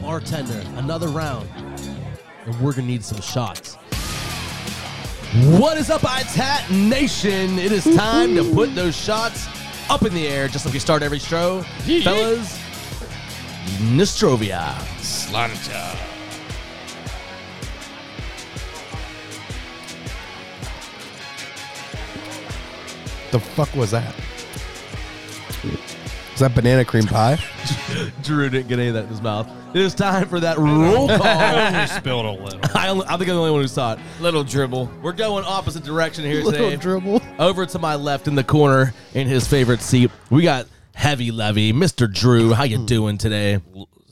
bartender another round, and we're gonna need some shots. What is up, ITAT Nation? It is time to put those shots up in the air, just like we start every show, Yee-yee. fellas. Nostrovia. Slancha. The fuck was that? Is that banana cream pie? Drew didn't get any of that in his mouth. It is time for that roll call. Only spilled a little. I, only, I think I'm the only one who saw it. little dribble. We're going opposite direction here today. Little dribble. Over to my left in the corner, in his favorite seat, we got Heavy Levy, Mr. Drew. How you doing today?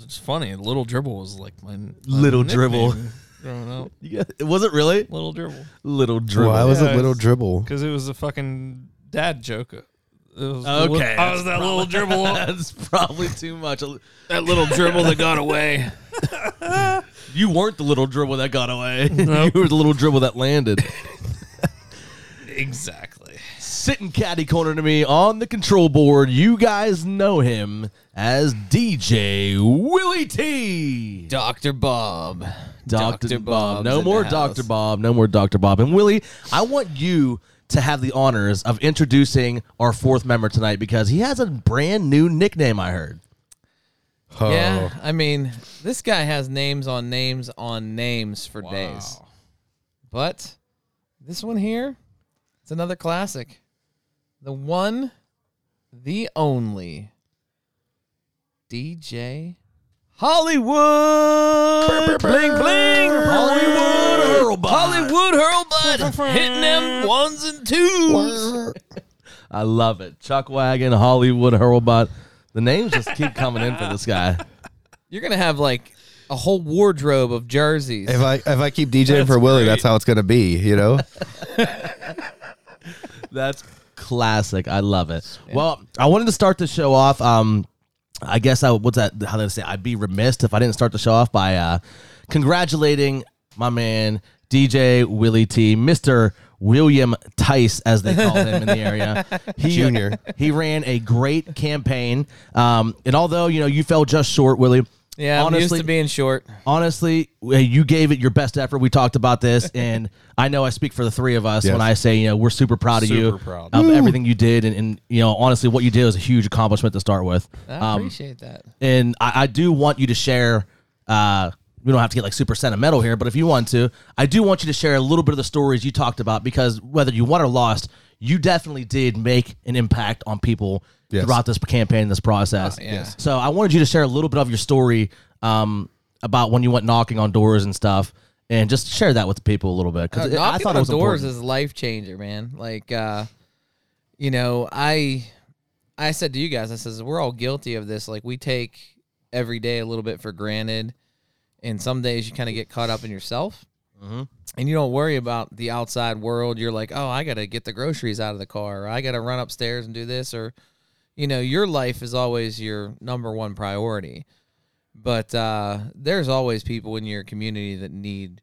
It's funny. Little dribble was like my, my Little dribble. nickname Growing up, It was it really little dribble little Drew. Why was Yeah, it little it's- dribble? because it was a fucking dad joke. It was the Okay, li- I that's was that little dribble. That's probably too much. that little dribble that got away. You weren't the little dribble that got away. Nope. you were the little dribble that landed. Exactly. Sitting caddy corner to me on the control board. You guys know him as DJ Willie T. Doctor Bob. Dr. Bob. No more Dr. Bob. No more Dr. Bob. And Willie, I want you to have the honors of introducing our fourth member tonight because he has a brand new nickname I heard. Oh. Yeah, I mean, this guy has names on names on names for days. But this one here, it's another classic. The one, the only DJ Hollywood. Bling bling Hollywood Hollywood. Hollywood Hurlbud hitting them ones and twos. Oh. I love it. Chuck Wagon, Hollywood Hurlbot. The names just keep coming in for this guy. You're going to have like a whole wardrobe of jerseys. If I if I keep DJing for Willie, that's how it's gonna be. You know. That's classic. I love it. Well, I wanted to start the show off. Um, I guess I what's that? How did I say? I'd be remiss if I didn't start the show off by uh, congratulating my man DJ Willie T, Mister William Tice, as they call him in the area. He, Junior. He ran a great campaign. Um, and although you know you fell just short, Willie. yeah, I'm used honestly, to being short. honestly, uh, you gave it your best effort. We talked about this, and I know I speak for the three of us Yes. when I say, you know, we're super proud of you, Super proud. of everything you did, and, and you know, honestly, what you did was a huge accomplishment to start with. I Um, appreciate that. and I, I do want you to share. Uh, we don't have to get like super sentimental here, but if you want to, I do want you to share a little bit of the stories you talked about because whether you won or lost, you definitely did make an impact on people Yes. Uh, throughout this campaign, this process. yeah. Yes. So I wanted you to share a little bit of your story um, about when you went knocking on doors and stuff, and just share that with people a little bit Uh, because I knocking thought on it was doors important. is a life changer, man. Like, uh, you know, I, I said to you guys, I says we're all guilty of this. Like, we take every day a little bit for granted, and some days you kind of get caught up in yourself, Mm-hmm. and you don't worry about the outside world. You're like, oh, I gotta get the groceries out of the car, or I gotta run upstairs and do this, or, you know, your life is always your number one priority. But uh, there's always people in your community that need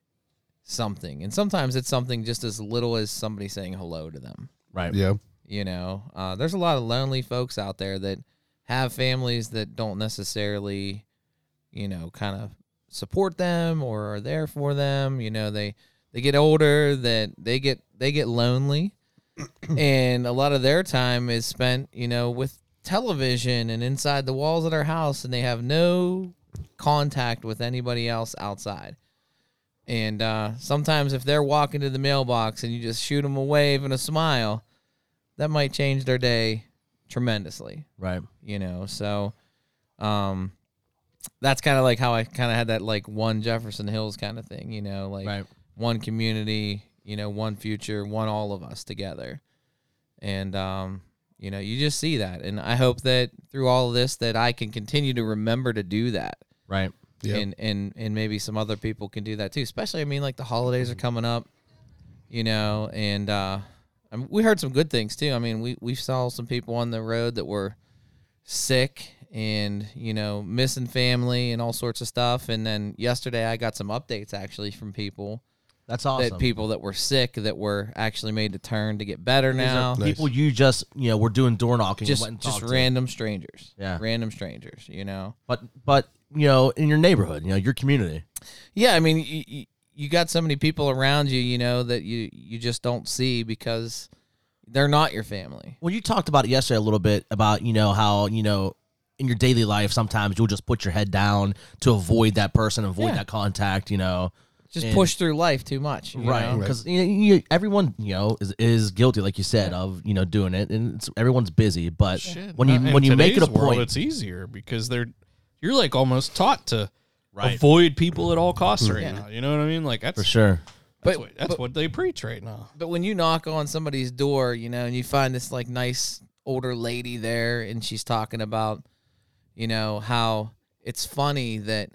something. And sometimes it's something just as little as somebody saying hello to them. right. Yeah. You know, uh, there's a lot of lonely folks out there that have families that don't necessarily, you know, kind of support them or are there for them. You know, they they get older, that they get they get lonely, and a lot of their time is spent, you know, with television and inside the walls of their house, and they have no contact with anybody else outside. And uh, sometimes, if they're walking to the mailbox and you just shoot them a wave and a smile, that might change their day tremendously Right. you know so um that's kind of like how i kind of had that like one jefferson hills kind of thing you know like Right. one community you know one future one all of us together and um you know you just see that and i hope that through all of this that i can continue to remember to do that Right. Yep. and and and maybe some other people can do that too. Especially, I mean, like the holidays are coming up, you know, and uh, I mean, we heard some good things too. I mean, we we saw some people on the road that were sick and you know missing family and all sorts of stuff. And then yesterday, I got some updates actually from people That's awesome. that people that were sick that were actually made to turn to get better These now. are people you just you know were doing door knocking. and Just went and just talked to. random strangers, Yeah. random strangers, you know. But but you know, in your neighborhood, you know, your community. Yeah, I mean, you, you, you got so many people around you, you know, that you you just don't see because they're not your family. Well, you talked about it yesterday a little bit about, you know, how, you know, in your daily life, sometimes you'll just put your head down to avoid that person, avoid Yeah. that contact, you know. Just And- push through life too much, you Right. know? Because you you- everyone, you know, is, is guilty, like you said, of, you know, doing it. And it's, everyone's busy. But Shit. when you, Not- in when you make it a today's world, point, it's easier because they're you're like almost taught to Right. avoid people at all costs right now. You know what I mean? Like that's for sure. But- that's, what, that's what they preach right now. But when you knock on somebody's door, you know, and you find this like nice older lady there and she's talking about, you know, how it's funny that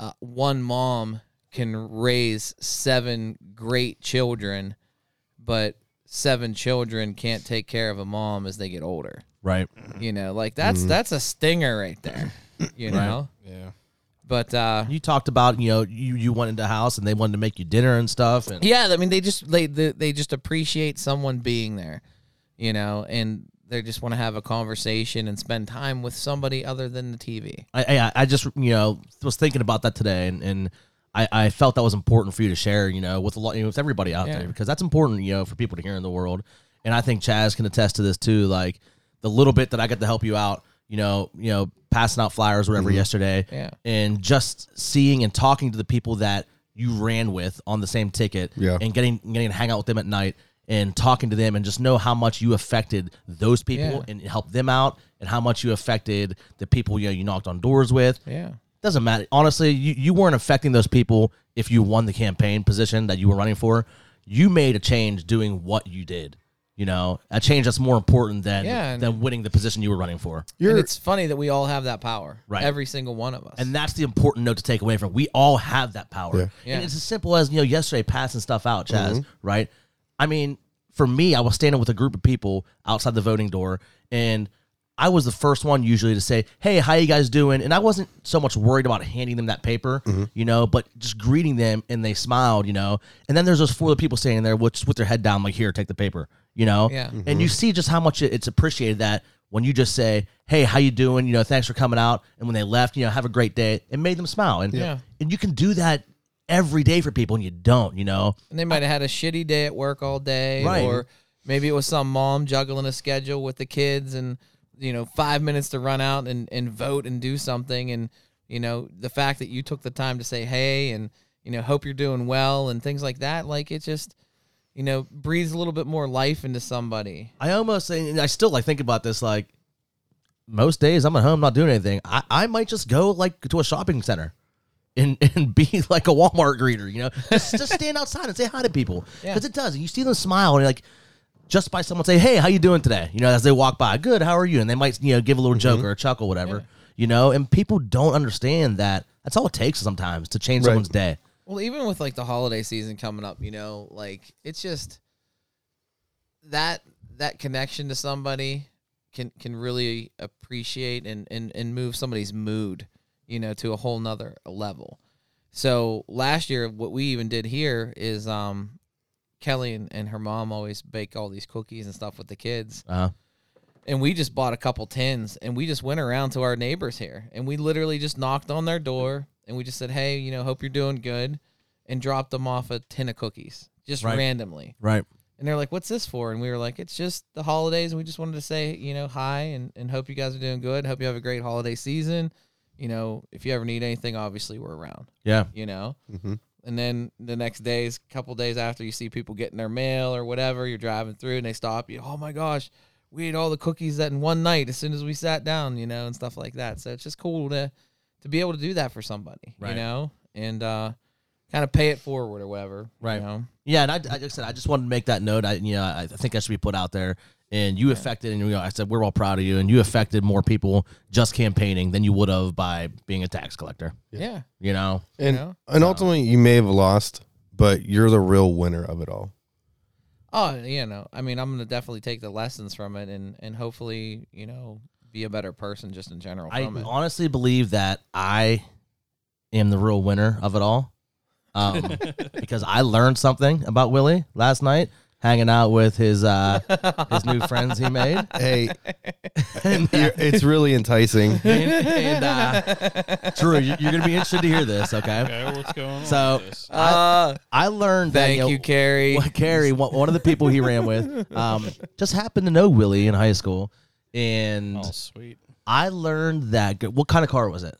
uh, one mom can raise seven great children, but seven children can't take care of a mom as they get older. Right. You know, like that's that's a stinger right there. You know? Yeah. But uh You talked about, you know, you, you went into the house and they wanted to make you dinner and stuff. And Yeah, I mean they just they they, they just appreciate someone being there, you know, and they just want to have a conversation and spend time with somebody other than the TV. I, I, I just you know was thinking about that today, and, and I, I felt that was important for you to share, you know, with a lot, you know, with everybody out there, because that's important, you know, for people to hear in the world. And I think Chaz can attest to this too. Like the little bit that I got to help you out, you know, you know, passing out flyers, or whatever, yesterday, Yeah. and just seeing and talking to the people that you ran with on the same ticket, Yeah. and getting getting to hang out with them at night and talking to them and just know how much you affected those people Yeah. and helped them out and how much you affected the people you know you knocked on doors with Yeah. doesn't matter honestly you, you weren't affecting those people if you won the campaign position that you were running for you made a change doing what you did you know a change that's more important than Yeah, and- than winning the position you were running for You're- and it's funny that we all have that power. Right. Every single one of us. and that's the important note to take away from. it. We all have that power. Yeah. Yeah. And it's as simple as, you know, yesterday passing stuff out, Chaz, right? I mean, for me, I was standing with a group of people outside the voting door and I was the first one usually to say, "Hey, how you guys doing?" And I wasn't so much worried about handing them that paper, you know, but just greeting them and they smiled, you know. And then there's those four other people standing there with with their head down, like, "Here, take the paper," you know. Yeah. And you see just how much it- it's appreciated that when you just say, "Hey, how you doing?" You know, thanks for coming out. And when they left, you know, have a great day. It made them smile, and Yeah. and you can do that every day for people, and you don't, you know, And they might have had a shitty day at work all day, Right. or maybe it was some mom juggling a schedule with the kids, and you know, five minutes to run out and and vote and do something, and you know, the fact that you took the time to say hey, and you know, hope you're doing well, and things like that, like it just, you know, breathes a little bit more life into somebody. I almost and I still like think about this like most days I'm at home not doing anything. I, I might just go like to a shopping center and and be like a Walmart greeter, you know. Just, just stand outside and say hi to people Yeah. because it does. You see them smile and you're like just by someone say, "Hey, how you doing today?" You know, as they walk by, "Good, how are you?" And they might you know give a little joke or a chuckle, whatever, you know. And people don't understand that that's all it takes sometimes to change someone's day. Well, even with like the holiday season coming up, you know, like it's just that that connection to somebody can can really appreciate and and and move somebody's mood, you know, to a whole nother level. So last year, what we even did here is um, Kelly and, and her mom always bake all these cookies and stuff with the kids, Uh, and we just bought a couple tins and we just went around to our neighbors here and we literally just knocked on their door and we just said hey you know hope you're doing good and dropped them off a tin of cookies just Right. randomly right. and they're like what's this for and we were like it's just the holidays and we just wanted to say you know hi and, and hope you guys are doing good hope you have a great holiday season you know if you ever need anything obviously we're around Yeah. you know Mhm. and then the next days couple days after you see people getting their mail or whatever you're driving through and they stop you oh my gosh we ate all the cookies that in one night as soon as we sat down you know and stuff like that so it's just cool to to be able to do that for somebody Right. you know and uh kind of pay it forward or whatever Right. you know? Yeah, and I, I like I said I just wanted to make that note. I you know I, I think that should be put out there. And you affected, and you know, I said we're all proud of you, and you affected more people just campaigning than you would have by being a tax collector. yeah You know, and, know? and ultimately, you may have lost, but you're the real winner of it all. Oh, you know, I mean, I'm gonna definitely take the lessons from it, and and hopefully, you know, be a better person just in general I from it. honestly believe that I am the real winner of it all, um, because I learned something about Willie last night. hanging out with his uh, his new friends he made. Hey, you're- it's really enticing. And, and, uh, Drew, you- you're gonna be interested to hear this, okay? Okay, what's going on? So- with this? Uh, I learned that thank know, you, Carrie. Well, Carrie, one, one of the people he ran with, um, just happened to know Willie in high school, and oh, sweet. I learned that. What kind of car was it?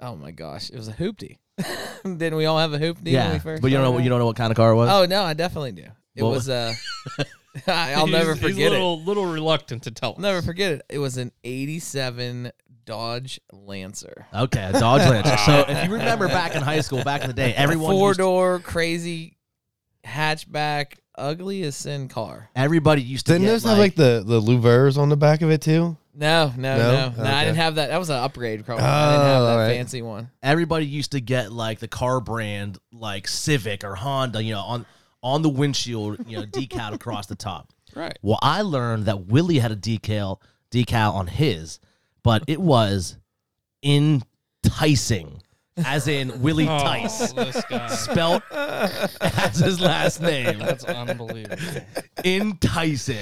Oh my gosh, it was a hoopty. Didn't we all have a hoopty when we first? but you don't know. started You out? don't know what kind of car it was. Oh no, I definitely do. It What was uh, I'll He's- never He's a forget it. little, little reluctant to tell. us. I'll never forget it. It was an '87 Dodge Lancer, Okay, a Dodge Lancer. so if you remember back in high school, back in the day, everyone four used, door, crazy hatchback, ugly as sin car. everybody used to Didn't get, those have like the the louvers on the back of it too? No, no, no, no. No? I Okay. didn't have that. That was an upgrade car. I didn't have Oh, that alright. fancy one. everybody used to get like the car brand like Civic or Honda, you know, on on the windshield, you know, decal across the top. Right. Well, I learned that Willie had a decal decal on his, but it was enticing, as in Willie Oh, Tice, this guy. spelt as his last name. That's unbelievable. Enticing.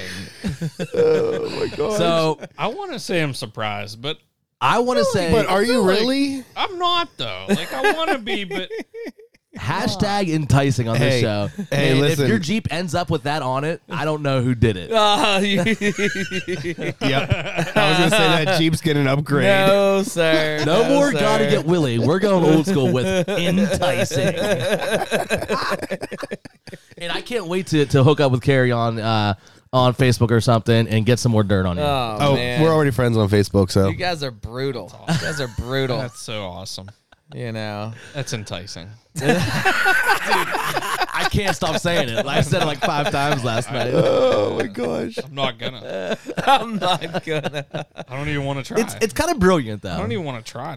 Oh my god! So I want to say I'm surprised, but I want to say, but are you like- really? I'm not though. Like I want to be, but hashtag enticing on this Hey, show. hey, And listen. If your Jeep ends up with that on it, I don't know who did it. Ah, yep. I was gonna say that Jeep's getting an upgrade. no, sir. No, more sir. gotta get Willie. We're going old school with enticing. and I can't wait to, to hook up with Carrie on uh, on Facebook or something and get some more dirt on you. Uh. Oh, Oh, man. we're already friends on Facebook, so You guys are brutal. You guys are brutal. that's so awesome. you know. That's enticing. I can't stop saying it. I said it like five times last night. Oh my gosh! I'm not gonna. I'm not gonna. I don't even want to try. It's it's kind of brilliant though. I don't even want to try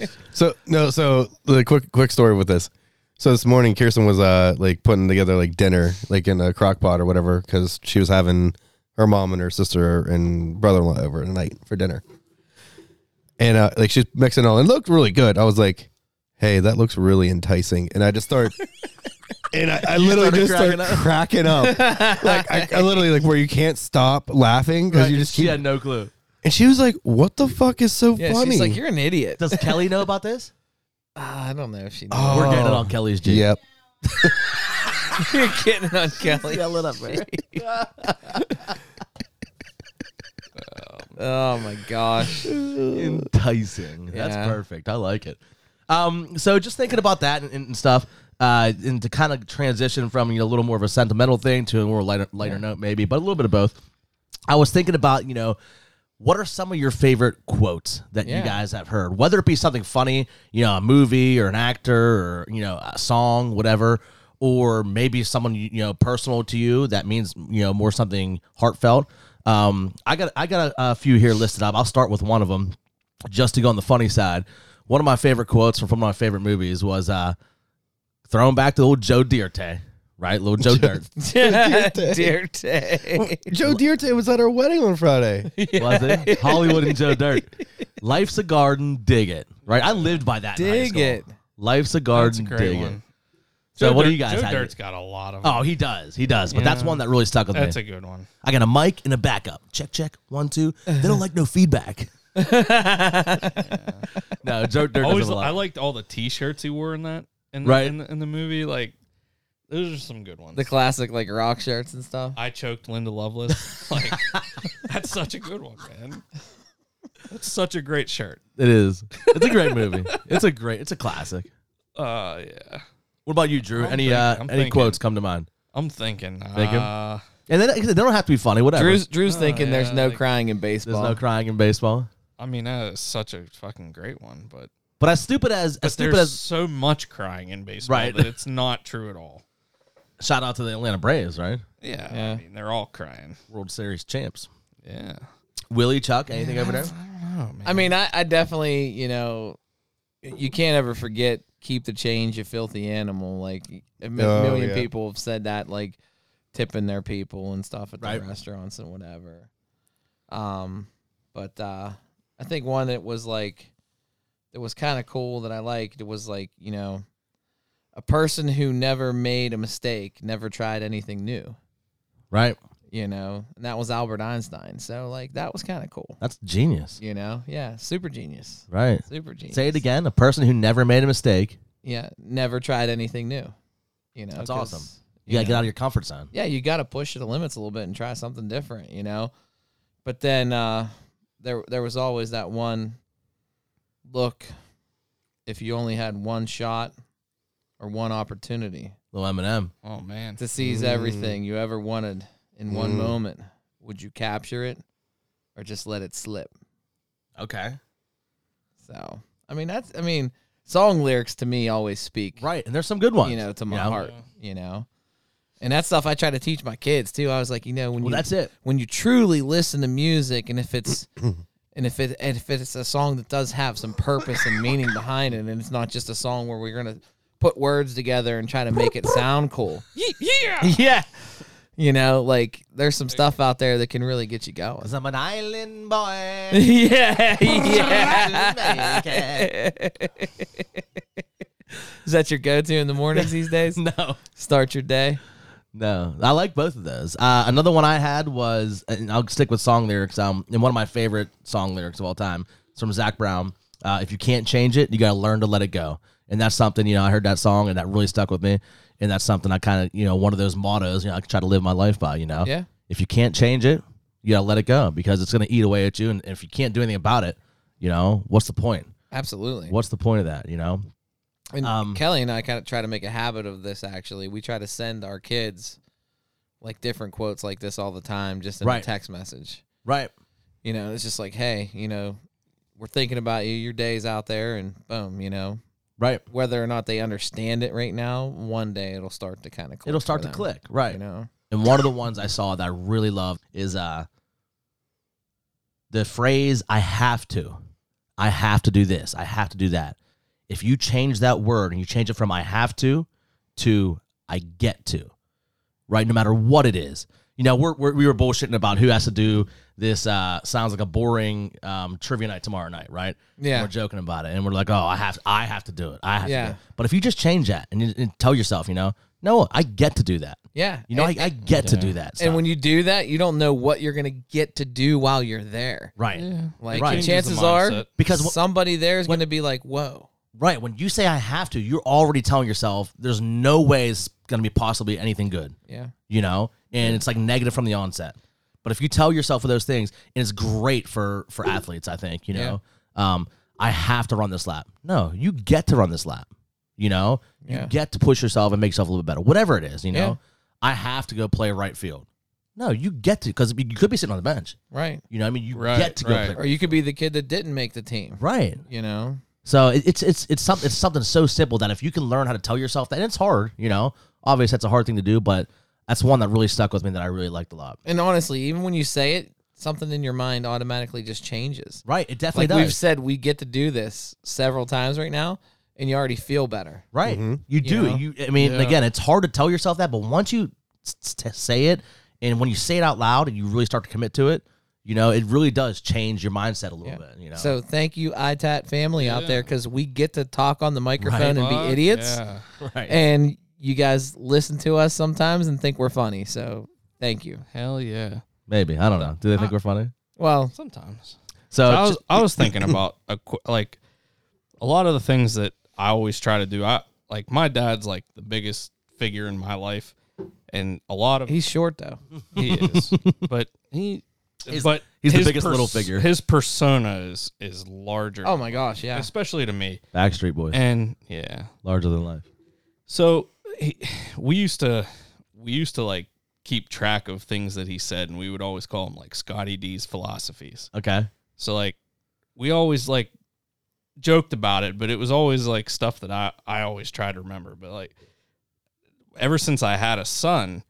stuff. So no, so the quick quick story with this. So this morning, Kirsten was uh like putting together like dinner, like in a crock pot or whatever, because she was having her mom and her sister and brother in law over tonight for dinner. And uh, like she's mixing it all, and it looked really good. I was like, "Hey, that looks really enticing," and I just start. And I, I literally started just start cracking up, like I, I literally like where you can't stop laughing because you just she keep. had no clue. And she was like, "What the fuck is so Yeah, funny?" she's like, you're an idiot. Does Kelly know about this? Ah, I don't know if she. Knows. Oh. We're getting it on Kelly's Jeep. "Yep." You're getting on Kelly. it up, man. Oh my gosh. enticing. That's Yeah. perfect. I like it. Um, so just thinking about that and, and stuff, uh, and to kind of transition from you know, a little more of a sentimental thing to a more lighter, lighter note, maybe, but a little bit of both. I was thinking about you know. What are some of your favorite quotes that Yeah. you guys have heard? Whether it be something funny, you know, a movie or an actor or, you know, a song, whatever, or maybe someone, you you know, personal to you that means, you know, more something heartfelt. Um, I got I got a, a few here listed up. I'll start with one of them just to go on the funny side, one of my favorite quotes from one of my favorite movies was uh, thrown back to old Joe Dierte, right? Little Joe Dirt. Dear Tay. Joe Dierte was at our wedding on Friday. Was it? Hollywood and Joe Dirt. Life's a garden, dig it. Right? I lived by that. in high Dig school. it. Life's a That's a garden, great dig it. one. So, what do Dirt- you guys Joe have? Dirt's got a lot of. Oh, he does. He does. But that's Yeah. one that really stuck with that's me. a good one. I got a mic and a backup. Check, check. One, two. They don't like no feedback. No, Joe Dirt does Always, it a lot. I liked all the T-shirts he wore in that. In the, Right. in the, in the movie, like those are some good ones. the classic like rock shirts and stuff. I choked Linda Lovelace. Like that's such a good one, man. That's such a great shirt. it is. It's a great movie. It's a great. It's a classic. Uh yeah. What about you, Drew? I'm any thinking- uh, I'm any thinking. quotes come to mind? I'm thinking. Thank you. Uh, And then they don't have to be funny. Whatever. Drew's Drew's Oh, thinking there's yeah, no like- crying in There's baseball. no crying in baseball. I mean, that is such a fucking great one, but, But as stupid as as but stupid there's as so much crying in baseball Right. that it's not true at all. shout out to the Atlanta Braves, right? Yeah, Yeah. I mean, they're all crying. World Series champs. Yeah. Willie Chuck, anything over there? Oh man. I mean, I, I definitely, you know, you can't ever forget keep the change, you filthy animal. Like a mi- Oh, million yeah. people have said that, like tipping their people and stuff at Right. the restaurants and whatever. Um, but uh, I think one that was like that was kind of cool that I liked was like you know, a person who never made a mistake, never tried anything new, right? you know, and that was Albert Einstein. So like that was kind of cool, That's genius, you know. Yeah, super genius, right? super genius. Say it again. A person who never made a mistake. Yeah, never tried anything new, you know. That's 'cause, awesome. You you gotta know, get out of your comfort zone. yeah, you got to push the limits a little bit and try something different, you know. But then uh, there there was always that one look. If you only had one shot or one opportunity Little Eminem. Oh man. to seize Hmm. Mm. everything you ever wanted in one Mm. moment, would you capture it or just let it slip? Okay. So I mean that's I mean song lyrics to me always speak Right, and there's some good ones. you know to my you know? heart Yeah. you know, and that stuff I try to teach my kids too. I was like you know when Well, you that's it. when you truly listen to music and if it's and if it and if it's a song that does have some purpose and meaning behind it and it's not just a song where we're gonna put words together and try to make it sound cool Ye- yeah. yeah you know like there's some stuff out there that can really get you going Cause I'm an island boy. yeah yeah is that your go-to in the mornings these days no, start your day no. I like both of those. Uh, another one I had was, and I'll stick with song lyrics. Um, and one of my favorite song lyrics of all time is from Zach Brown. Uh, if you can't change it, you gotta learn to let it go. And that's something you know. I heard that song, and that really stuck with me. And that's something I kind of you know one of those mottos you know I try to live my life by. You know, Yeah. If you can't change it, you gotta let it go because it's gonna eat away at you. And if you can't do anything about it, you know what's the point? absolutely What's the point of that? You know, And Um, Kelly and I kind of try to make a habit of this. Actually, we try to send our kids like different quotes like this all the time, just in Right. a text message. right? You know, it's just like, hey, you know, we're thinking about you. Your day's out there, and boom, you know, Right. whether or not they understand it right now, one day it'll start to kind of. It'll start to click. Right. You know, And one of the ones I saw that I really loved is uh the phrase I have to. I have to do this. I have to do that. If you change that word and you change it from I have to to I get to, right? No matter what it is. You know, we're, we're, we were bullshitting about who has to do this. Uh, sounds like a boring um, trivia night tomorrow night, right? Yeah. We're joking about it, and we're like, "Oh, I have, I have to do it. I have Yeah. to." Do it. But if you just change that and, you, and tell yourself, you know, no, I get to do that. yeah, You know, and, I, I get to do that. and stuff. when you do that, you don't know what you're gonna get to do while you're there. right, Like Right. and Changes the chances are, mindset. Because wh- somebody there is gonna be like, whoa. right, when you say I have to, you're already telling yourself there's no way it's going to be possibly anything good. Yeah. You know, and it's like negative from the onset. But if you tell yourself those things, and it's great for for athletes, I think. You know, um, I have to run this lap. No, you get to run this lap. You know, Yeah. you get to push yourself and make yourself a little bit better, whatever it is. You know, Yeah. I have to go play right field. No, you get to because you could be sitting on the bench. Right. You know, what I mean, you Right, get to go right. play Or you could be the kid that didn't make the team. right. You know? So it, it's it's it's something it's something so simple that if you can learn how to tell yourself that, and it's hard, you know. Obviously, that's a hard thing to do, but that's one that really stuck with me that I really liked a lot. And honestly, even when you say it, something in your mind automatically just changes. Right, it definitely Like we've does. said, we get to do this several times right now, and you already feel better. Right, you do. You, know? I mean, Mm-hmm. Yeah. again, it's hard to tell yourself that, but once you s- s- t- say it, and when you say it out loud, and you really start to commit to it, you know, it really does change your mindset a little bit. You know, So thank you, ITAT family out there, because we get to talk on the microphone and Fuck be idiots, yeah. right, and you guys listen to us sometimes and think we're funny. So thank you. Hell yeah. maybe I don't know. Do they think we're funny? Well, Sometimes. So Uh, I was ju- I was thinking about a, qu- like a lot of the things that I always try to do. I like my dad's like the biggest figure in my life, and a lot of he's short though. he is, but he. but he's the his biggest little figure. His persona is is larger, Oh my gosh, yeah. especially to me. Backstreet Boys, And yeah, larger than life. so he, we used to we used to like keep track of things that he said, and we would always call him like Scotty D's philosophies. Okay, So like we always like joked about it, but it was always like stuff that I I always try to remember. But like ever since I had a son,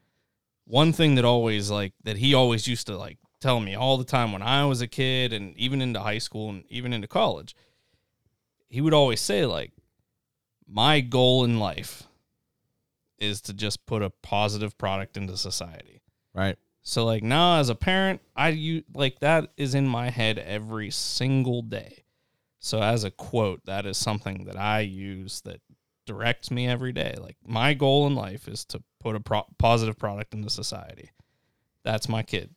one thing that always like that he always used to like tell me all the time when I was a kid and even into high school and even into college, he would always say like my goal in life is to just put a positive product into society. right, So like now as a parent, I you like that is in my head every single day. So as a quote, that is something that I use that directs me every day. Like my goal in life is to put a pro- positive product into society. That's my kid.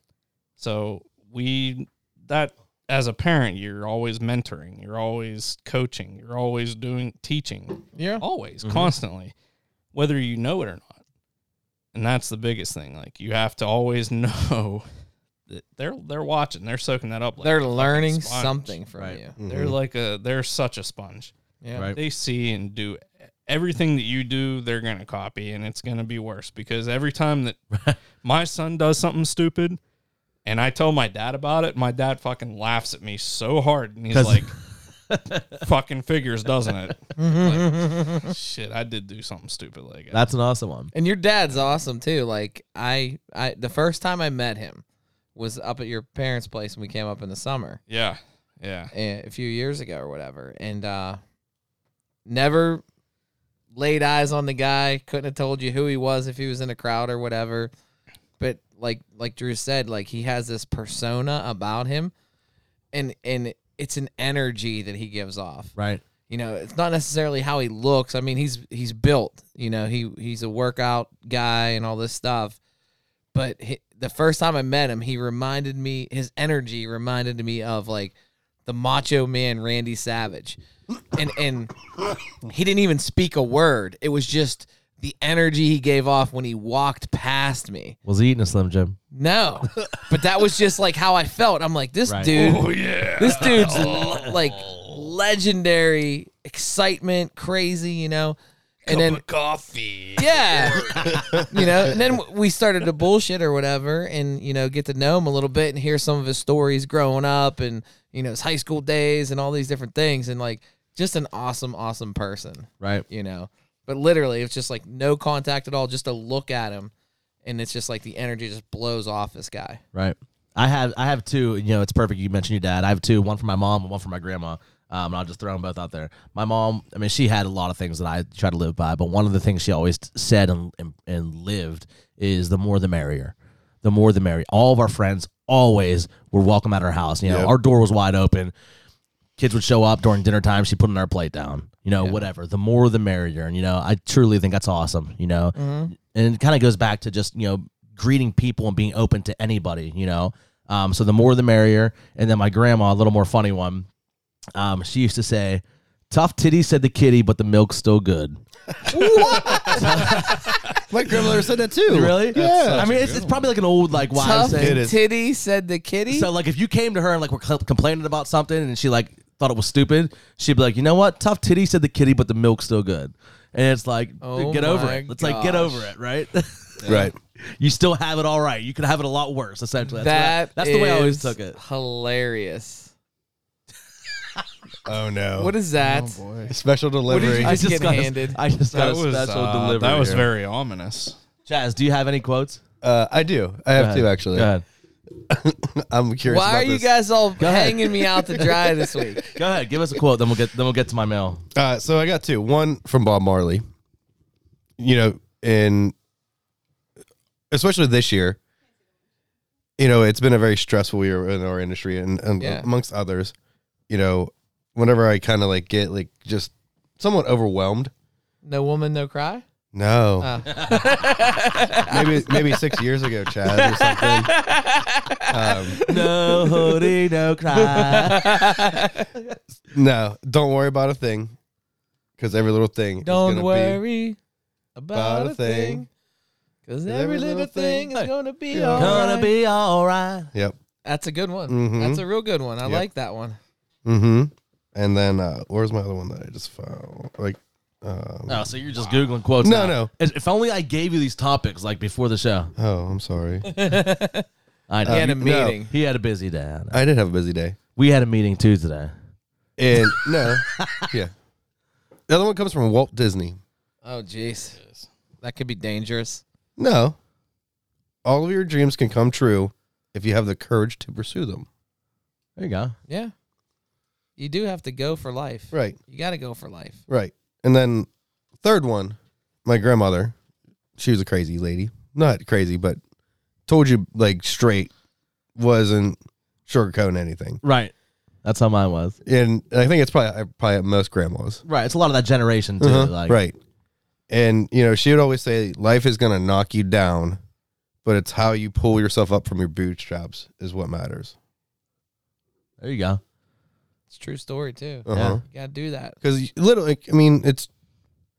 So we that as a parent, you're always mentoring, you're always coaching, you're always doing teaching, Yeah. always Mhm. constantly whether you know it or not and that's the biggest thing like you have to always know that they're they're watching they're soaking that up like a They're fucking learning sponge. something from Right. Mm. you. they're like a they're such a sponge Yeah. Right. they see and do everything that you do they're gonna copy and it's gonna be worse because every time that my son does something stupid and I tell my dad about it. My dad fucking laughs at me so hard, and he's 'Cause- like, "Fucking figures, doesn't it?" shit, I did do something stupid like that. That's an awesome one. And your dad's awesome too. Like I, I the first time I met him was up at your parents' place when we came up in the summer Yeah, yeah, eh, a few years ago or whatever, and uh, never laid eyes on the guy. Couldn't have told you who he was if he was in a crowd or whatever. But like like Drew said, like he has this persona about him, and and it's an energy that he gives off. Right. You know, it's not necessarily how he looks. I mean, he's he's built. You know, he he's a workout guy and all this stuff. But he, the first time I met him, he reminded me his energy reminded me of like the Macho Man Randy Savage, and and he didn't even speak a word. It was just the energy he gave off when he walked past me. Was he eating a Slim Jim? No, but that was just like how I felt. I'm like this Right. dude yeah. this dude's l- like legendary excitement, crazy, you know. And then coffee. yeah, you know. And then we started to bullshit or whatever, and you know, get to know him a little bit and hear some of his stories growing up, and you know, his high school days and all these different things, and like just an awesome, awesome person, Right. you know. But literally, it's just like no contact at all, just to look at him, and it's just like the energy just blows off this guy. Right. I have I have two. You know, it's perfect. You mentioned your dad. I have two. One for my mom and one for my grandma. Um, and I'll just throw them both out there. My mom, I mean, she had a lot of things that I try to live by, but one of the things she always t- said and, and, and lived is the more the merrier. The more the merrier. All of our friends always were welcome at our house. You know, Yep. our door was wide open. Kids would show up during dinner time. She put in our plate down. You know, whatever. The more the merrier. And you know, I truly think that's awesome. You know, and it kind of goes back to just you know greeting people and being open to anybody you know um, so the more the merrier and then my grandma a little more funny one um, she used to say tough titty said the kitty but the milk's still good my grandmother said that too. Yeah. i mean it's, it's probably like an old like wives Tough thing It is. titty said the kitty. so like if you came to her and like were cl- complaining about something and she like thought it was stupid she'd be like you know what tough titty said the kitty but the milk's still good and it's like dude, Oh get over my it it's like get gosh. over it right Right. you still have it all right you could have it a lot worse essentially that's, what I- That that's the way i always is took it Hilarious. Oh no. What is that? special delivery? you- I just get got a- handed. I just got That a was special uh, delivery. That was here. very ominous. Chaz, do you have any quotes? uh, I do. I have two actually. Go ahead. I'm curious. Why about are you this. guys all ahead. hanging me out to dry this week? Go ahead. Give us a quote, then we'll get then we'll get to my mail. Uh, so I got two. One from Bob Marley. You know, and especially this year, you know, it's been a very stressful year in our industry, and, and Yeah. amongst others, you know, whenever I kind of like get like just somewhat overwhelmed. No woman, no cry. No, Oh. maybe maybe six years ago, Chad or something. Um, No hoodie, no Oh. cry. Uh, No, don't worry about a thing, because every little thing. is Don't gonna be- worry about a thing. Because every little thing is going to be all Gonna right. be all right. yep. That's a good one. Mhm. That's a real good one. I like that one. Mm-hmm. And then uh, where's my other one that I just found? Like, um, Oh, so you're just googling quotes? No, now. no. If if only I gave you these topics like before the show. oh, I'm sorry. I know. He had no. a meeting. He had a busy day. I know. I did have a busy day. We had a meeting too today. And no, yeah. The other one comes from Walt Disney. Oh, jeez. That could be dangerous. No, all of your dreams can come true if you have the courage to pursue them. There you go. Yeah. You do have to go for life. Right. You got to go for life. Right. And then third one, my grandmother, she was a crazy lady. Not crazy, but told you like straight, wasn't sugarcoating anything. Right. That's how mine was. and I think it's probably probably at most grandmas. Right. It's a lot of that generation too. Uh-huh, Like right. And you know, she would always say, "Life is gonna knock you down, but it's how you pull yourself up from your bootstraps is what matters." There you go. It's a true story too. Uh-huh. You gotta do that. Because literally, I mean, it's,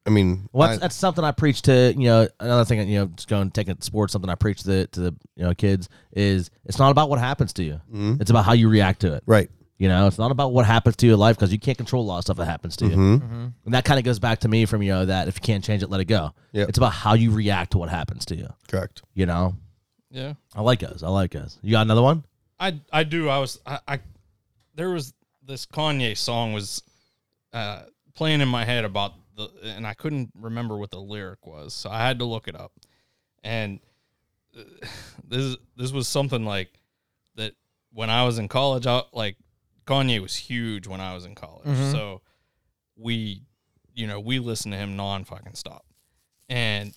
I mean, Well, that's, I- that's something I preach to you know. Another thing, you know, just going taking sports. Something I preach to the, to the you know kids is it's not about what happens to you. Mhm. It's about how you react to it. right. You know, it's not about what happens to your life because you can't control a lot of stuff that happens to you. Mhm. Mm-hmm. And that kind of goes back to me from you know that if you can't change it, let it go. Yep. It's about how you react to what happens to you. Correct. You know, Yeah. I like those. I like those. You got another one? I I do. I was I, I there was this Kanye song was uh playing in my head about the and I couldn't remember what the lyric was, so I had to look it up. And uh, this this was something like that when I was in college, I, like Kanye was huge when I was in college. Mhm. So we you know, we listened to him non fucking stop. And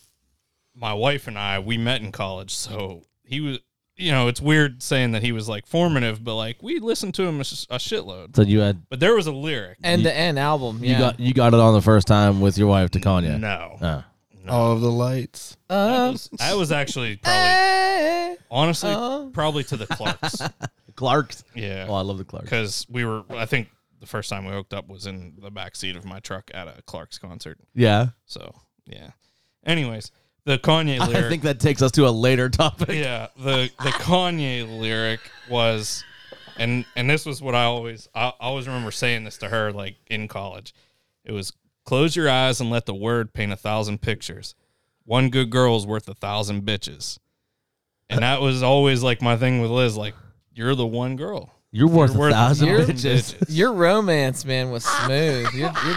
my wife and I, we met in college, so he was you know, it's weird saying that he was like formative, but like we listened to him a, sh- a shitload. So you had But there was a lyric. End to end album. Yeah. you got you got it on the first time with your wife to Kanye. No. Uh, All of the lights. That Oh. Um, was, that was actually probably, eh, honestly, uh, probably to the Clarks. Clark's. Oh, Yeah. I love the Clark. Because we were, I think the first time we hooked up was in the back seat of my truck at a Clark's concert. Yeah. So, yeah. Anyways, the Kanye lyric. I think that takes us to a later topic. yeah the the kanye lyric was and and this was what i always I, I always remember saying this to her like in college it was close your eyes and let the word paint a thousand pictures one good girl's worth a thousand bitches and that was always like my thing with liz like you're the one girl You're worth You're a worth a thousand thousand bitches. your romance, man, was smooth. You're, you're,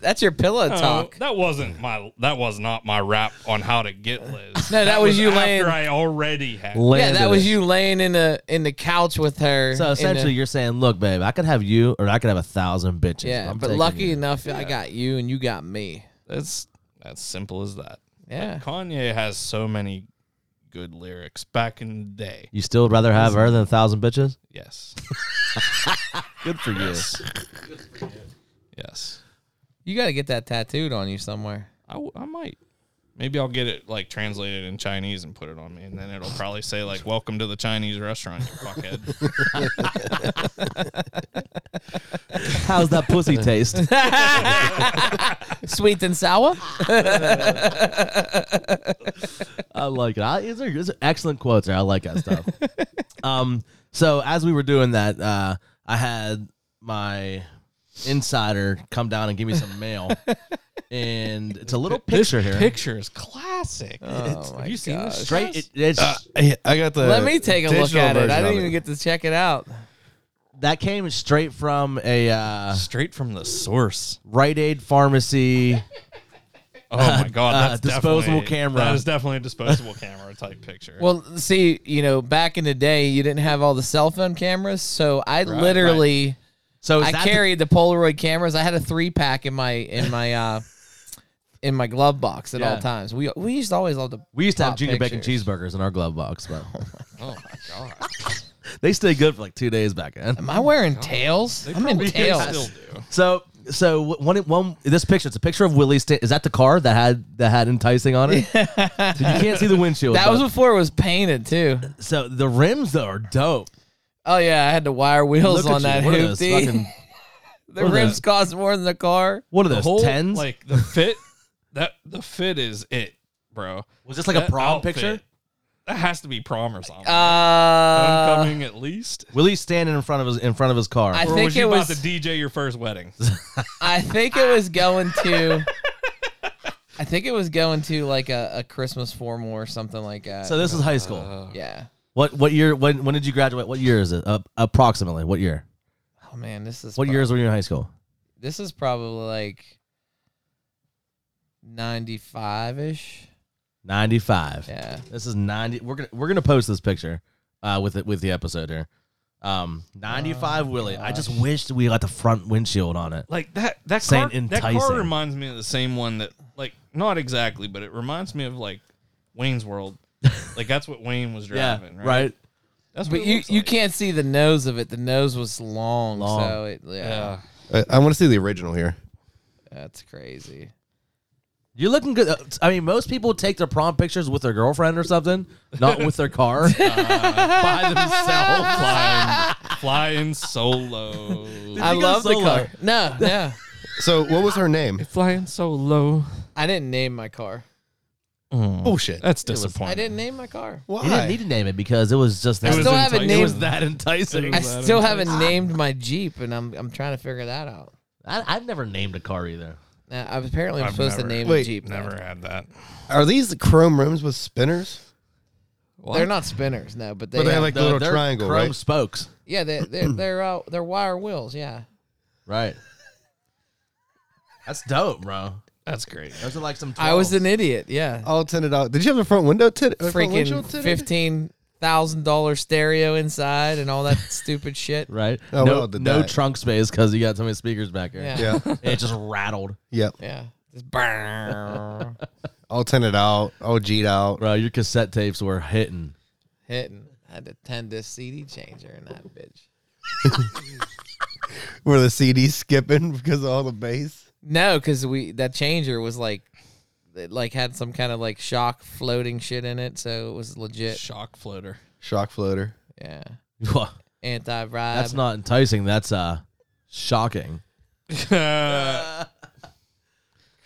that's your pillow No, talk. that wasn't my that was not my rap on how to get liz no that was you laying- after i already had yeah, that Landed was it. you laying in the in the couch with her. in So the- essentially, you're saying, look, babe, I could have you, or I could have a thousand bitches. yeah. I'm but taking lucky you. enough, I got you and you got me. that's that's simple as that Yeah. Kanye has so many good lyrics back in the day. you still would rather have her than a thousand bitches. Yes. Good for you. Yes. You got to get that tattooed on you somewhere. I, w- I might. Maybe I'll get it like translated in Chinese and put it on me, and then it'll probably say like "Welcome to the Chinese restaurant, you fuckhead." How's that pussy taste? Sweet and sour. I like it. I, these, are, these are excellent quotes. There, I like that stuff. um, so as we were doing that, uh, I had my insider come down and give me some mail, and it's a little picture here. Picture is classic. Oh my Have you seen this? gosh. Straight, it, it's I, I got the. Let me take a look digital at it. version I of didn't even get to check it out. that came straight from a uh, Straight from the source. Rite Aid pharmacy. Oh my god, uh, that's disposable definitely- camera. That is definitely a disposable camera type picture. Well, see, you know, back in the day, you didn't have all the cell phone cameras, so I literally So Oh, is I that the- carried the, Polaroid cameras. I had a three pack in my in my uh in my glove box at Yeah. all times. We we used to always love to we used to have pop junior bacon pictures. cheeseburgers in our glove box, but oh my god, they stayed good for like two days back then. Am I wearing Oh, tails? They I'm in probably tails. still do. So so wh- one one this picture it's a picture of Willie. Sta- is that the car that had that had enticing on it? so you can't see the windshield. That was but- before it was painted too. so the rims though are dope. Oh yeah, I had the wire wheels Look at on you. that What are those hoopty. fucking- the what are rims those? cost more than the car. What are The those whole tens? like the fit. That the fit is it, bro. was this like a That prom outfit, picture? That has to be prom or something. Uh, Homecoming at least. Willie standing in front of his in front of his car. I Or think was you it about was- to DJ your first wedding? I think it was going to. I think it was going to like a, a Christmas formal or something like that. so this is high school. yeah. what what year? When when did you graduate? What year is it? Uh, approximately what year? Oh man, this is What prob- years were you in high school? This is probably like ninety five ish. Ninety five. Yeah. This is ninety. We're gonna we're gonna post this picture uh, with it with the episode here. Um, ninety five Oh Willie. I just wished we got the front windshield on it. Like that that Saying car, that enticing. car reminds me of the same one that like not exactly, but it reminds me of like Wayne's World. like that's what Wayne was driving, yeah, right? right. That's what But it you, looks you like. can't see the nose of it. The nose was long, Long. so it yeah, Yeah. I, I want to see the original here. that's crazy. You're looking good. Uh, I mean, most people take their prom pictures with their girlfriend or something, not with their car. by themselves flying, flying solo. I go love the solo? car. No, no, So what was her name? flying solo. I didn't name my car. Bullshit. That's I disappointing. didn't name my car. You didn't need to name it because it was just that. I still haven't enticing. it named- was that enticing. It I, I was that still intense. haven't named my Jeep, and I'm I'm trying to figure that out. I've never named a car either. Uh, I was apparently I've supposed never- to name a wait, Jeep. man. Never had that. Are these chrome rims with spinners? They're not spinners, no, but they, But they have- have like the little they're triangle, chrome right? spokes. yeah, they they're they're, uh, they're wire wheels. Yeah, Right. That's dope, bro. That's great. Those are like some. 12s. I was an idiot. Yeah, All tinted out. Did you have the front window tinted? uh, front freaking windshield tinted? fifteen thousand dollar stereo inside and all that stupid shit. right. Oh, no, well, did no that. trunk space because you got so many speakers back here. Yeah, yeah. Yeah. It just rattled, Yep. Just burn, All tinted out. All G'd out. bro. Your cassette tapes were hitting. hitting. I had to tend to CD changer in that bitch. Were the CDs skipping because of all the bass? No, because we that changer was like, it like had some kind of like shock floating shit in it, so it was legit. Shock floater. Shock floater. Yeah, Wha- anti bribe. That's not enticing. That's uh, shocking.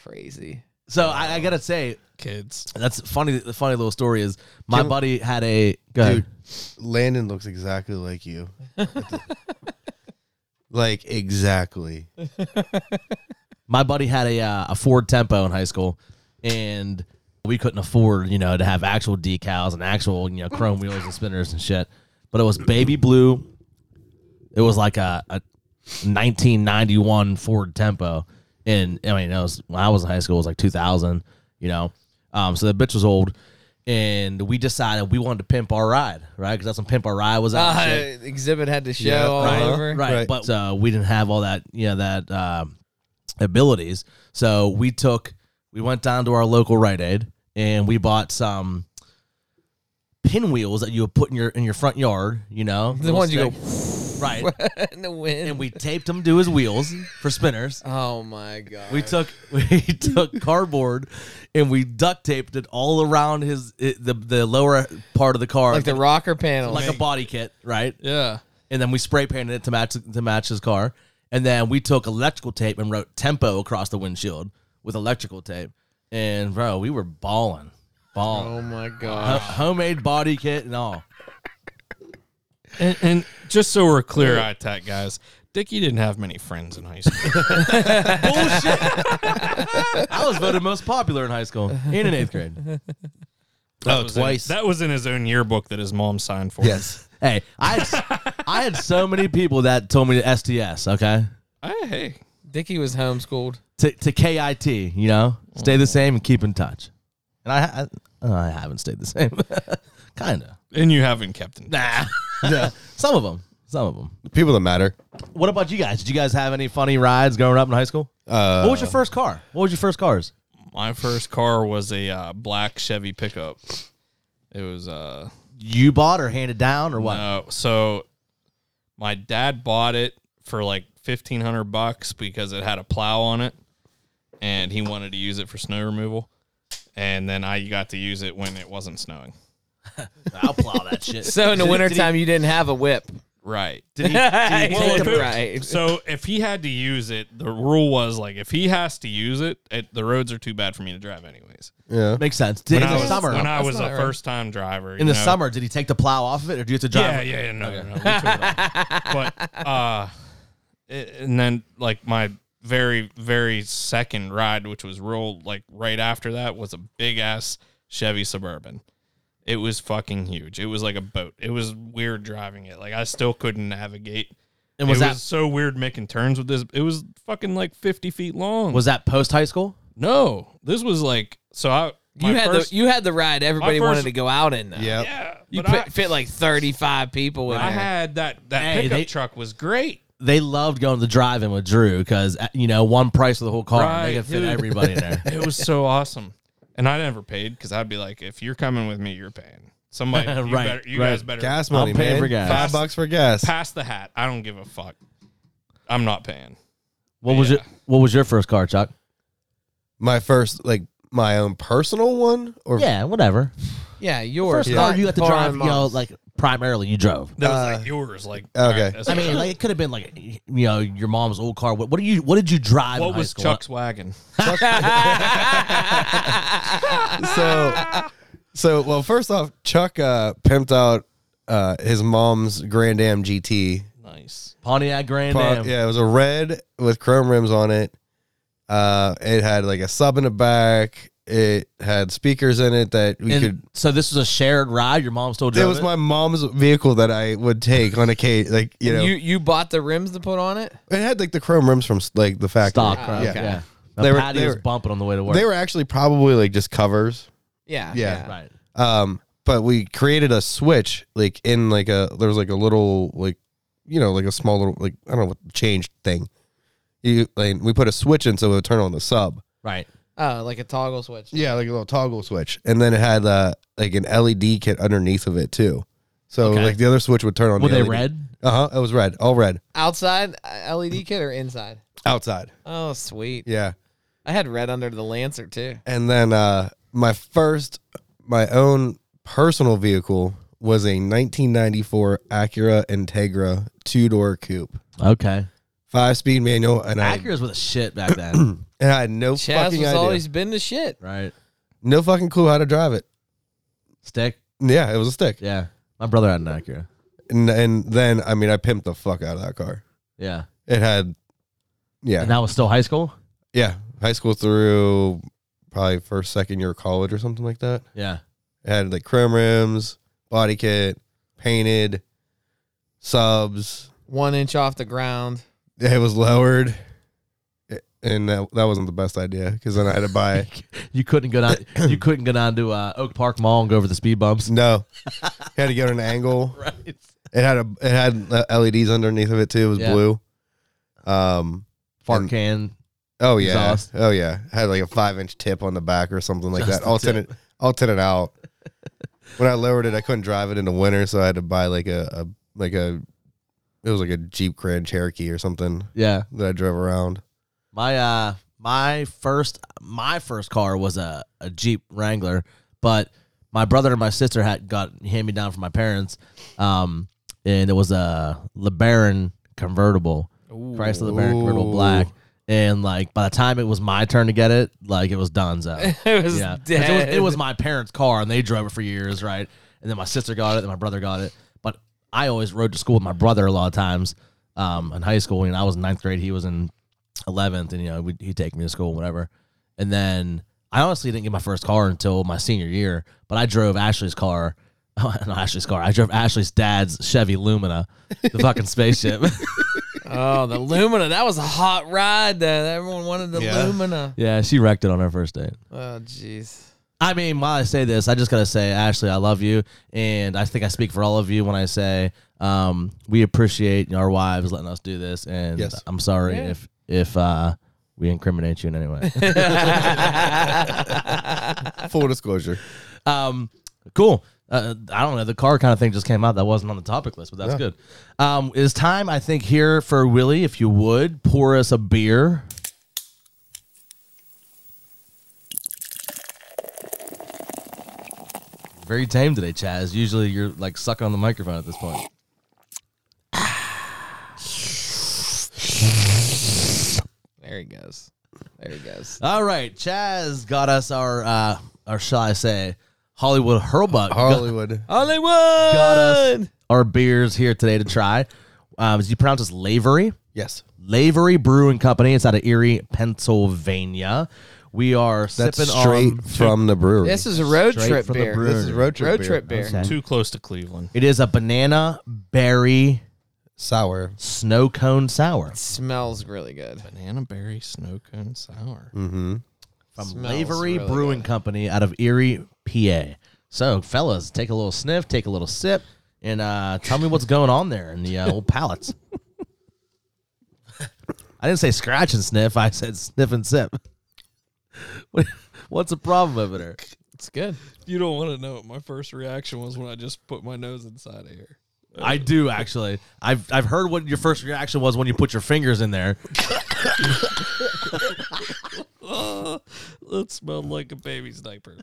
crazy. So I, I gotta say, Kids. that's funny. The funny little story is my Can- buddy had a go ahead. Dude, Landon looks exactly like you. like exactly. my buddy had a uh, a Ford Tempo in high school, and we couldn't afford you know to have actual decals and actual you know chrome wheels and spinners and shit. But it was baby blue. It was like a, a 1991 Ford Tempo, and I mean, it was when I was in high school. It was like 2000, you know. Um, so the bitch was old, and we decided we wanted to pimp our ride, right? Because that's when pimp our ride was out. and Uh, shit. exhibit had to show Yeah, all right, over. Right, Right. But uh, we didn't have all that, you know, that um abilities. So we took, we went down to our local Rite Aid and we bought some pinwheels that you would put in your in your front yard. You know, The little ones you stick. right, in the wind. and we taped them to his wheels for spinners. oh my god. We took we took cardboard and we duct taped it all around his i the the lower part of the car like the rocker panels. like a body kit, right? Yeah. and then we spray painted it to match to match his car. And then we took electrical tape and wrote tempo across the windshield with electrical tape. And bro, we were balling, balling, oh my Ho- god. homemade body kit and all. And, and just so we're clear, eye tech guys, Dickie didn't have many friends in high school. Bullshit. I was voted most popular in high school and in eighth grade. That Oh, was in- twice. that was in his own yearbook that his mom signed for. him. Yes. Hey, I had, s- I had so many people that told me to STS. Okay. Hey, hey. Dickie was homeschooled. to, to KIT, you know, stay the same and keep in touch. And I, ha- I, I haven't stayed the same, kind of. And you haven't kept him. Nah. some of them. Some of them. People that matter. What about you guys? Did you guys have any funny rides growing up in high school? Uh, what was your first car? What was your first cars? My first car was a uh, black Chevy pickup. It was uh You bought or handed down or what? No, so my dad bought it for like fifteen hundred bucks because it had a plow on it, and he wanted to use it for snow removal. And then I got to use it when it wasn't snowing. I'll plow that shit. So in the wintertime you didn't have a whip. Right. Did he, did he Well, take if the- it- Right. So if he had to use it, the rule was like if he has to use it, it the roads are too bad for me to drive anyways. yeah. makes sense. Did, in I the was, summer, when I That's was a not right. first time driver, in the you know, summer, did he take the plow off of it or do you have to drive? Yeah, yeah, yeah, no, no, no. we took it off. But uh, it, and then like my very very second ride, which was real like right after that, was a big ass Chevy Suburban. It was fucking huge. It was like a boat. It was weird driving it. Like I still couldn't navigate. And was it that was so weird making turns with this. It was fucking like fifty feet long. was that post high school? no, this was like so. I my You had first, the you had the ride everybody first- wanted to go out in though. Yeah. yeah. You but put, I, fit like thirty five people in I there. had that that Hey, pickup they- truck was great. They loved going to the drive-in with Drew because you know one price for the whole car. Right, they could fit dude. everybody in there. It was so awesome. And I never paid because I'd be like, if you're coming with me, you're paying. Somebody, you, Right, better, you right. guys better Gas I'll money, pay man. for gas. Five bucks for gas. pass the hat. I don't give a fuck. I'm not paying. What was Yeah. your What was your first car, Chuck? My first, like my own personal one, or Yeah, whatever. Yeah, yours. First car you had to not drive, foreign you know, mom's. like primarily you drove. That was Uh, like yours. Like okay. that's- I mean, like it could have been like you know your mom's old car. What, what do you What did you drive? in what high was school? Chuck's wagon? so so well first off chuck uh pimped out uh his mom's grand am gt Nice. Pontiac Grand Pro- Am? yeah it was a red with chrome rims on it uh it had like a sub in the back it had speakers in it that we And could so this was a shared ride. Your mom still it drove. was my mom's vehicle that i would take on a case like you know you you bought the rims to put on it? it had like the chrome rims from like the factory stock. Ah, right? yeah. Yeah, They were- Patty they was were- bumping on the way to work. they were actually probably like just covers Yeah. Yeah. right. Um, but we created a switch like in like a there was like a little like you know like a small little like I don't know what change thing. You like we put a switch in so it would turn on the sub. Right. Oh, like a toggle switch. Yeah, like a little toggle switch, and then it had uh like an LED kit underneath of it too. So Okay. like the other switch would turn on. Were the they LED. red? Uh huh. It was red, all red Outside uh, LED kit or inside? outside. Oh, sweet. Yeah, I had red under the Lancer too. and then uh my first my own personal vehicle was a 1994 Acura Integra two door coupe. Okay. five speed manual, and I Acura's with a shit back then. and I had no Chaz fucking was idea, always been the shit. right. no fucking clue how to drive it. Stick. Yeah, it was a stick, Yeah. My brother had an Acura. and and then I mean I pimped the fuck out of that car. Yeah. It had, yeah, And that was still high school. yeah, high school through probably first second year of college or something like that. Yeah. It had like chrome rims, body kit, painted subs. One inch off the ground. It was lowered. It- And that, that wasn't the best idea because then I had to buy You couldn't go down. you couldn't go down to uh, Oak Park Mall and go over the speed bumps. no, you had to get an angle. Right. It had a it had uh, LEDs underneath of it too. It was Yeah. blue. Um. Fart And- can. Oh yeah. Exhaust. Oh yeah. Had like a five inch tip on the back or something like Just that. the I'll tint it. I'll tint it out. when I lowered it, I couldn't drive it in the winter, so I had to buy like a, a like a it was like a Jeep Grand Cherokee or something Yeah. that I drove around. My uh my first my first car was a, a Jeep Wrangler, but my brother and my sister had got hand me down from my parents. Um and it was a LeBaron convertible. Chrysler LeBaron convertible Ooh. black. And like by the time it was my turn to get it, like it was Donzo. It was yeah. 'Cause It dead. was, it was my parents' car and they drove it for years, right? And then my sister got it, and my brother got it. But I always rode to school with my brother a lot of times um, in high school. You know, I was in ninth grade, he was in 11th, and, you know, we'd, he'd take me to school, whatever. And then I honestly didn't get my first car until my senior year, but I drove Ashley's car. Oh, Not Ashley's car. I drove Ashley's dad's Chevy Lumina, the fucking spaceship. oh, the Lumina. That was a hot ride. That everyone wanted the Yeah. Lumina. yeah, she wrecked it on her first date. Oh, jeez. I mean, while I say this, I just gotta say, Ashley, I love you, and I think I speak for all of you when I say um, we appreciate our wives letting us do this, and Yes. I'm sorry Yeah. if if uh, we incriminate you in any way. Full disclosure. um, cool. Uh, I don't know. The car kind of thing just came out that wasn't on the topic list, but that's good. Um, it is time, I think, here for Willie, if you would pour us a beer. Very tame today, Chaz. Usually you're like sucking on the microphone at this point. there he goes. There he goes. All right, Chaz got us our, uh, or shall I say, Hollywood Hurlbutt. Hollywood. Hollywood. got us our beers here today to try. Um, did you pronounce this lavery? yes. Lavery Brewing Company. It's out of Erie, Pennsylvania. We are That's sipping straight on. from the brewery. This is a road Straight trip from the beer. brewery. This is road trip. road beer. trip beer. Okay. Too close to Cleveland. It is a banana berry Sour. snow cone sour Smells really good. Banana berry snow cone sour. Mm-hmm. from Smells Lavery really Brewing good. Company out of Erie, PA. So, fellas, take a little sniff, take a little sip, and uh, tell me what's going on there in the uh, old palates. I didn't say scratch and sniff. I said sniff and sip. What- what's the problem over there? It's good. You don't want to know what my first reaction was when I just put my nose inside of here. I do actually. I've I've heard what your first reaction was when you put your fingers in there. Uh, that smelled like a baby's diaper.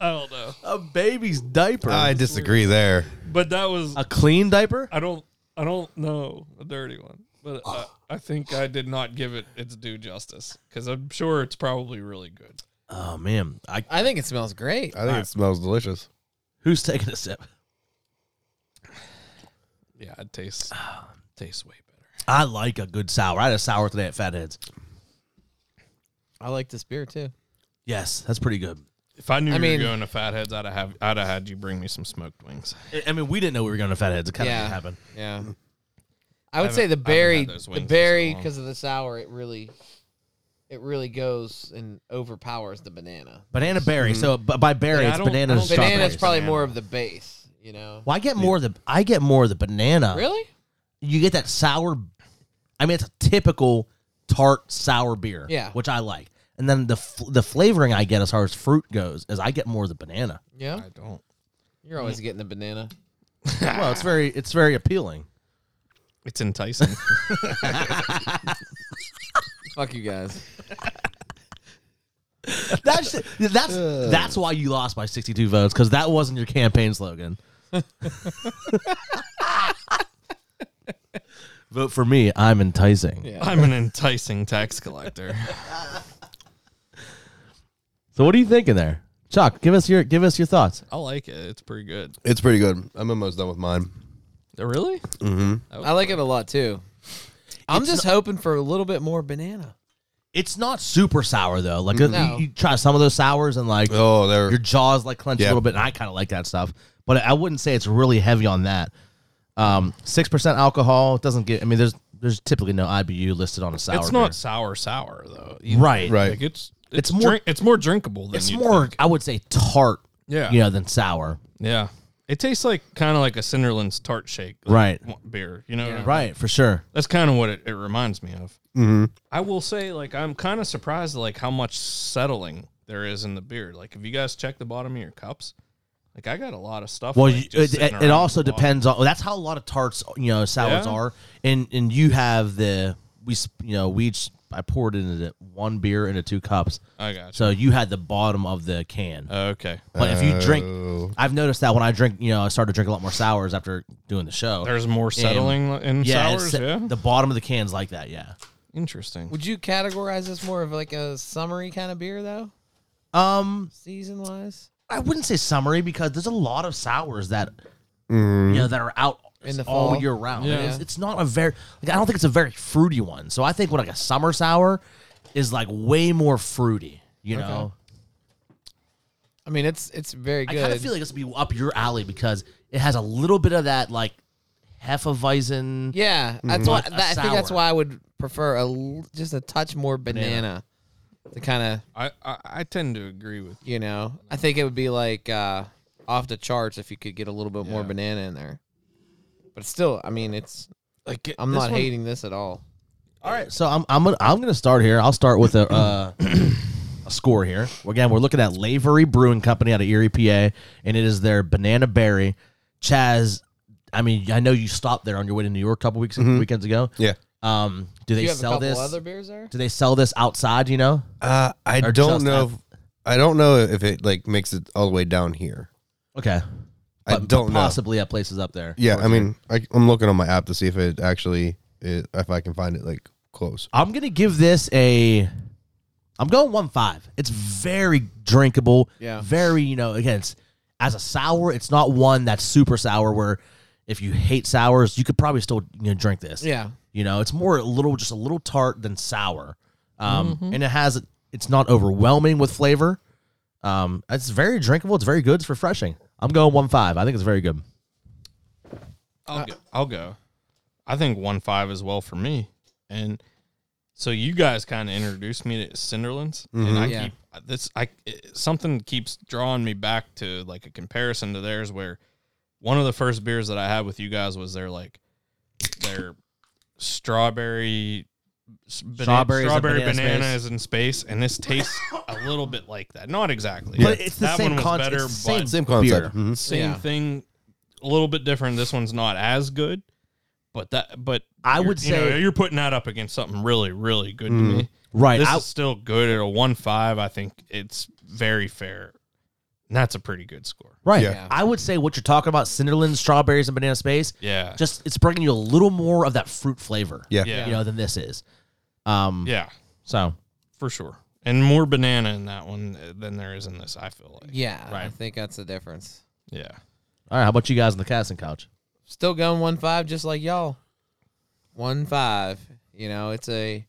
I don't know, A baby's diaper. I disagree there. but that was a clean diaper? I don't I don't know a dirty one, but I, I think I did not give it its due justice because I'm sure it's probably really good. Oh man. I I think it smells great. I think it smells delicious. who's taking a sip? Yeah, it tastes tastes way better. I like a good sour. I had a sour today at Fatheads. I like this beer too. Yes, that's pretty good. If I knew I you mean- were going to Fatheads, I'd have I'd have had you bring me some smoked wings. I- I mean, we didn't know we were going to Fatheads. It kind Yeah. of happened. Yeah. I would Mm-hmm. haven't- say I the haven't berry, had those wings the in so berry, long. because of the sour, it really, it really goes and overpowers the banana. Banana berry. So b- by berry, Yeah, I it's don't- I bananas. don't- and Banana's strawberries. probably Banana. more of the base, you know. Well, I get more of the I get more of the banana. Really? You get that sour. I mean, it's a typical tart sour beer. Yeah. which I like. And then the f- the flavoring I get as far as fruit goes is I get more of the banana. Yeah. I don't. You're always getting the banana. well, it's very it's very appealing. It's enticing. Fuck you guys. That's that's that's why you lost by sixty two votes because that wasn't your campaign slogan. Vote for me. I'm enticing. Yeah. I'm an enticing tax collector. So what are you thinking there, Chuck? Give us your give us your thoughts. I like it. It's pretty good. It's pretty good. I'm almost done with mine. Really? I like it a lot too. I'm just hoping for a little bit more banana. It's not super sour though. Like you- No. you, try some of those sours and like Oh, there. your jaws like clench a Yeah. little bit, and I kind of like that stuff. But I wouldn't say it's really heavy on that. Um, six percent alcohol it doesn't get. I mean, there's there's typically no IBU listed on a sour. It's beer. not sour sour though. either. right. Right. Like it's It's it's, more- more it's more drinkable than It's you'd more. think. I would say tart. Yeah. You know, than sour. Yeah. It tastes like kind of like a Cinderland's tart shake. like, Right. w- Beer. You know. what I mean? Right. For sure. That's kind of what it, it reminds me of. Mm-hmm. I will say, like, I'm kind of surprised, like, how much settling there is in the beer. Like, if you guys check the bottom of your cups, like, I got a lot of stuff. Well, like, you, just it, sitting it, around it also the bottom. depends on. That's how a lot of tarts, you know, sours Yeah. are. And and you have the we, s- you know, we each I poured into the one beer into two cups, I got so Uh, you had the bottom of the can. Okay. But if you Oh. drink, I've noticed that when I drink, you know, I started drinking a lot more sours after doing the show. There's more settling in yeah, sours. it's- Yeah. the bottom of the cans like that. Yeah. Interesting. Would you categorize this more of like a summery kind of beer though, Um, season wise? I wouldn't say summery because there's a lot of sours that you know that are out Mm. In the all fall. year round. Yeah. It's, it's not a very like I don't think it's a very fruity one. So I think what like a summer sour is like way more fruity. You know, I mean, it's it's very I kind good. of feel like this would be up your alley because it has a little bit of that like hefeweizen. yeah, that's why. Not a That, I think that's sour. why I would prefer a l- just a touch more banana, to kind of I, I I tend to agree with you know. I think it would be like uh, off the charts if you could get a little bit more banana in there. But still, I mean, it's like it- I'm this not one- hating this at all. All right, so I'm I'm gonna, I'm gonna start here. I'll start with a uh, a score here. Again, we're looking at Lavery Brewing Company out of Erie, PA, and it is their banana berry. Chaz, I mean, I know you stopped there on your way to New York a couple weeks weekends ago. Mm-hmm. Yeah. Um, do they you have a sell couple this? other beers there? do they sell this outside? You know, Uh, I Or just don't know. that- If, I don't know if it like makes it all the way down here. okay. I don't know. possibly at places up there. Yeah, I mean, I, I'm looking on my app to see if it actually, is, if I can find it like close. I'm gonna give this a. I'm going one five. It's very drinkable. Yeah. Very, you know, again, it's, as a sour, it's not one that's super sour. Where if you hate sours, you could probably still you know drink this. Yeah, You know, it's more a little, just a little tart than sour. Um, and it has, it's not overwhelming with flavor. Um, it's very drinkable. It's very good. It's refreshing. I'm going one five. I think it's very good. I'll go. I'll go. I think one five as well for me. And so you guys kind of introduced me to Cinderlands, Mm-hmm. and I Yeah. keep this. I it, something keeps drawing me back to like a comparison to theirs, where one of the first beers that I had with you guys was their like their strawberry s- bana- Strawberries and strawberry banana banana space. is in space, and this tastes a little bit like that. Not exactly. But it's the that same one was concept. better, It's the but same Same concept. Beer. Mhm. same Yeah. thing, a little bit different. This one's not as good, but that but I you're- would you know, say- you're putting that up against something really really good to Mm. me. Right. this I- is still good at a one five. I think it's very fair. And that's a pretty good score. right. Yeah. I would say what you're talking about, Cinderland, strawberries, and banana space, Yeah, just it's bringing you a little more of that fruit flavor. Yeah. yeah, You yeah, know, than this is. Um so for sure. And more banana in that one than there is in this. I feel like. Yeah, I Right. think that's the difference. Yeah. all right, how about you guys on the casting couch? Still going one five, just like y'all. One five. You know, it's a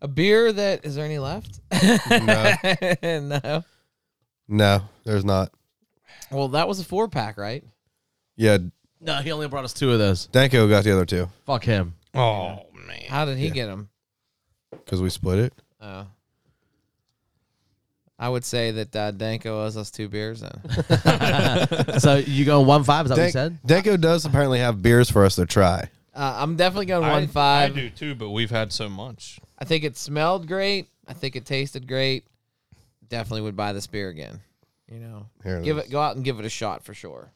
a beer that is there any left? No. No, there's not. Well, that was a four pack, right? Yeah, No, he only brought us two of those. Danko got the other two Fuck him. Oh man. How did he Yeah. get them? because we split it. Oh. I would say that uh, Danko owes us two beers then. Uh, so you go one five? Is that what Dan- you said? Danko does apparently have beers for us to try. Uh, I'm definitely going I- one five. I do too, but we've had so much. I think it smelled great. I think it tasted great. Definitely would buy this beer again. You know, Here it give is. it, go out and give it a shot for sure.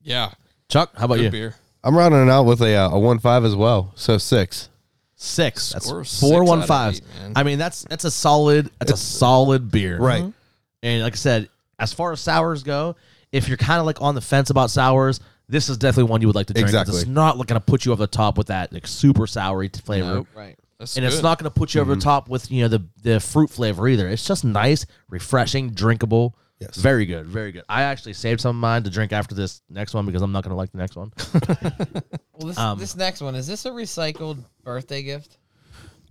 Yeah. Chuck, how about Good you? beer. I'm rounding it out with a uh, a one five as well, so six. Six. That's Score of four six one out of fives. eight, man. I mean, that's that's a solid that's a solid beer. Right. And like I said, as far as sours go, if you're kind of like on the fence about sours, this is definitely one you would like to drink. 'cause It's Exactly. not going to put you over the top with that like super soury t- flavor. Nope. Right. That's And it's good. not going to put you over the top with you know the the fruit flavor either. It's just nice, refreshing, drinkable. Yes. Very good, very good. I actually saved some of mine to drink after this next one because I'm not going to like the next one. Well, this Um, this next one is this a recycled birthday gift?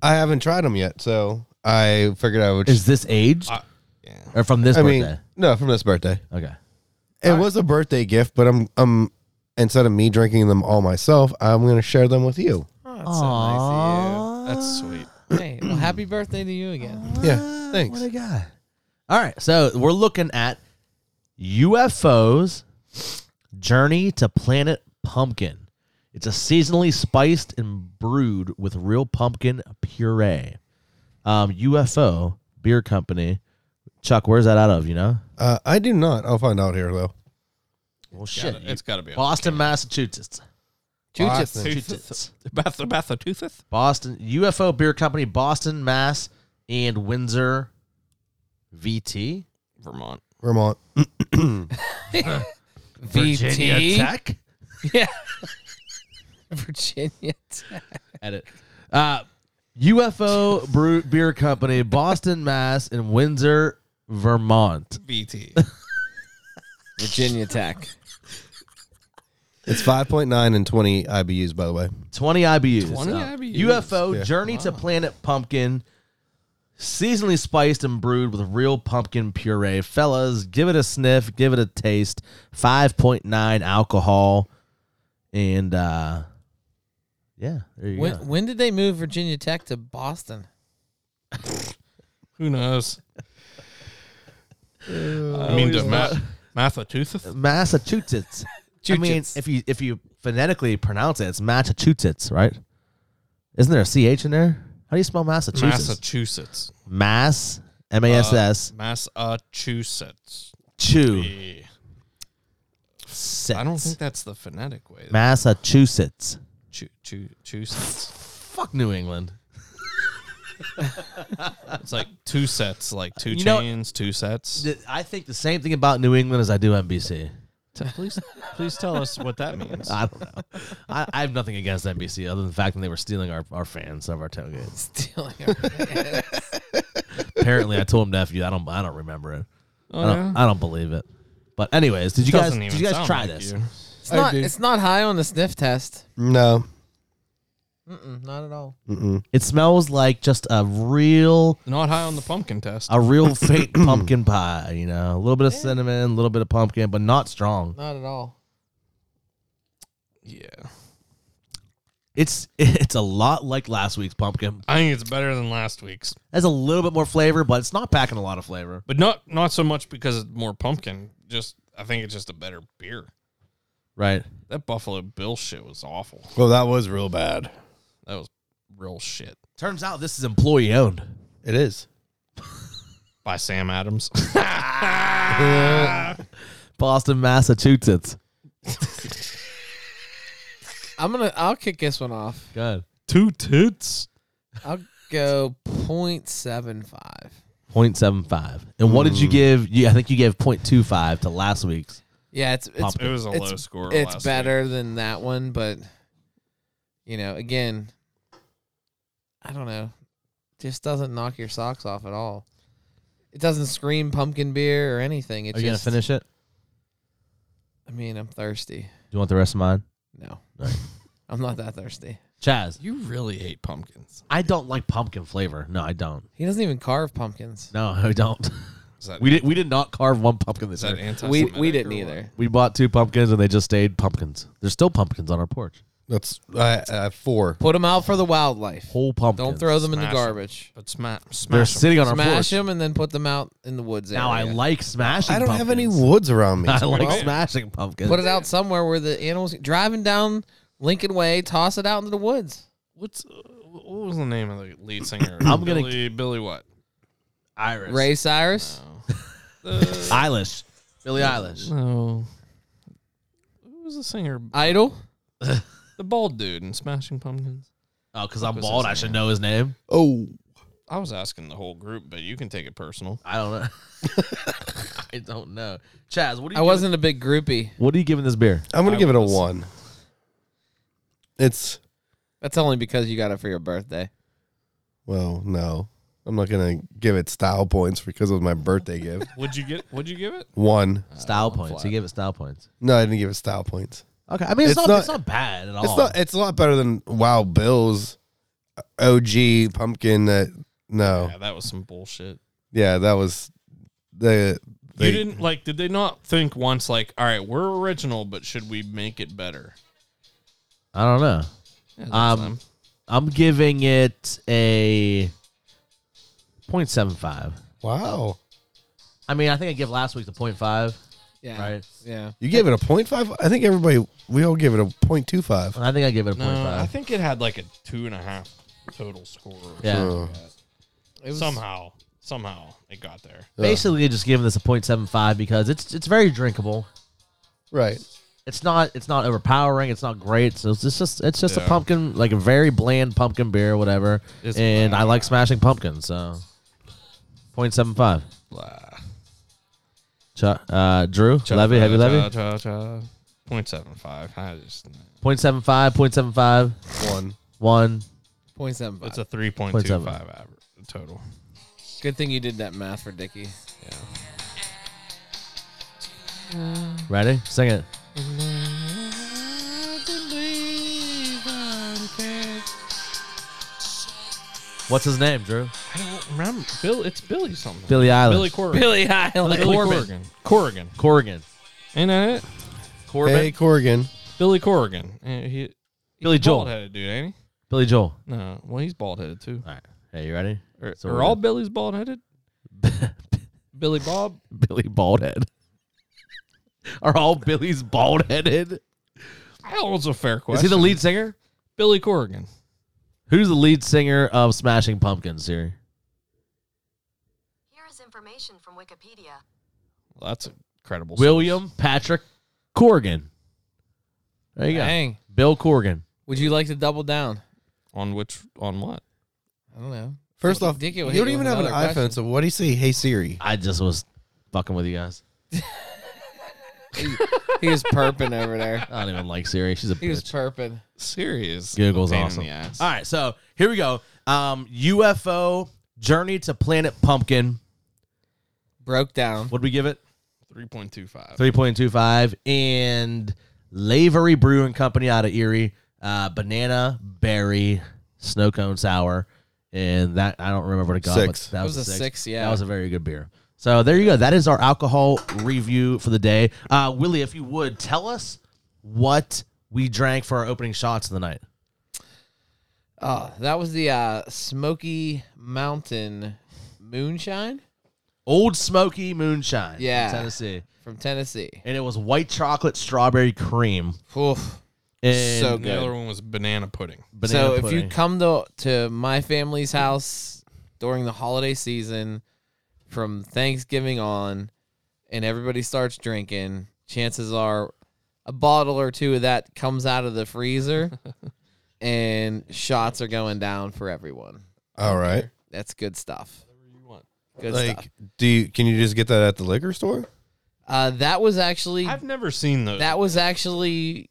I haven't tried them yet, so I figured I would. Is this aged I- yeah. or from this I birthday? mean, no, from this birthday. okay. It was a birthday gift, but I'm um instead of me drinking them all myself, I'm gonna share them with you. Oh, that's so nice That's sweet. of you. Hey, well, happy birthday to you again. Yeah, thanks. Ah, What a guy. All right, so we're looking at UFOs Journey to Planet Pumpkin. It's a seasonally spiced and brewed with real pumpkin puree. Um, UFO Beer Company. Chuck, where's that out of? You know? Uh, I do not. I'll find out here though. Well, shit. Gotta- it's got to be on Boston, Massachusetts. Boston. Massachusetts. Bath- Massachusetts. Boston UFO Beer Company, Boston, Mass, and Windsor, VT. Vermont. Vermont. Virginia VT? Tech. Yeah. Virginia. Tech. Edit. Uh, UFO Brew Beer Company, Boston, Mass, and Windsor, Vermont. VT. Virginia Tech. It's five point nine and twenty IBUs, by the way. 20 IBUs. 20 Uh, IBUs. UFO Yeah. Journey to Planet Pumpkin, seasonally spiced and brewed with real pumpkin puree. Fellas, give it a sniff, give it a taste. 5.9 alcohol. And uh, yeah, there you When go. when did they move Virginia Tech to Boston? Who knows? I always mean, to thought- Ma- Uh, Massachusetts. Massachusetts. I mean, Chuchets. if you if you phonetically pronounce it, it's Massachusetts, right? Isn't there a ch in there? How do you spell Massachusetts? Massachusetts. Mass M A S S Massachusetts. two Yeah. six. I don't Uh, think that's the phonetic way. Massachusetts. Chu- chu- Chusets. Fuck New England. It's like two sets, like two You know- chains, two sets. Th- I think the same thing about New England as I do NBC. Please, please tell us what that means. I don't know. I, I have nothing against NBC other than the fact that they were stealing our, our fans of our tailgates. Stealing our Apparently, I told him nephew. I don't I don't remember it. Oh, I don't, I don't believe it. But anyways, did you guys Doesn't did even you guys sound try like this? you. It's not. do. It's not high on the sniff test. No. Mm-mm, not at all. Mm-mm. It smells like just a real Not high on the pumpkin test. a real fake pumpkin pie, you know. A little bit of cinnamon, a little bit of pumpkin, but not strong. Not at all. yeah. It's it's a lot like last week's pumpkin. I think it's better than last week's, Has a little bit more flavor, but it's not packing a lot of flavor. but not not so much because it's more pumpkin. Just I think it's just a better beer. Right. That Buffalo Bill shit was awful. Well, that was real bad. That was real shit Turns out this is employee owned. It is. by Sam Adams. Boston, Massachusetts. I'm gonna. I'll kick this one off. Good. Two toots. I'll go 0.75. 0.75. And what did you give? You, I think you gave 0.25 to last week's. Yeah, it's it's Pop- It was a It's- low score. it's last better than that one, but you know, again, I don't know. Just doesn't knock your socks off at all. It doesn't scream pumpkin beer or anything. It Are you going to just, finish it? I mean, I'm thirsty. Do you want the rest of mine? No, Right. I'm not that thirsty. Chaz, week. You really hate pumpkins. I don't like pumpkin flavor. No, I don't. He doesn't even carve pumpkins. No, I don't. Is that, We did, we did not carve one pumpkin is this that year. anti? we we didn't either. We bought two pumpkins and they just stayed pumpkins. There's still pumpkins on our porch. That's uh, uh, four. Put them out for the wildlife. Whole pumpkins. Don't throw them in the Smash 'em. garbage. But sma- They're smash. 'em. sitting on our Smash porch. them and then put them out in the woods. Now I area. like smashing. I don't have any pumpkins. woods around me. I like Well- smashing pumpkins. Put it out somewhere where the animals driving down Lincoln Way, toss it out into the woods. What's uh, what was the name of the lead singer? I'm gonna- Billy, Billy what? Irish. Ray Cyrus. The- Eilish. Billie Eilish. Oh. no. Who was the singer? Idol. The bald dude in Smashing Pumpkins. Oh, because I'm was his bald, I should name? know his name. oh, I was asking the whole group, but you can take it personal. I don't know. I don't know. Chaz, what do you? I wasn't a big groupie. What are you giving this beer? I'm gonna I give it a was- one. It's That's only because you got it for your birthday. well, no, I'm not gonna give it style points because of my birthday gift. Would you get? Would you give it? One. Style one points. You flat. gave it style points. No, I didn't give it style points. Okay, I mean it's, It's not, not- it's not bad at all. It's not. It's a lot better than Wow Bills, OG pumpkin. That no, Oh. Yeah, that was some bullshit. yeah, that was the. you they- didn't like? Did they not think once? Like, all right, we're original, but should we make it better? I don't know. Yeah, Um, that's them. I'm giving it a 0.75. Wow, I mean, I think I gave last week the 0.5, Yeah. right? Yeah. you gave it a point five. I think everybody we all give it a point two five. And I think I gave it a no, 0.5. I think it had like a two and a half total score. or Yeah. Uh. something like that. It was, somehow, somehow it got there. Basically, just giving this a 0.75 because it's it's very drinkable. Right. It's not it's not overpowering. It's not great. So it's just it's just a Yeah. pumpkin like a very bland pumpkin beer, whatever. It's and I bland. like smashing pumpkins, so 0.75. Ch- uh, Drew Levy, heavy Levy, Point seven five. I just 0.75, 0.75, One. one. Point seven five. it's a three point two five average total. Good thing you did that math for Dickie. Yeah. Ready? Sing it. What's his name, Drew? I don't remember. Bill, it's Billy something. Billy Eilish. Billy Corrigan. Billy Highland. Billy Corrigan. Corrigan. Corrigan. Ain't that it? Corbin. Hey Corrigan. Billy Corrigan. Eh, He, Billy Joel. bald headed dude, ain't Billy Joel. he? No. Well, he's bald headed too. All right. Hey, you ready? Are, So are we're all good. Billy's bald headed? Billy Bob? Billy Baldhead. Are all Billy's bald headed? That was a fair Is question. he the lead singer? Billy Corrigan. Who's the lead singer of Smashing Pumpkins here? Here is information from Wikipedia. Well, that's a credible. William Patrick Corgan. There you go. Dang. Bill Corgan. Would you like to double down? on which on what? I don't know. First Well, off, Dickie you will don't hit you even with have an another iPhone, question. so what do you say? Hey Siri. I just was fucking with you guys. He was perping over there. I don't even like Siri. She's a He was bitch. perping. Serious. Google's awesome. Ah. All right, so here we go. Um, UFO Journey to Planet Pumpkin. Broke down. What'd we give it? Three point two five. Three point two five. And Lavery Brewing Company out of Erie. Uh, banana berry snow cone sour. And that I don't remember what it got. Six. But that It was, was a a six, yeah. that was a very good beer. So there you go. That is our alcohol review for the day. Uh, Willie, if you would tell us what we drank for our opening shots of the night. Oh, that was the uh, Smoky Mountain Moonshine Old Smoky Moonshine. from Yeah. Tennessee. from Tennessee. and it was white chocolate strawberry cream. Oof. And So And the good. other one was banana pudding. banana so if you pudding. come to to my family's house during the holiday season, from Thanksgiving on, and everybody starts drinking, chances are a bottle or two of that comes out of the freezer, and shots are going down for everyone. All right. That's good stuff. Good Like, stuff. do you, can you just get that at the liquor store? Uh, that was actually I've never seen those. that was actually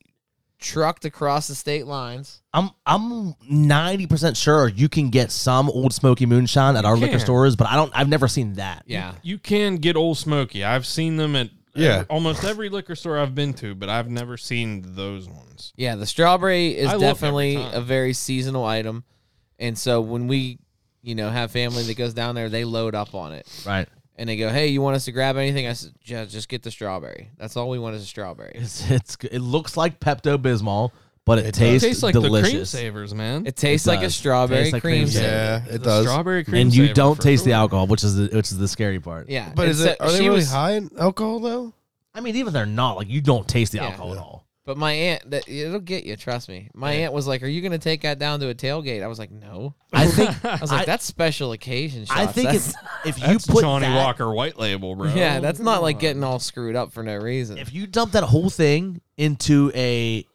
trucked across the state lines. I'm I'm ninety percent sure you can get some old smoky moonshine at our liquor can. stores, but I don't. I've never seen that. Yeah. you can get Old Smoky. I've seen them at Yeah. almost every liquor store I've been to, but I've never seen those ones. Yeah, the strawberry is I love every definitely time. a very seasonal item. And so when we, you know, have family that goes down there, they load up on it. right. And they go, "Hey, you want us to grab anything?" I said, "Yeah, just get the strawberry. That's all we want is a strawberry." It's, it's g- it looks like Pepto Bismol, but it, tastes, tastes like the cream delicious, savers, man. It tastes like a does. strawberry Tastes like cream. cream soda. soda. Yeah, it The does. Strawberry cream and you saver don't for taste the sure. alcohol, which is the, which is the scary part. Yeah. But and is so it? Are they she really was- high in alcohol though? I mean, even if they're not like you don't taste the Yeah. alcohol at all. But my aunt, that it'll get you. Trust me. My aunt was like, "Are you going to take that down to a tailgate?" I was like, "No." I think I was like, I- "That's special occasion shots." I think That's- if if you That's put Johnny that, Walker White Label, bro. yeah, that's not like getting all screwed up for no reason. if you dump that whole thing into a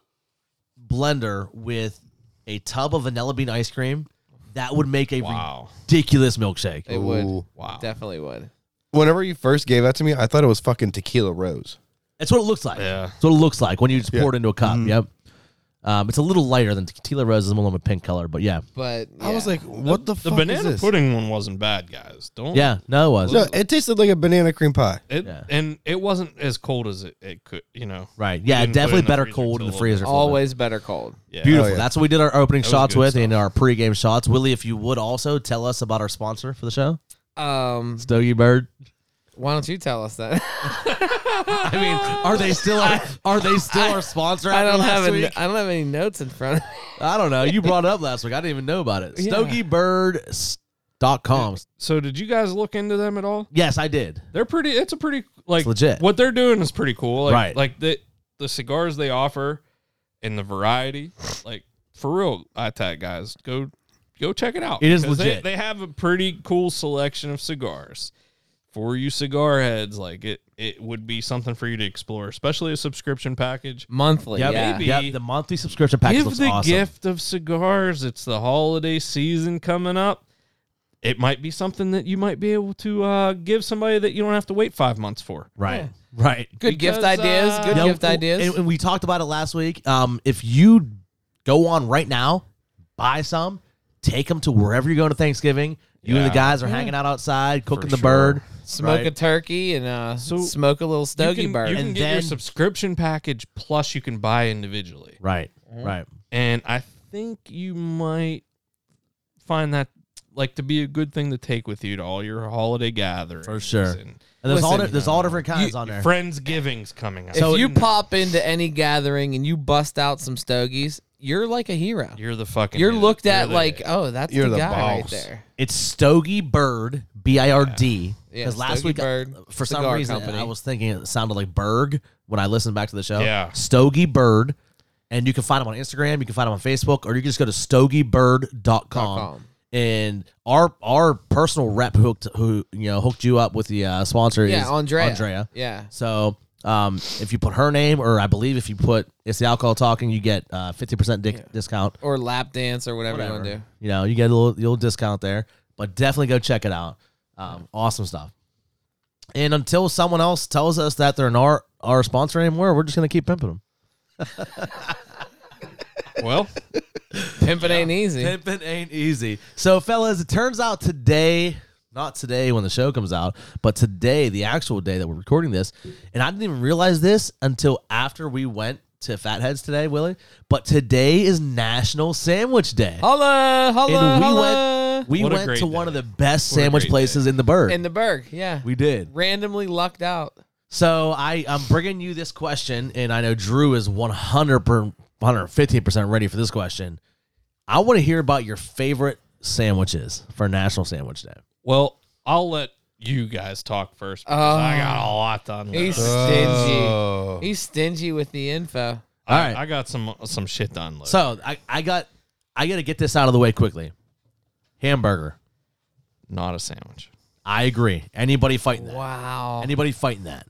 blender with a tub of vanilla bean ice cream, that would make a Wow. ridiculous milkshake. it would Ooh. Wow. definitely would. Whenever you first gave that to me, I thought it was fucking tequila rose. That's what it looks like. Yeah. That's what it looks like when you just Yeah. pour it into a cup. Yep. Um, it's a little lighter than tequila rose is a little bit pink color, but yeah, But I was yeah. like, what the, The fuck is banana this? pudding one wasn't bad, guys. Don't yeah, no, it was No, it tasted like a banana cream pie. It, Yeah. And it wasn't as cold as it, it could, you know. right. You Yeah, didn't put it definitely in the better freezer cold in till the a little freezer. for a little bit. always better cold. Yeah. Beautiful. Beautiful. yeah. That's what we did our opening That was shots good with stuff. and our pregame shots. Willie, if you would also tell us about our sponsor for the show, Um, Stogie Bird. why don't you tell us that? I mean, are they still our, are they still our sponsor? I after don't last have week? any, I don't have any notes in front of me. I don't know. You brought it up last week. I didn't even know about it. Yeah. StogieBird.com. So did you guys look into them at all? Yes, I did. They're pretty. It's a pretty like It's legit. What they're doing is pretty cool. Like, Right. Like the the cigars they offer and the variety. Like for real, ITAC guys, go go check it out. It is 'Cause they- legit. They, have a pretty cool selection of cigars for you cigar heads. Like it it would be something for you to explore, especially a subscription package. Monthly, Yep. yeah. Maybe. Yep. The monthly subscription package Give looks the awesome. gift of cigars. It's the holiday season coming up. It might be something that you might be able to uh, give somebody that you don't have to wait five months for. Right. Right. Good gift Because, ideas. uh, Good Yeah, gift w- ideas. And, and we talked about it last week. Um, if you go on right now, buy some, take them to wherever you're going to Thanksgiving. You and the Yeah. guys are hanging out outside, cooking the sure. bird. smoke a right. turkey and uh, So smoke a little You stogie can- bird. You can And get your then- subscription package plus you can buy individually. Right. Right. And I think you might find that like to be a good thing to take with you to all your holiday gatherings. For sure. And And there's all Listen, di- there's all different kinds you- on there. Friendsgiving's coming up. if you pop into any gathering and you bust out some stogies, you're like a hero. you're the fucking You're dude. looked You're at the- like, oh, that's You're the the guy right boss. there. It's Stogie Bird, B I R D. Yeah, Because last Stogie week, uh, Bird for some Cigar reason, Company. I was thinking it sounded like Berg when I listened back to the show. Yeah. Stogie Bird. And you can find them on Instagram, you can find them on Facebook, or you can just go to stogiebird.com. com. And our our personal rep hooked who you know hooked you up with the uh, sponsor Yeah, is Andrea. Andrea. Yeah. So um, if you put her name, or I believe if you put it's the alcohol talking, you get uh, fifty percent dic- discount Or lap dance or whatever, you want to whatever. do. You know, you get a little, little discount there, but definitely go check it out. Um, awesome stuff. And until someone else tells us that they're not our, our sponsor anymore, we're just going to keep pimping them. well, Pimping ain't easy. Pimping ain't easy. So, fellas, it turns out today, not today when the show comes out, but today, the actual day that we're recording this, and I didn't even realize this until after we went to Fatheads today, Willie, but today is National Sandwich Day. Holla, holla, and we holla. went, we What a went great to one day. of the best What a sandwich great places in the bird. in the Berg, yeah. we did. randomly lucked out. So I, I'm bringing you this question, and I know Drew is 100 115% ready for this question. I want to hear about your favorite sandwiches for National Sandwich Day. well, I'll let you guys talk first because I Oh. got a lot to unload. He's stingy. Oh. He's stingy with the info. All I- right. I got some some shit done. Luke. So I, I got I got to get this out of the way quickly. Hamburger. Not a sandwich. I agree. Anybody fighting that? Wow. Anybody fighting that?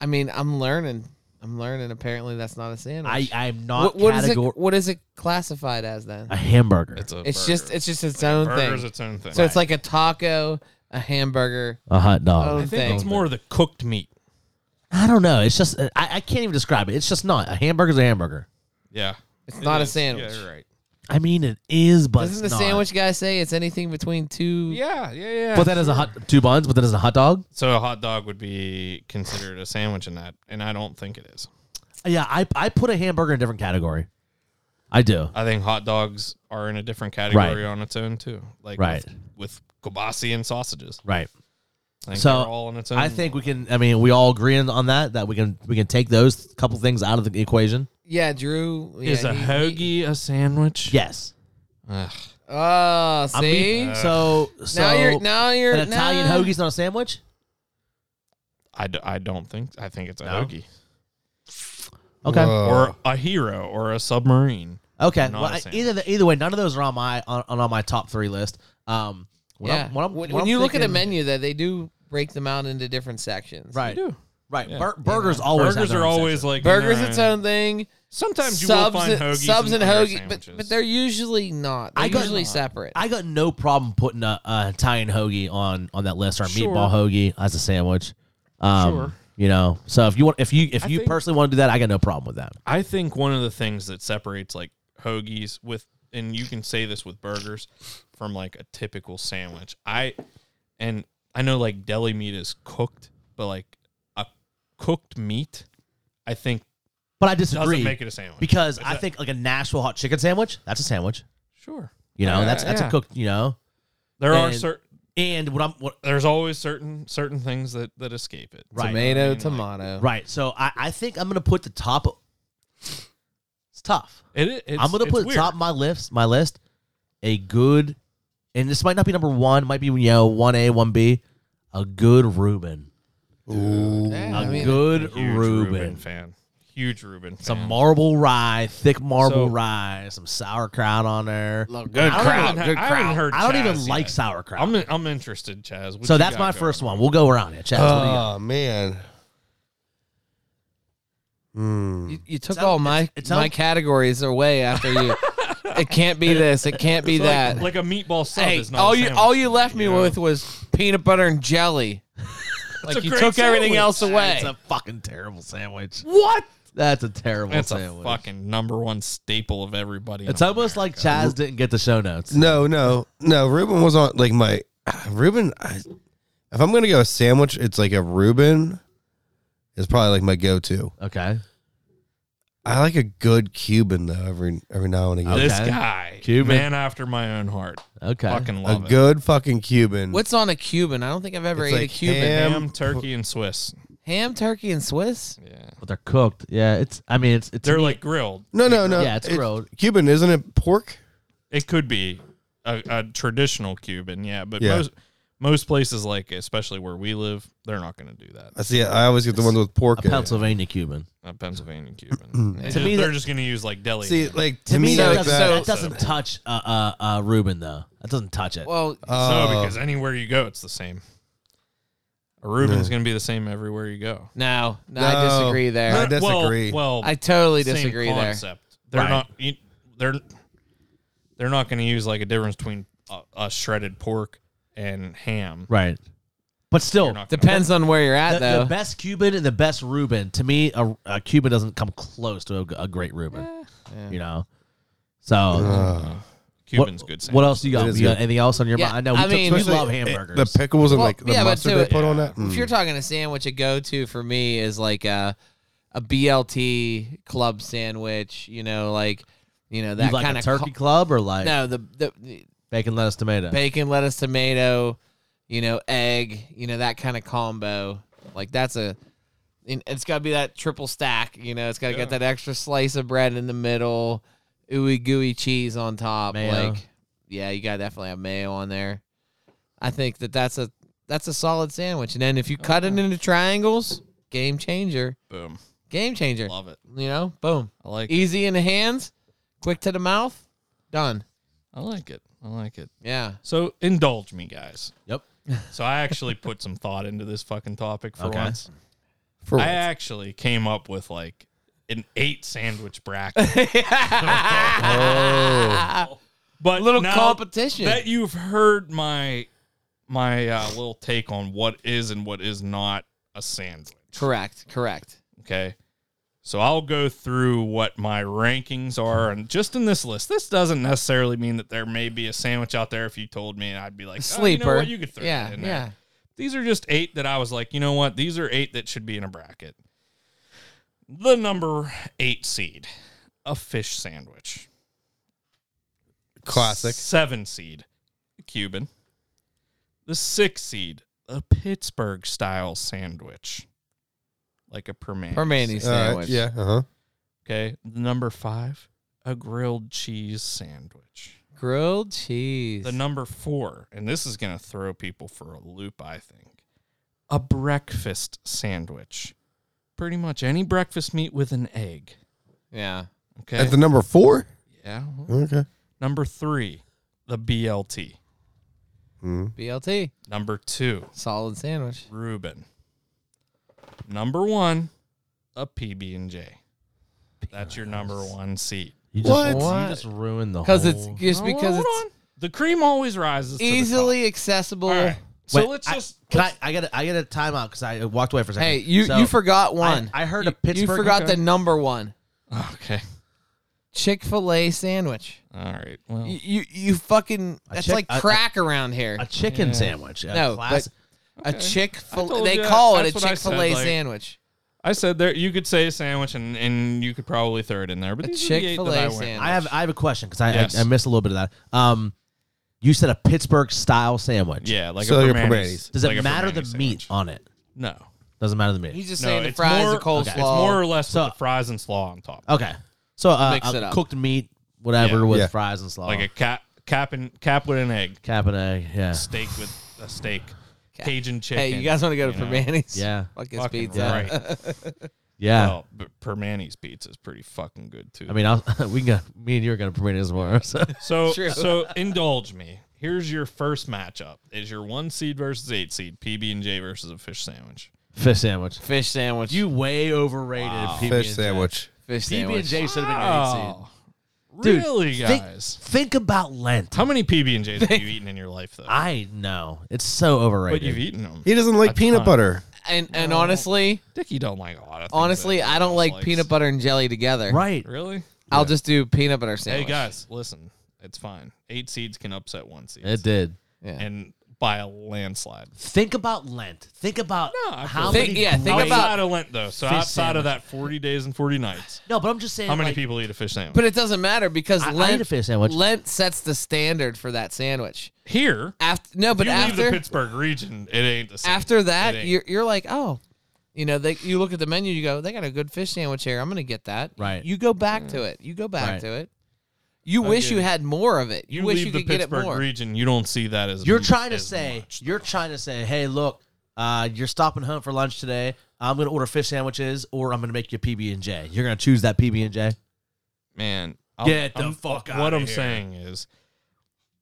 I mean, I'm learning. I'm learning. Apparently, that's not a sandwich. I I'm not what is it? categor- What is it classified as then? a hamburger. It's a. It's burger. just it's just its own burger's thing. its own thing. So it's like a taco, a hamburger. a hot dog. own I think thing. it's more of the cooked meat. I don't know. It's just I, I can't even describe it. It's just not a hamburger's a hamburger. Yeah. It's It not a is. sandwich. Yeah, you're right. I mean, it is, but Doesn't the it's not. sandwich guy say it's anything between two? Yeah, yeah, yeah. But that is a hot two buns. But that is a hot dog. so a hot dog would be considered a sandwich in that, and I don't think it is. Yeah, I I put a hamburger in a different category. I do. I think hot dogs are in a different category on its own too. Like Right. with, with kielbasa and sausages. Right. I think So, they're all on its own. I think we can. I mean, we all agree on that. That we can we can take those couple things out of the equation. Yeah, Drew yeah, is a he- hoagie he- a sandwich? Yes. Ugh. Oh, I'm see. beef- so uh, so now you're now you're an Italian now- hoagie's not a sandwich. I, d- I don't think. I think it's a No? hoagie Okay. or a hero or a submarine. Okay. Not Well, a I- sandwich. either either way, none of those are on my on, on my top three list. Um. When yeah. I'm, when I'm, when, when when I'm you look at a thinking- menu, that they do break them out into different sections. right? do. Right. Yeah. Bur- burgers always. have Burgers their are own always section. like in Burgers their its own- own thing. Sometimes you subs will find and, hoagies subs and other hoagie, but, but sandwiches. they're usually not. They're I got- usually separate. I got no problem putting a, a Italian hoagie on on that list or a Sure. meatball hoagie as a sandwich. Um, Sure. You know, so if you want, if you if I you think- personally want to do that, I got no problem with that. I think one of the things that separates like hoagies with and you can say this with burgers from like a typical sandwich. I and I know like deli meat is cooked, but like a cooked meat I think But I doesn't disagree make it a sandwich. because Is I that- think like a Nashville hot chicken sandwich, that's a sandwich. sure. You know, Yeah, that's that's yeah. a cooked. You know, There are And- certain and what I'm what there's always certain certain things that that escape it. right tomato, I mean, like- tomato. right. So I I think I'm gonna put the top. It's tough. It, i- it's, I'm gonna it's put weird. top of my list my list a good and this might not be number one, might be you know one A, one B, a good Reuben, Yeah, a I mean, good huge Reuben. fan. Huge Reuben fan. Some marble rye, thick marble So- rye, some sauerkraut on there. Look, I don't crowd. even- Good I haven't crowd. heard I don't Chaz even yet. like sauerkraut. I'm in, I'm interested, Chaz. What so you that's got my going first on? one. We'll go around it. Chaz, what do you got? Oh man. Hmm. You, you took Sound- all my it sound- my categories away after you. it can't be this. It can't be that. Like, like a meatball sub hey, is not all a you sandwich, all you left me know? with was peanut butter and jelly. like a you great took everything sandwich. else away. It's a fucking terrible sandwich. What? That's a terrible That's sandwich. a fucking number one staple of everybody. in it's almost like Chaz didn't get the show notes. No, no, no. Reuben was on like my Reuben. I, if I'm gonna go a sandwich, it's like a Reuben. Is probably like my go-to. Okay. I like a good Cuban though. Every every now and again, Okay. This guy, Cuban. man after my own heart, Okay. fucking a love it. good fucking Cuban. What's on a Cuban? I don't think I've ever Hmm. It's ate like a Cuban. Ham, ham- Ham, turkey, and Swiss. turkey, and Swiss. Yeah, But they're cooked. Yeah, it's I mean it's it's they're like grilled. no, no, no. Yeah, it's It- grilled. Cuban, isn't it pork? It could be a, a traditional Cuban, yeah, but Yeah. most most places, like especially where we live, they're not going to do that. I see. I always get the ones with pork. a in it. Pennsylvania Cuban. A Pennsylvania Cuban. Yeah. They're- me, they're that- just going to use like deli. See, like to, To me, me, that, like doesn't, that. that doesn't touch uh, uh, uh, Ruben though. That doesn't touch it. Well, Oh. no, because anywhere you go, it's the same. A Reuben's going to be the same everywhere you go. no, no, No. I disagree there. I Well- disagree. Well, I totally same disagree there. concept. They're Right. not. You, they're they're not going to use like a difference between a, a shredded pork and ham. right, but still, You're not gonna- Depends on where you're at, the, though. the best Cuban and the best Reuben to me, a, a Cuban doesn't come close to a, a great Reuben. Yeah. You know, so. Ugh. Cuban's what, good. Sandwich. What else you got? It is You got good. anything else on your Yeah, mind? I know we I took- mean- we love It- hamburgers. the pickles and Well, like the yeah, but mustard to they it- put on that. If you're Mm. talking a sandwich, a go-to for me is like a a BLT club sandwich. You know, like you know You that like kind a of turkey club or like no, the, the, the bacon, lettuce, tomato. bacon, lettuce, tomato. You know, egg. You know that kind of combo. Like that's a. and It's got to be that triple stack. You know, it's got to get that extra slice of bread in the middle, ooey gooey cheese on top. Mayo. Like, yeah, you got to definitely have mayo on there. I think that that's a that's a solid sandwich. And then if you cut it into triangles, game changer. Boom. Game changer. Love it. You know, boom. I like. It. Easy in the hands, quick to the mouth, done. I like it. I like it. Yeah. So indulge me, guys. Yep. So I actually put some thought into this fucking topic for Okay. once. For I what? actually came up with like an eight sandwich bracket, but A little Oh. now competition. That you've heard my my uh, little take on what is and what is not a sandwich. correct. Correct. Okay. So I'll go through what my rankings are and just in this list. This doesn't necessarily mean that there may be a sandwich out there if you told me and I'd be like, oh, you know Sleeper. what, you could throw yeah. that in there. Yeah. These are just eight that I was like, you know what? These are eight that should be in a bracket. The number eight seed, a fish sandwich. Classic. Seven seed, Cuban. The six seed, a Pittsburgh style sandwich, like a permane. Permane Uh, sandwich. yeah. Uh huh. Okay. The number five, a grilled cheese sandwich. Grilled cheese. The number four, and this is going to throw people for a loop, I think, a breakfast sandwich. Pretty much any breakfast meat with an egg. yeah. Okay. At the number four. yeah. Okay. Number three, the BLT. Mm. BLT. Number two, Solid sandwich. Reuben. Number one, a PB and J. That's your number one seat. You What? Just, What? You just ruined the Because whole. Oh. it's just because it's the cream always rises to the top. easily accessible. All right. So Wait, let's I- just Can I? I got a, I got a timeout because I walked away for a second. Hey, you So, you forgot one. I heard you, a Pittsburgh- You forgot okay. the number one okay. Chick Fil A sandwich. All right. Well, You you, you fucking Oh. A that's chick- like a- a- crack around here. a chicken sandwich. a No, class- A Chick Fil told they you, call it a that's what I Chick Fil A said, like- sandwich. I said there you could say a sandwich and, and you could probably throw it in there, but A these are the eight that Chick-fil-A I went. sandwich. I have I have a question because I, Yes. I I missed a little bit of that. Um, you said a Pittsburgh style sandwich. Yeah, like So a your Permanis. Permanis. Does it Like a matter Permanis the sandwich. meat on it? No, Doesn't matter the meat. He's just no. saying the it's fries, more, the okay, coleslaw. It's more or less So- with the fries and slaw on top. Okay. So uh, Mix it uh, up. cooked meat, whatever, Yeah. with Yeah. fries and slaw. Like Oh. a cap cap and cap with an egg, cap and egg. Yeah. steak with a steak, Cap- Cajun chicken. hey, you guys want to go to you know. Permanis? Yeah. Fuck his Fucking pizza. right. Yeah. Well, but Permanis pizza is pretty fucking good too. I mean, I'll, we can. Go, me and you are gonna permit it tomorrow. So. so True. so indulge me. Here's your first matchup: is your one seed versus eight seed, PB and J versus a fish sandwich. Fish sandwich. Fish sandwich. You way overrated. PB&J. Fish sandwich. fish PB and sandwich. J should have been your eight seed. Dude, Oh, really, think- guys? Think about Lent. How many PB and J's have you eaten in your life, though? I know it's so but you've overrated. eaten them. He doesn't like That's peanut fine. butter. And and honestly, Dickie don't like a lot of. Things honestly, that I don't Josh like likes. peanut butter and jelly together. right. Really? I'll just do peanut butter sandwich. Hey guys, listen. It's fine. Eight seeds can upset one seed, It did. Yeah. and by a landslide. Think about Lent. Think about No, I how feel- many. Think- yeah, think great- about- outside of Lent, though, so Fish outside of that forty days and forty nights, No, but I'm just saying. how many like, people eat a fish sandwich? But it doesn't matter because I- I Lent eat a fish sandwich. Lent sets the standard for that sandwich. Here, After no, but you leave the after Pittsburgh region, it ain't the same. after It that, ain't. you're you're like, oh, you know, they you look at the menu, you go, they got a good fish sandwich here. I'm gonna get that. Right. You go back to it. You go back Right. to it. You wish get you it. had more of it. You, you wish leave you the could get it Pittsburgh more. region, you don't see that as You're trying to as say. much. You're trying to say. Hey, look. Uh, you're stopping home for lunch today. I'm gonna order fish sandwiches, or I'm gonna make you PB and J. You're gonna choose that PB and J. man. i Get the fuck What outta I'm here. saying is,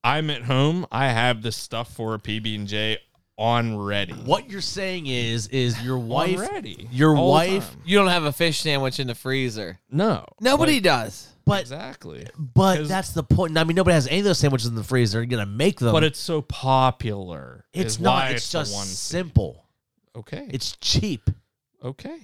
I'm at home. I have this stuff for a PB and J on ready. What you're saying is, is your on wife, ready? your all the wife, time. You don't have a fish sandwich in the freezer. No, Nobody Like, does. but exactly. but 'Cause- that's the point. I mean, nobody has any of those sandwiches in the freezer. You're gonna make them, But it's so popular. it's is not. why It's the just one seed. simple. Okay. It's Uh, cheap. okay.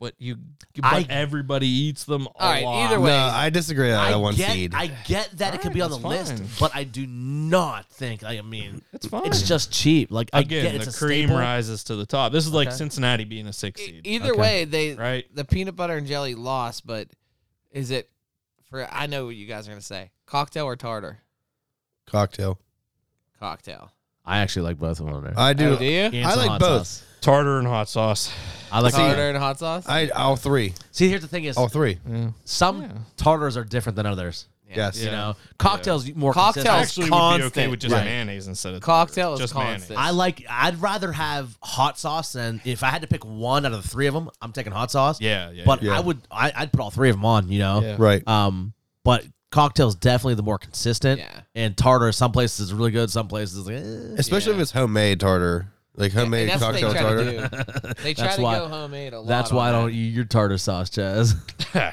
But you. But I- everybody eats them. A All right, lot. either way- No, Uh, I disagree on that I one get, seed. I get that it could Alright, be on the that's list, fine. but I do not think. I mean, it's fine. it's just cheap. Like I again get it's the a cream staple. rises to the top. This is like Okay. Cincinnati being a six E- seed. Either way, they Right. the peanut butter and jelly lost, but is it for I know what you guys are gonna say. Cocktail or tartar? Cocktail. Cocktail. I actually like both of them there. I do. Oh, do you? And I some like hot both. sauce. Tartar and hot sauce. I like Tartar tartar. and hot sauce? I all three. Oh. See, here's the thing: is All three. Yeah. some Yeah. tartars are different than others. Yes. You Yeah. know, cocktails more Cocktails. consistent. Actually, would be okay Oh, constant. with just Right. mayonnaise instead of Cocktail is just constant. I like. I'd rather have hot sauce, and if I had to pick one out of the three of them, I'm taking hot sauce. mayonnaise. Yeah, yeah. but Yeah. I would. I, I'd put all three of them on. You know. Yeah. Right. Um, but cocktails definitely the more consistent. Yeah. And tartar, some places is really good, some places is like, eh. Especially if it's homemade tartar, like homemade that's cocktail what they try tartar. to do. They try That's to why- go homemade a lot. That's why I on don't that. eat your tartar sauce, Chaz. so,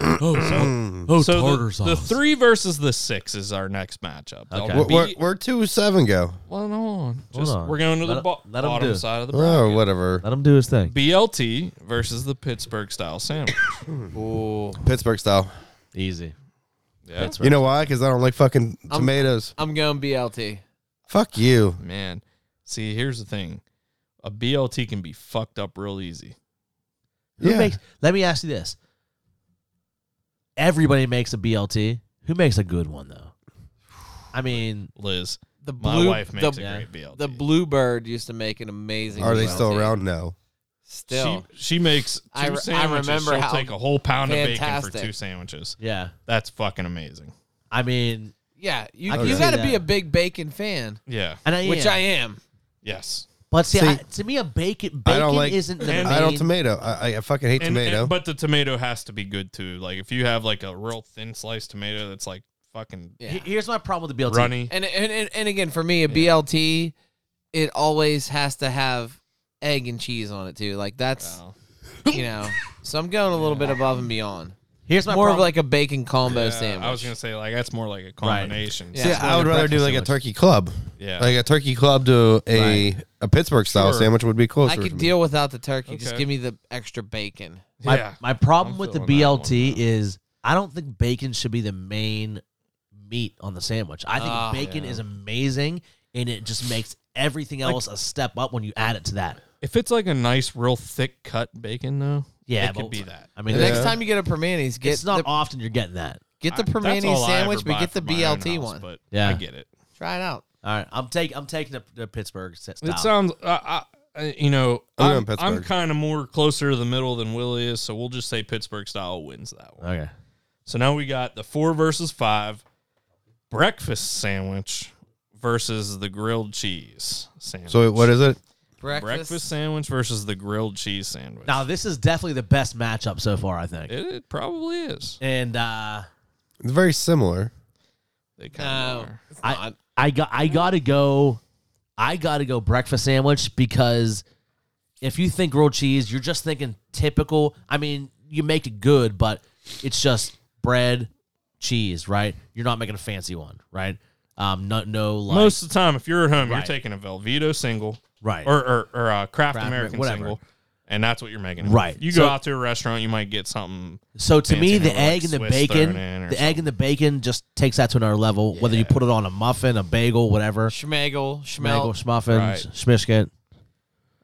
Oh, so tartar the, sauce. the three versus the six is our next matchup. They'll Okay. Where, be- where, where two seven go? well, no, hold on. Hold Just- on. We're going to the Let 'em- bo- let 'em bottom do. side of the bracket. Oh, whatever. Let him do his thing. BLT versus the Pittsburgh style sandwich. Pittsburgh style. Easy. Yeah. You know why? Because I don't like fucking I'm- tomatoes. I'm going BLT. Fuck you. Man, see, here's the thing. A BLT can be fucked up real easy. Who Yeah. makes, let me ask you this. Everybody makes a BLT. Who makes a good one though? I mean, Liz, The my blue, wife makes the, a great BLT. the Bluebird used to make an amazing. Are they BLT. still around? No. Still, She, she makes two I re- I sandwiches. remember She'll how take a whole pound of bacon fantastic. for two sandwiches. yeah. That's fucking amazing. I mean, yeah. You I can you see got to that. be a big bacon fan, Yeah. and I which am. I am. Yes. But see, See, I, to me, a bacon I bacon don't like- isn't the main. And- I don't tomato. I, I- I fucking hate And- tomato. and- but the tomato has to be good too. Like if you have like a real thin sliced tomato that's like fucking Yeah. He- Here's my problem with the BLT. runny. And and, and and again for me a BLT, it always has to have egg and cheese on it too. Like that's Wow. you know. So I'm going a little bit above and beyond. Here's my More problem. of like a bacon combo Yeah, sandwich. I was gonna say like that's more like a combination. Yeah. See, I would rather do like a turkey club. Yeah. Like a turkey club to a a Pittsburgh style Sure. sandwich would be closer. I to could me. deal without the turkey. Just Okay. give me the extra bacon. My, Yeah. my problem I'm with the feeling that one, BLT is I don't think bacon should be the main meat on the sandwich. I think Ah, bacon is amazing and it just makes everything else a step up when you add it to that. If it's like a nice, real thick cut bacon though, Yeah, it could but- be that. I mean, The next it's, time you get a permanis, get not the often you're getting that. get the I- that's permanis all I ever sandwich, but buy get the for my own BLT house, one. But Yeah. I get it. Try it out. All right, I'm take I'm taking the, the Pittsburgh s- style. It sounds, I I- I- you know, I'm going I'm, Pittsburgh. kind of more closer to the middle than Will is, so we'll just say Pittsburgh style wins that one. okay. So now we got the four versus five breakfast sandwich versus the grilled cheese sandwich. So what is it? Breakfast. breakfast, sandwich versus the grilled cheese sandwich? Now this is definitely the best matchup so far, I think. it, it probably is. and uh, It's very similar. They kind No, of are. it's I not. I got I gotta go I gotta go breakfast sandwich because if you think grilled cheese, you're just thinking typical I mean, you make it good, but it's just bread, cheese, right? You're not making a fancy one, right? Um no no like Most of the time, if you're at home, Right. you're taking a Velveeta single right. or or, or a Kraft Kraft, American whatever. single, and that's what you're making. Right. You So- go out to a restaurant, you might get something. so to me fancy the with, like, egg and the Swiss bacon thrown in or the egg and the bacon just takes that to another level, whether you put it on a muffin, a bagel, whatever. Schmegel, Bagel, schmel, schmuffins, Right. schmishket.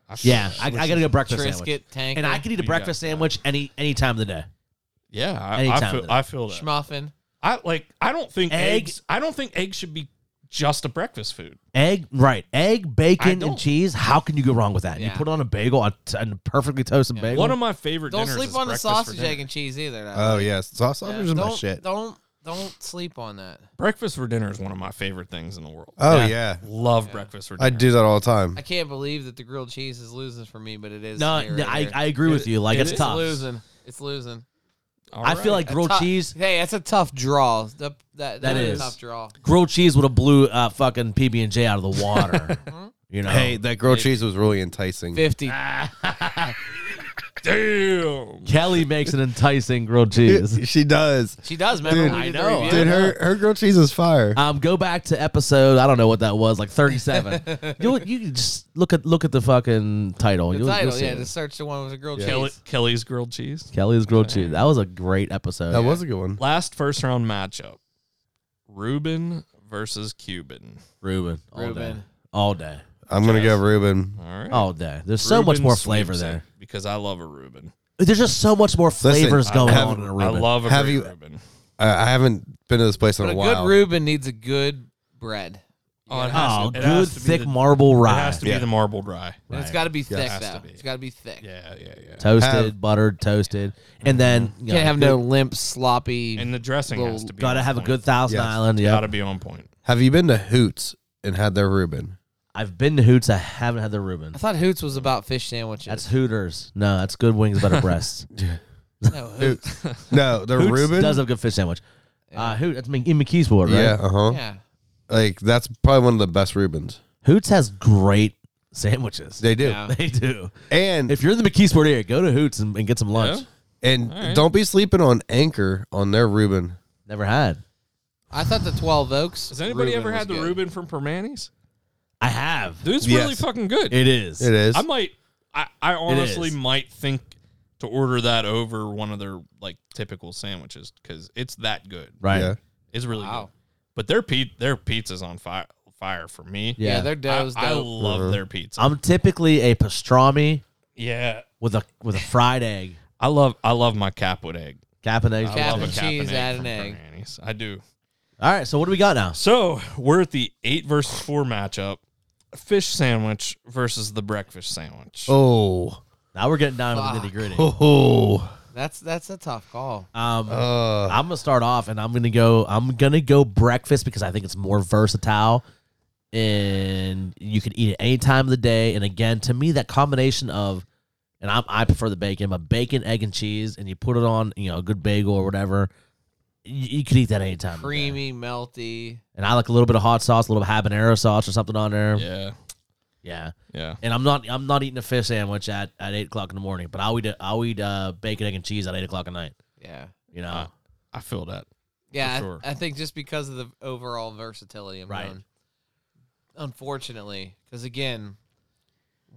I feel Yeah, I, I gotta go breakfast sandwich. Trisket, Tanker, And I could eat a You got breakfast that. sandwich any any time of the day. Yeah, I, Any I time of feel. the day. I feel that. Schmuffin. I like. I don't think Egg- eggs. I don't think eggs should be just a breakfast food. Egg, right? Egg, bacon, and don't- cheese. How can you go wrong with that? You Yeah. put it on a bagel, a, t- a perfectly toasted bagel. One of my favorite. Don't dinners sleep is on the breakfast for sausage, dinner. egg, and cheese either. though. Oh yes, sausage Yeah, is my don't, shit. Don't don't sleep on that. Breakfast for dinner is one of my favorite things in the world. Oh yeah, Love breakfast for dinner. I do that all the time. I can't believe that the grilled cheese is losing for me, but it is. no, here no, right I, here. I agree with you. Like it it's is tough. losing. It's losing. All I feel right. like grilled Tou- cheese, Hey, that's a tough draw. That, that, That that is is. a tough draw. grilled cheese would have blew uh, fucking PB and J out of the water. you know, Hey, that grilled cheese was really enticing. Fifty. Ah. damn. Kelly makes an enticing grilled cheese. she does. She does. Remember, Dude, when we I did the know, review? Dude, her her grilled cheese is fire. Um, go back to episode. I don't know what that was, like thirty-seven. you you can just look at look at the fucking title. The You'll- you'll title, see yeah. it. Just search the one with the grilled Kelly, cheese. Kelly's grilled cheese. Kelly's grilled cheese. That was a great episode. That was a good one. Last first round matchup: Reuben versus Cuban. Reuben all day, Reuben. all day, I'm gonna go Reuben. All right. all day. Oh, There's so much Reuben more flavor sweeps it there. because I love a Reuben. There's just so much more flavors I going have- on in Oh, a I Reuben. love a Have great you- Reuben. I, I haven't been to this place in But a a while. good Reuben needs a good bread. Oh, it has Oh, to- it has good to be thick the- marble It rye. has to be the marbled rye. Right. And it's got to be thick has to though. be. It's got to be thick. Yeah, yeah, yeah. toasted, Have- buttered, toasted, and then Mm-hmm. you Can't know, have no limp, sloppy. And the dressing has to be. Gotta on have a point. good Thousand Yes. Island. Yeah, Gotta be on point. Have you been to Hoots and had their Reuben? I've been to Hoots. I haven't had the Reuben. I thought Hoots was about fish sandwiches. That's Hooters. No, that's good wings, better breasts. no, Hoots. Hoots. no, their Hoots Reuben. does have good fish sandwich. Uh, Hoot, that's Mc- in McKeesport, right? Yeah, uh huh. Yeah. Like that's probably one of the best Reubens. Hoots has great sandwiches. They do. Yeah. They do. And If you're in the McKeesport area, go to Hoots and, and get some lunch. Yeah? and don't be sleeping on Anchor on their Reuben. Never had. I thought the Twelve Oaks. Has anybody Reuben ever was had the good. Reuben from Permanis? I have. Dude's Yes. really fucking good. It is. It is. I might. I, I honestly is. might think to order that over one of their like typical sandwiches because it's that good. Right. Yeah. Yeah. It's really Wow. good. But their pe- their pizza's on fire fire for me. Yeah, their dough's I, I dope. love their pizza. Uh-huh. I'm typically a pastrami yeah, with a with a fried egg, I love I love my Capwood egg. cap and egg. I Cap love and a cap cheese, and egg add from an egg. Granny's. I do. All right. So what do we got now? So we're at the eight versus four matchup: fish sandwich versus the breakfast sandwich. oh. Now we're getting down to Fuck. the nitty gritty. Oh. That's that's a tough call. Um, Uh, I'm gonna start off, and I'm gonna go. I'm gonna go breakfast because I think it's more versatile, and you can eat it any time of the day. And again, to me, that combination of, and I, I prefer the bacon, but bacon, egg, and cheese, and you put it on, you know, a good bagel or whatever. You, you could eat that any time. of the day. Creamy, melty. and I like a little bit of hot sauce, a little habanero sauce or something on there. Yeah. Yeah, yeah. And I'm not I'm not eating a fish sandwich at, at eight o'clock in the morning, but I'll eat a, I'll eat uh, bacon, egg, and cheese at eight o'clock at night. Yeah. You know, Uh, I feel that. Yeah, I- sure. I, think just because of the overall versatility of Right. right. Unfortunately, because again,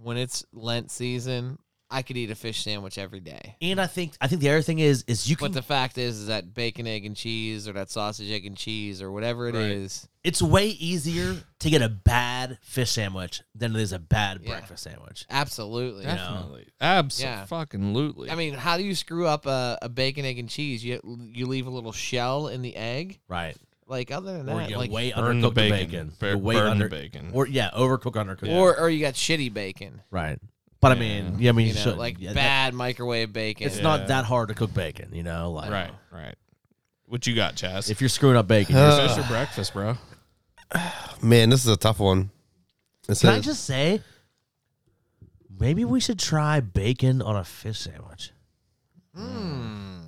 when it's Lent season, I could eat a fish sandwich every day. and I think I think the other thing is is you can But the fact is, is that bacon, egg, and cheese, or that sausage, egg, and cheese, or whatever it is, it's way easier to get a bad fish sandwich than it is a bad Yeah. breakfast sandwich. absolutely. Yeah. Definitely. Absolutely. Yeah. Fucking lootly. I mean, how do you screw up a, a bacon, egg, and cheese? You you leave a little shell in the egg. Right. Like other than Or that, you like way burn the undercook the bacon. bacon. Bur- You way burn the under- bacon. Or yeah, overcook, undercook. or or you got shitty bacon. right. But I mean, yeah, I mean, You you, know, should like yeah, that- bad microwave bacon. it's Yeah. not that hard to cook bacon, you know. Like right, right. What you got, Chaz? if you're screwing up bacon, you're uh, Fish or breakfast, bro. man, this is a tough one. This Can I is- just say, maybe we should try bacon on a fish sandwich. Hmm.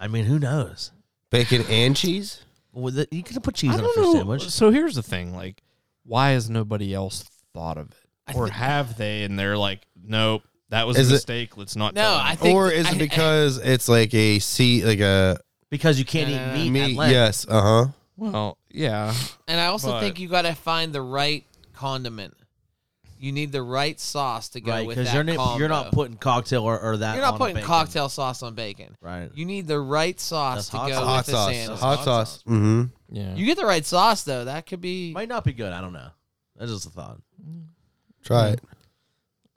I mean, who knows? bacon and cheese? With it- you can put cheese on a fish sandwich. So here's the thing, like, why has nobody else thought of it, or have they? And they're like, nope, that was Is a it- mistake. Let's not. No, tell them." I think Or is I- it I- because it's like a sea like a Because you can't No, no, no. eat meat, meat? at Lent. Yes, uh huh. Mm. well, Oh, yeah, And I also But- think you got to find the right condiment. You need the right sauce to go right? with that Because you're not, you're not combo. putting cocktail or, or that. You're not on a putting bacon. cocktail sauce on bacon. Right. You need the right sauce That's to hot go sauce. with Hot the sauce. sandwich. Hot sauce. Mm-hmm. yeah. You get the right sauce though. That could be. Might not be good. I don't know. That's just a thought. Mm-hmm. Try it.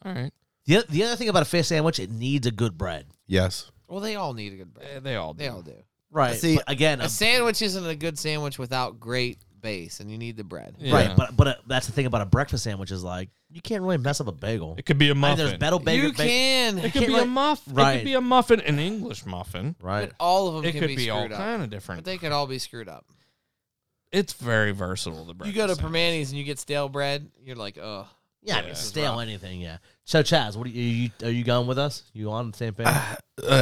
All right. The, oth- the other thing about a fish sandwich, it needs a good bread. Yes. Well, they all need a good bread. they all They all do. Right. See, but again, A a- sandwich isn't a good sandwich without great base, and you need the bread. right. But but uh that's the thing about a breakfast sandwich is like you can't really mess up a bagel. it could be a I mean, muffin. there's better bagel. you ba- can. it could be a like- muffin. It Right. could be a muffin, an English muffin. Right. all of them It can could be, be, screwed all up. kind But of different. they could all be screwed up. it's very versatile. You go to The breakfast sandwich. Permanis and you get stale bread. You're like, oh, Yeah, I Yeah. mean, stale anything. Yeah. So Chaz, what are you, are you are you going with us? You on the same page? Uh,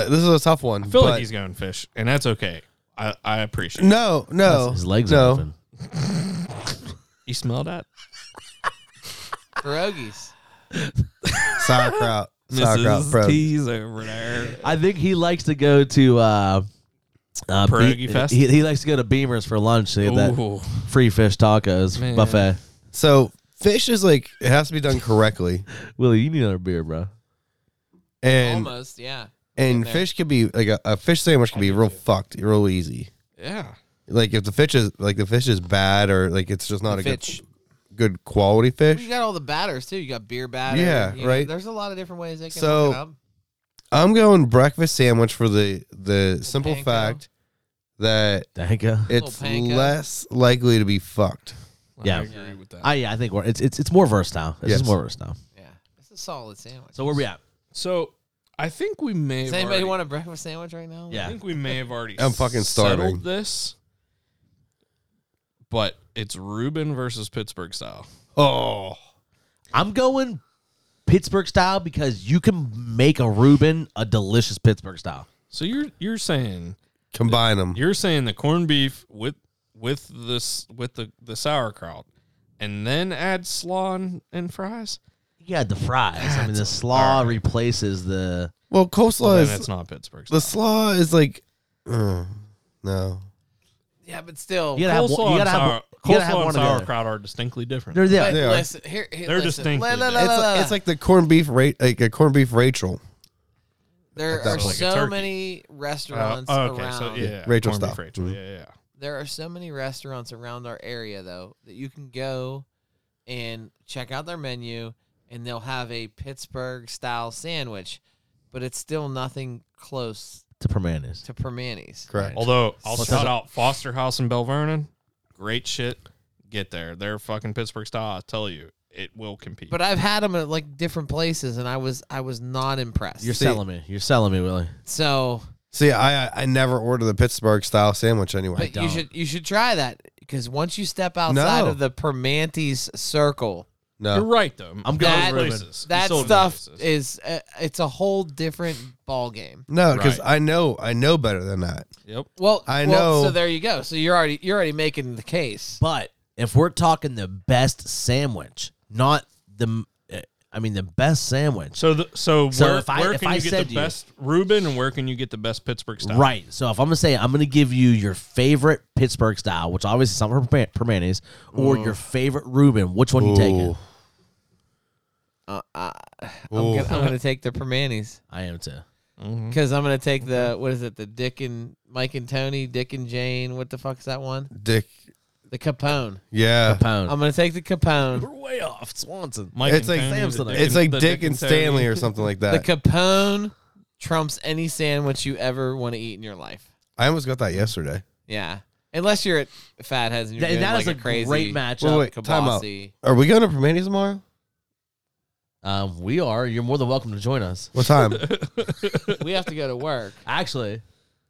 this is a tough one. I feel but- like he's going fish, and that's okay. I, I appreciate. it. no, no, His legs no. are open. You smell that? pierogies. sauerkraut, sauerkraut, bro. T's over there. I think he likes to go to uh, uh, Be- Pierogi Fest? He, he likes to go to Beamer's for lunch. They have that Ooh. free fish tacos Man. buffet. So fish is like it has to be done correctly, Willie, you need another beer, bro. and Almost, yeah. and there. fish could be like a, a fish sandwich could be real fucked, real easy. Yeah. Like if the fish is like the fish is bad or like it's just not The a good fish. good quality Well, you fish. got all the batters too. You got beer batter. Yeah, you know, right. there's a lot of different ways they can So- look it up. I'm going breakfast sandwich for the the simple panko. fact that Thank you. it's panko. less likely to be fucked. Yeah. I agree with that. I yeah, I think we're, it's it's it's more versatile. It's just Yes. more versatile. Yeah, it's a solid sandwich. So where we at? so I think we may. Does have anybody already- want a breakfast sandwich right now? I Yeah. think we may have already. I'm fucking starving. Settled this, but it's Reuben versus Pittsburgh style. Oh, I'm going Pittsburgh style because you can make a Reuben a delicious Pittsburgh style. So you're you're saying combine them. you're saying the corned beef with with this with the the sauerkraut, and then add slaw and, and fries. Yeah, the fries. I mean, the slaw replaces the. Well, coleslaw Well, then is it's not Pittsburgh. the Style. slaw is like uh, no. Yeah, but still. You gotta have one. Coleslaw You and, gotta have, sour, one- you gotta have coleslaw and one or the other. sauerkraut are distinctly different. They're but there. they are. listen, here, here, They're listen. distinctly La, la, la, different. It's, la, la. it's like the corned beef, ra- like a corned beef Rachel. there That's are like a so turkey. many Uh, restaurants okay, around. so yeah, Rachel corned beef style. Rachel, Mm-hmm. Mhm. yeah, yeah, yeah. There are so many restaurants around our area though that you can go and check out their menu and they'll have a Pittsburgh style sandwich, but it's still nothing close To Permanis. to Permanis. Correct. Although I'll What's shout that? out Foster House in Bel Vernon, great shit. Get there, they're fucking Pittsburgh style. I tell you, it will compete. But I've had them at like different places and I was I was not impressed. You're selling me. You're selling me, Willie. so See, I I- I never order the Pittsburgh style sandwich anyway. but you should you should try that because once you step outside No. of the Permantis circle, You're No, right though. I'm going That- Reuben. that stuff is uh, it's a whole different ball game. no, because Right. I know I know better than that. Yep. Well, I well, know. So there you go. So you're already you're already making the case. But if we're talking the best sandwich, not the, uh, I mean the best sandwich. So the, so, So where, if I- where if can I you get said the you- best Reuben and where can you get the best Pittsburgh style? Right. So if I'm gonna say I'm gonna give you your favorite Pittsburgh style, which obviously is something for Permanis, or your favorite Reuben, which one you taking? Ooh. Uh, I, I'm, Ooh. gonna, I'm gonna take the Permanis I am too. because I'm gonna take the what is it? The Dick and Mike and Tony, Dick and Jane. What the fuck's that one? Dick. The Capone. Yeah, Capone. I'm gonna take the Capone. We're way off. Swanson. Mike It's and like- Tony, Sam's the the Dick it's like the Dick and Tony. Stanley or something like The that. Capone trumps any sandwich you ever want to eat in your life. I almost got that yesterday. Yeah, unless you're at Fatheads and you're That- doing that like is a, a crazy great matchup. Well, wait, time out. kielbasi. Are we going to Permanis tomorrow? Um, we are. You're more than welcome to join us. What time? we have to go to work. Actually,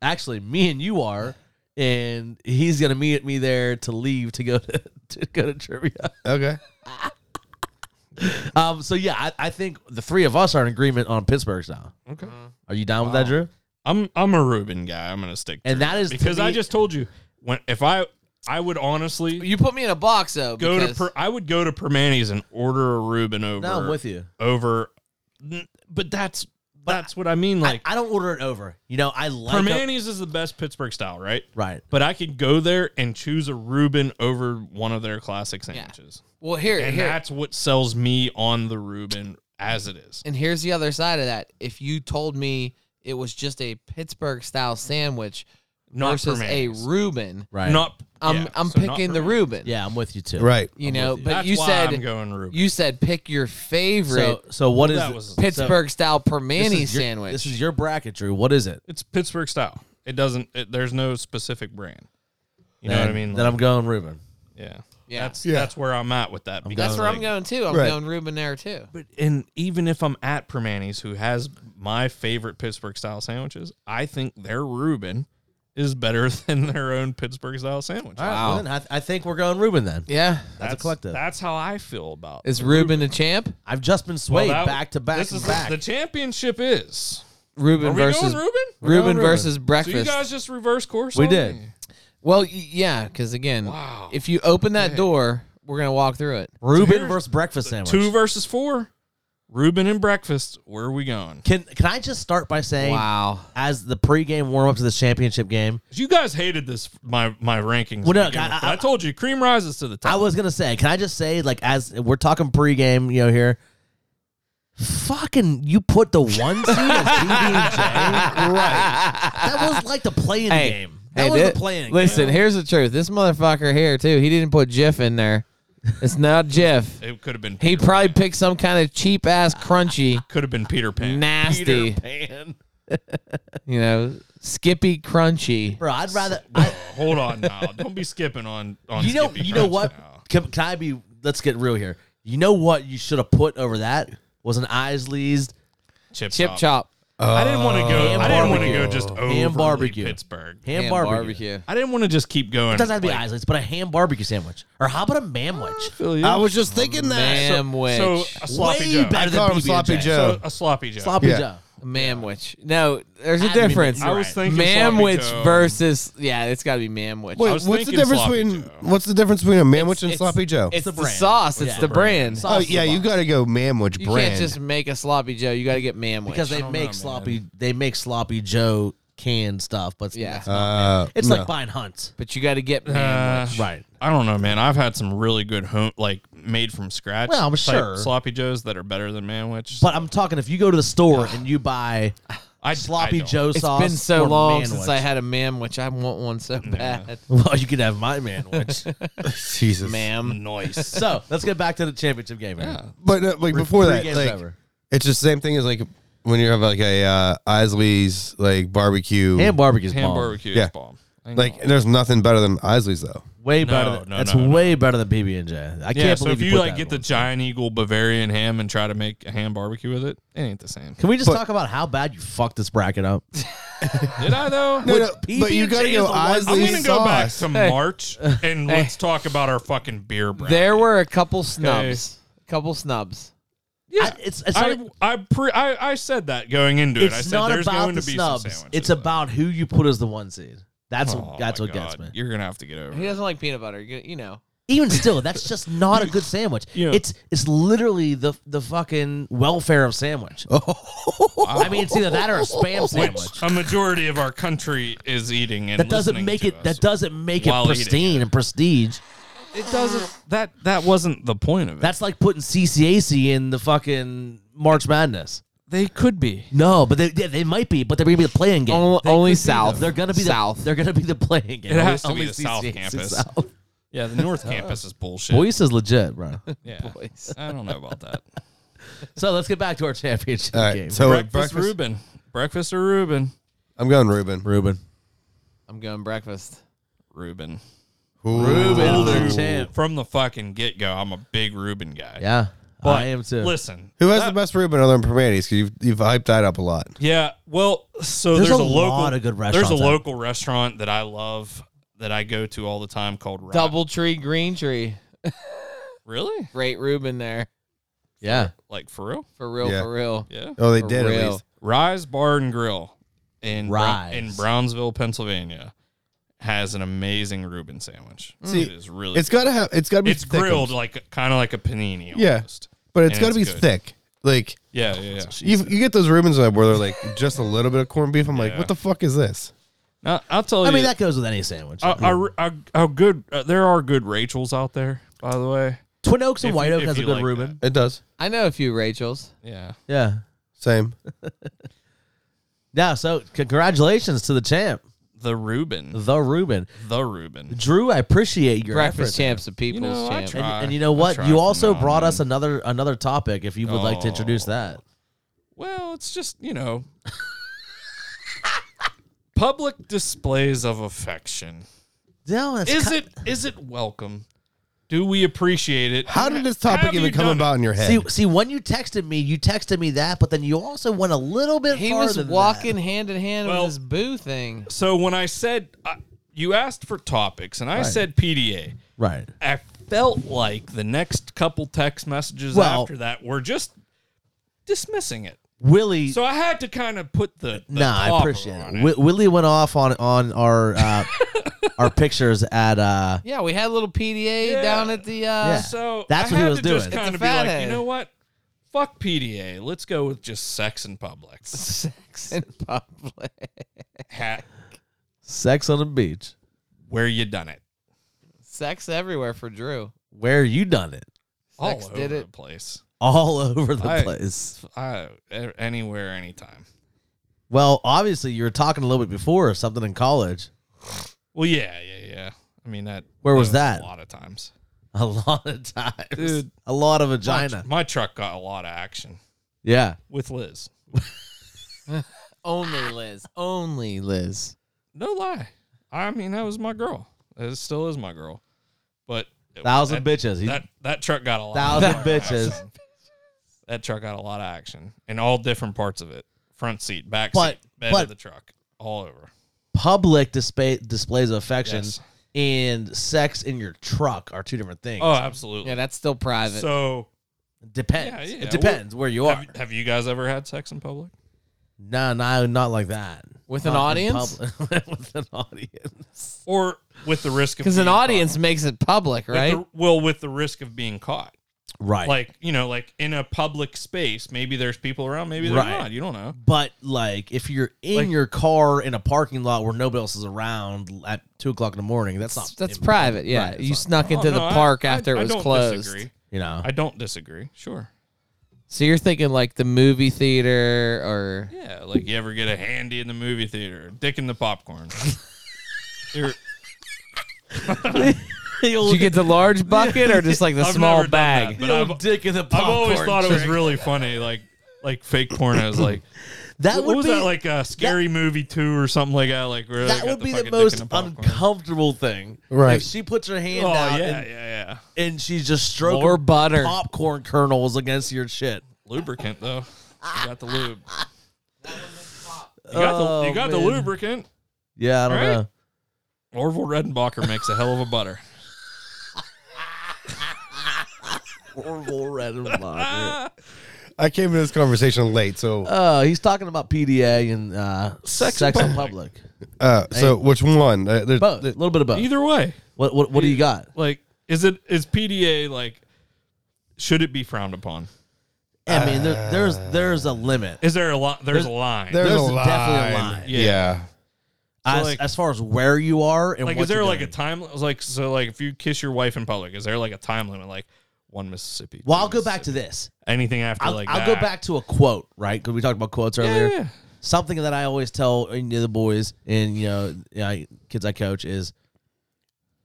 actually, me and you are, and he's gonna meet me there to leave to go to, to go to trivia. okay. Um, so yeah, I, I think the three of us are in agreement on Pittsburgh style. Okay. Are you down with that, Drew? I'm I'm a Reuben guy. I'm gonna stick. To And that is to because I me- just told you when if I I would honestly You put me in a box though. go to because per, I would go to Permanis and order a Reuben over No, I'm with you. over. n- But that's that's what I mean. Like I, I don't order it over. You know, I like a- Permanis is the best Pittsburgh style, right? right. But I could go there and choose a Reuben over one of their classic sandwiches, well here and here. that's what sells me on the Reuben as it is. And here's the other side of that. If you told me it was just a Pittsburgh style sandwich Not versus a Permanis. Reuben, Right. Not I'm yeah, I'm so not picking the Permanis. Reuben. Yeah, I'm with you too. Right. You know, with you. but That's you why said I'm going Reuben. you said pick your favorite So, so what is That the- was- so Pittsburgh style this permani is your- sandwich. This is your bracket, Drew. What is it? It's Pittsburgh style. It doesn't. It, there's no specific brand. You know Then- what I mean? Then Like, I'm going Reuben. yeah. Yeah. That's Yeah. that's where I'm at with that. That's where I'm going too. I'm Right. going Reuben there too. But and even if I'm at Permanis, who has my favorite Pittsburgh style sandwiches, I think their Reuben is better than their own Pittsburgh style sandwich. Wow. I, th- I think we're going Reuben then. Yeah. That's, a collective. That's how I feel about. Is Reuben a champ? I've just been Well, swayed that- back to back This and is back. the championship is. Are Reuben we versus going Reuben? going Reuben Reuben. versus So breakfast. you guys just reverse course. we on did. me? well, y- yeah, because again, Wow. if you open that door, we're gonna walk through it. Reuben Here's versus breakfast sandwich. Two versus four. Reuben and breakfast. Where are we going? can can I just start by saying Wow. as the pregame warm up to this championship game, You guys hated this my my rankings. Well, no, to begin I- with, I- but I told you cream rises to the top. I was gonna say, can I just say, like, as we're talking pregame, you know, here, fucking, you put the one seed as PB and J, right? That was like the playing Hey, game. That Hey, was thi- the playing. Listen, game. here's the truth. This motherfucker here too. He didn't put Jif in there. It's not Jif. it could have been He Peter probably Pan. picked some kind of cheap ass crunchy, could have been Peter Pan. nasty, Pan. you know, Skippy crunchy. bro, I'd rather. I, Hold on now. Don't be skipping on on you know, Skippy you know Crunch what? now. Can, can I be? Let's get real here. You know what you should have put over that was an Isley's Chip, Chip chop. chop. I didn't want to go. Ham I didn't want to barbecue. go just over Ham barbecue. Pittsburgh. ham, and barbecue. I didn't want to just keep going. It doesn't have to be Like, Isley's, but a ham barbecue sandwich, or how about a manwich? I was just thinking Manwich. So a sloppy Way joe. Oh. better I call than him sloppy PB&J. Joe. So a sloppy joe. Sloppy Yeah. Joe. Manwich. No, there's Had a to be difference. Manwich. I was thinking sloppy Manwich joe. versus yeah, it's got to be Manwich. I Oh, Wait, what's was the thinking difference sloppy between Joe. what's the difference between a manwich and it's- sloppy Joe? it's the, brand. sauce. It's Yeah. the brand. Sauce Oh is the yeah, you bomb. got to go manwich You brand. can't just make a sloppy Joe. You got to get Manwich. because they don't make know, sloppy. They make sloppy Joe canned stuff, but Yeah. yeah, uh, it's no. like buying hunts. but you got to get Uh, Manwich. Right. I don't know, man. I've had some really good home, like made from scratch. Well, I'm type sure. sloppy joes that are better than manwich. But I'm talking if you go to the store and you buy I sloppy I don't. Joe It's sauce. been so or long man since wedge. I had a Manwich. I want one so bad. Well, you could have my man wedge. Jesus. Ma'am. Nice. so let's get back to the championship game. Yeah. But uh, like before three that, games like, over. it's just the same thing as like when you have like a uh, Isley's like barbecue. Ham barbecue's Ham bomb. barbecue Yeah. is bomb. like there's nothing better than Isley's though. Way No, better. Than, no, that's no, no. way better than PB and J. I yeah, can't so believe if you put like that get one. the giant eagle Bavarian ham and try to make a ham barbecue with it, it ain't the same. Can we just But- talk about how bad you fucked this bracket up? Did I though? No, no, but you PB&J got to is go the one- I'm Isley's gonna go back sauce. to March and let's talk about our fucking beer brand. There were a couple snubs. A couple snubs. Yeah, it's it's not, I I, pre- I I said that going into it. I it's said not there's about going the to be some snubs. sandwiches It's left. about who you put as the one seed. That's Oh what that's my what gets God. me. You're gonna have to get over. He it. doesn't like peanut butter. You, you know. Even still, that's just not a good sandwich. Yeah. It's it's literally the the fucking welfare of sandwich. I mean, it's either that or a spam sandwich. Oh. Which a majority of our country is eating and that doesn't listening make to it us. that doesn't make it while eating pristine and prestige. It doesn't. That that wasn't the point of it. That's like putting CCAC in the fucking March Madness. they could be. No, but they yeah, they might be, but they're gonna be the playing game. Only, They- only South. they're gonna be South. The, they're gonna be the playing game. It has to be Only the South CCAC is campus. South. Yeah, the North Campus is bullshit. Boyce is legit, bro. yeah. boys. I don't know about that. so let's get back to our championship All right, game. so breakfast, breakfast. Reuben. Breakfast or Reuben? I'm going Reuben. Ruben. I'm going breakfast. Reuben. Reuben. the champ. From the fucking get go, I'm a big Reuben guy. Yeah. But I am too. Listen. Who has that- the best Reuben other than Permanis? Because you've you've hyped that up a lot. Yeah. Well, so There's there's, a a, local lot of good There's restaurants a out there. local restaurant that I love that I go to all the time called Rock. Double tree, green tree. Really? Great Reuben there. yeah. Like for real? For real, Yeah. for real. Yeah. Oh, they For did at real. least. Rise Bar and Grill in Bro- Rise. in Brownsville, Pennsylvania has an amazing Reuben sandwich. Mm. See, it is really It's got to have. It's got to be. it's thick. grilled like kind of like a panini Yeah. almost. but it's and got to be it's good. thick. Like Yeah, yeah, yeah. you, you get those Reubens up where they're like just a little bit of corned beef. I'm like, Yeah. what the fuck is this? Now, I'll tell you. I mean that Mm. goes with any sandwich. a, a- a- a good uh, there are good Rachels out there, by the way. Twin Oaks and If White you- Oak if has a you good like Reuben. It does. I know a few Rachels. Yeah. Yeah. Same. Yeah, so congratulations to the champ, The Reuben. the Reuben. The Reuben. Drew, I appreciate your Breakfast effort there. champs, the people's You know, I champ. try. And, and you know I what? try You from also now brought on. us another another topic. If you would like to introduce Oh. that, Well, it's just, you know, public displays of affection. no, that's is ki- it is it welcome? Do we appreciate it? How did this topic Have you even come done about in your head? See, see, when you texted me, you texted me that, but then you also went a little bit. He farther was than walking that. hand in hand Well- with his boo thing. So when I said uh, you asked for topics and I said PDA, right. I felt like the next couple text messages Well- after that were just dismissing it. Willie. So I had to kind of put the, the nah, I topper appreciate it. on Wi- Willie went off on on our uh, our pictures at. Uh, Yeah, we had a little PDA Yeah. down at the. Uh, Yeah. So That's I what he had was to Just doing. kind It's a of be like, fathead. you know what? Fuck PDA. Let's go with just sex in public. Sex in public. Hat Sex on the beach. where you done it. Sex everywhere for Drew. Where you done it? All Sex over did the it. place. All over the I- place. I, a- anywhere, anytime. Well, obviously you were talking a little bit before something in college. Well, yeah, yeah, yeah. I mean that. Where was that? A lot of times. A lot of times. Dude. A lot of My, vagina. my truck got a lot of action Yeah. with Liz. Ah. Only Liz. Only Liz. No lie. I mean that was my girl. It still is my girl, but Thousand that, bitches. He- that that truck got a lot. thousand of bitches. action. That truck got a lot of action in all different parts of it: front seat, back But- seat, bed but- of the truck, all over. Public display displays of affection Yes. and sex in your truck are two different things. Oh, absolutely. Yeah, that's still private. so, depends. yeah, yeah. It depends where you are. have, have you guys ever had sex in public? No, no, not like that. With an Not in audience? public. With an audience. Or with the risk of Because an being caught? audience makes it public, With right? the- well, with the risk of being caught. Right. like you know like in a public space maybe there's people around maybe they're Right. not you don't know But like, if you're in Like- your car in a parking lot where nobody else is around at two o'clock in the morning, that's not That's- that's in- private. Yeah, Right, it's you not- snuck into Oh, the no, I- park I- after I it was don't closed. disagree. You know, i don't disagree sure So you're thinking like the movie theater or yeah like you ever get a handy in the movie theater dick in the popcorn You're- did you get the large bucket or just like the I've small never done bag? that, but I've, dick in the I've always popcorn thought it was trick. really funny like like fake pornos like that what would was be that like a scary movie 2 or something like that like where they that got would be fucking the dick in most popcorn? uncomfortable thing. Right. If she puts her hand oh yeah out yeah and, yeah and she's just stroking More butter. popcorn kernels against your shit. lubricant though you got the lube you got the, you got the Oh, man. lubricant Yeah, I don't Right? know. Orville Redenbacher makes a hell of a butter. Horrible red and black. I came to this conversation late, so uh, Oh, he's talking about PDA and uh, sex, Sex in in public. uh, so which one? Uh, there's- Both, a there- little bit of both. Either way, What what what do you got? like, is it is PDA like? Should it be frowned upon? I mean, there, there's Uh, there's a limit. Is there a lot? There's, a line. there's, There's a line. definitely a line. Yeah. Yeah. as, like- as far as where you are and like, what is there you're like a doing. time? Like, so like, if you kiss your wife in public, is there like a time limit? Like, one Mississippi. Well, two I'll go back to Mississippi? this. anything after I'll, like I'll that. go back to a quote, right? Because we talked about quotes Yeah, earlier. yeah, yeah. Something that I always tell you know, the boys and you know I, kids I coach is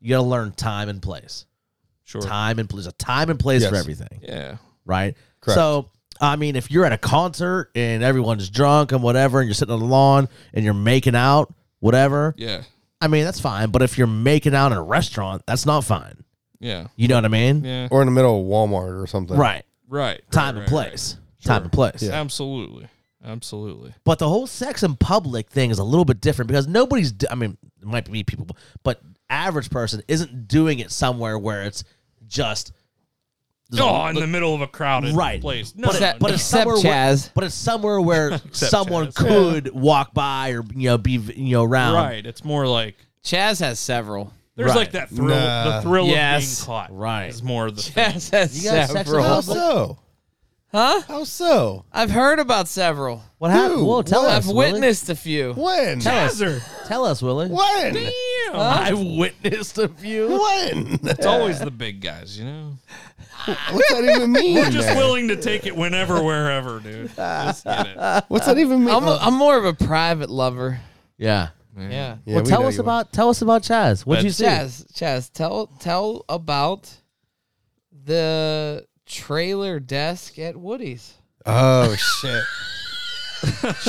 you got to learn time and place. Sure. Time and place. A time and place for Yes. everything. Yeah. right? Correct. So, I mean, if you're at a concert and everyone's drunk and whatever, and you're sitting on the lawn and you're making out, whatever, Yeah. I mean, that's fine. But if you're making out in a restaurant, that's not fine. Yeah. You know what I mean? Yeah. Or in the middle of Walmart or something. Right. Right. Time right, and right, place. Time and place. Yeah. Absolutely. Absolutely. But the whole sex in public thing is a little bit different because nobody's, d- I mean, it might be people, but average person isn't doing it somewhere where it's just. Oh, in the middle of a crowded Right. place. No, but, no, it- but no. it's Except somewhere where, Chaz. but it's somewhere where someone Chaz. could walk by or you know be you know around. right. It's more like Chaz has several. There's Right. like that thrill, Nah. the thrill Yes. of being caught. Right. Is more of the thing. Chaz has You guys sex in several. How public? so? Huh? How so? I've heard about several. What happened? Dude, Well, tell what? us. I've Willie. witnessed a few. When? Tell us, Willie. When? I witnessed a few. When? It's always the big guys, you know. What's that even mean? We're just man? willing to take it whenever, wherever, dude. Just get it. What's that even mean? I'm, a, I'm more of a private lover. Yeah. Yeah. uh, Yeah, well, we tell know us you are. about tell us about Chaz. What'd you see? Chaz, Chaz, tell tell about the trailer desk at Woody's. Oh shit!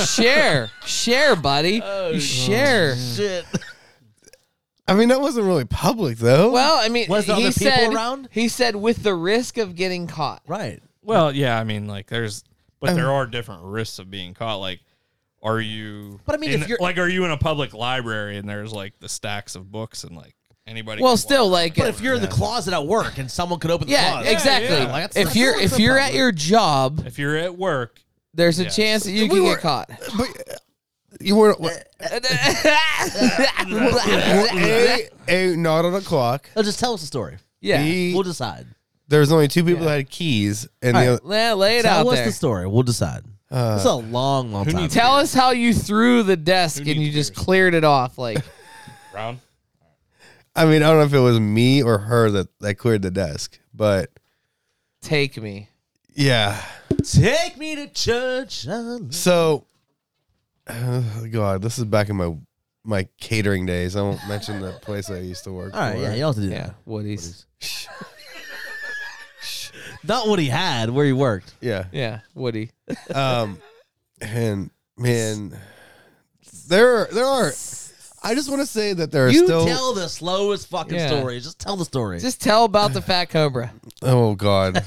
Share, share, buddy. you share. Shit. I mean, that wasn't really public though. Well, I mean, Was there he other people said, around? He said with the risk of getting caught. Right. Well, yeah, I mean, like, there's, but there are different risks of being caught. Like, are you? But I mean, in- if you're- like, are you in a public library and there's like the stacks of books and like anybody? Well, can still, walk- like, But if you're in the closet at work and someone could open the yeah, closet, exactly. yeah, like, that's if not- you're that's if a you're at problem. your job, if you're at work, there's a Yes. chance that you We can were- get caught. but uh, you weren't. uh, a, a, not on a clock. No, Oh, just tell us the story. yeah. B, We'll decide. there's only two people that had keys, and the other, Yeah, lay it out Tell us there. the story. We'll decide. Uh, It's a long, long time. needs- Tell us how you threw the desk Who and you needs just beers? cleared it off. Like, round. I mean, I don't know if it was me or her that that cleared the desk, but take me. yeah. Take me to church. I So, oh God, this is back in my my catering days. I won't mention the place I used to work. All right, for. yeah, you all have to do Yeah, that. Woody's. Not what he had, where he worked. yeah. Yeah, Woody. Um, and man, there there are. I just want to say that there are You still. tell the slowest fucking Yeah. story. Just tell the story. Just tell about the fat cobra. oh God,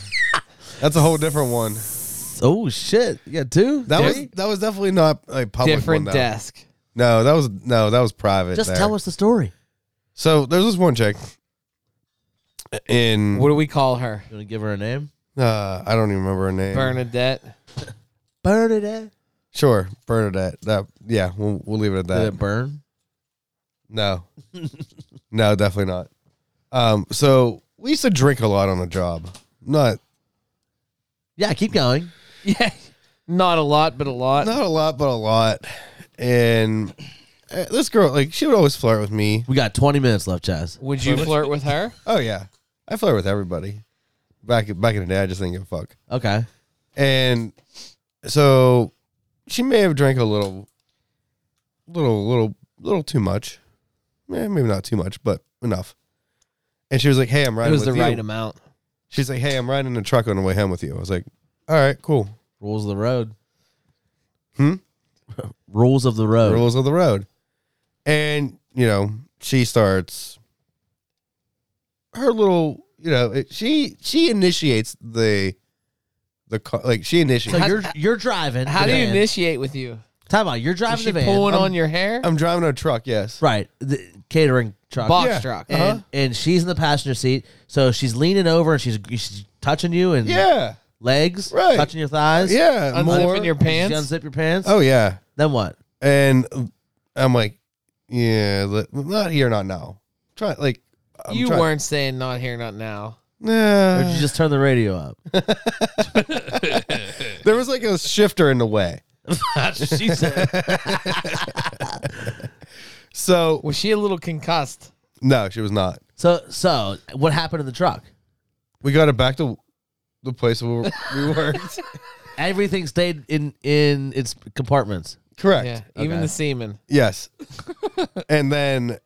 that's a whole different one. oh shit. Yeah, two. That was Three? that was definitely not a public one, Different though. desk. No, that was no, that was private. Just there. tell us the story. So there's this one chick in What do we call her? You want to give her a name? uh, I don't even remember her name. Bernadette. Burn it. eh? Sure, Bernadette. That yeah, we'll we'll leave it at Did that. it burn? No, no, definitely not. Um, so we used to drink a lot on the job. Not Yeah, keep going. Yeah. Not a lot, but a lot. not a lot, but a lot. And uh, this girl, like, she would always flirt with me. We got 20 minutes left, Chaz. Would you flirt with her? Oh yeah, I flirt with everybody. Back back in the day, I just didn't give a fuck. Okay. and so she may have drank a little, little, little, little too much. Eh, maybe not too much, but enough. And she was like, "Hey, I'm It riding was with the you." right amount. She's like, "Hey, I'm riding in a truck on the way home with you." I was like, "All right, cool." Rules of the road. Hmm? Rules of the Oh. road. Rules of the road. And you know, she starts her little. You know, it, she she initiates the the car. Like she initiates. So you're you're driving. How do you Yeah. initiate with you? Time out. You're driving Is she the van. pulling I'm- on your hair? I'm driving a truck. Yes. Right. The catering truck. Box Yeah. uh-huh. truck. And, and she's in the passenger seat. So she's leaning over and she's, she's touching you and Yeah. legs, Right. touching your thighs. Yeah. Unzipping your Did you pants. unzip your pants. Oh yeah, Then what? and I'm like, yeah, li- not here, not now. Try like I'm you try- weren't saying not here, not now. Or Nah. did you just turn the radio up? there was like a shifter in the way. she said. So Was she a little concussed? no, she was not. So so what happened to the truck? We got it back to the place where we worked. Everything stayed in in its compartments. Correct. Yeah. Even Okay. the semen. Yes. and then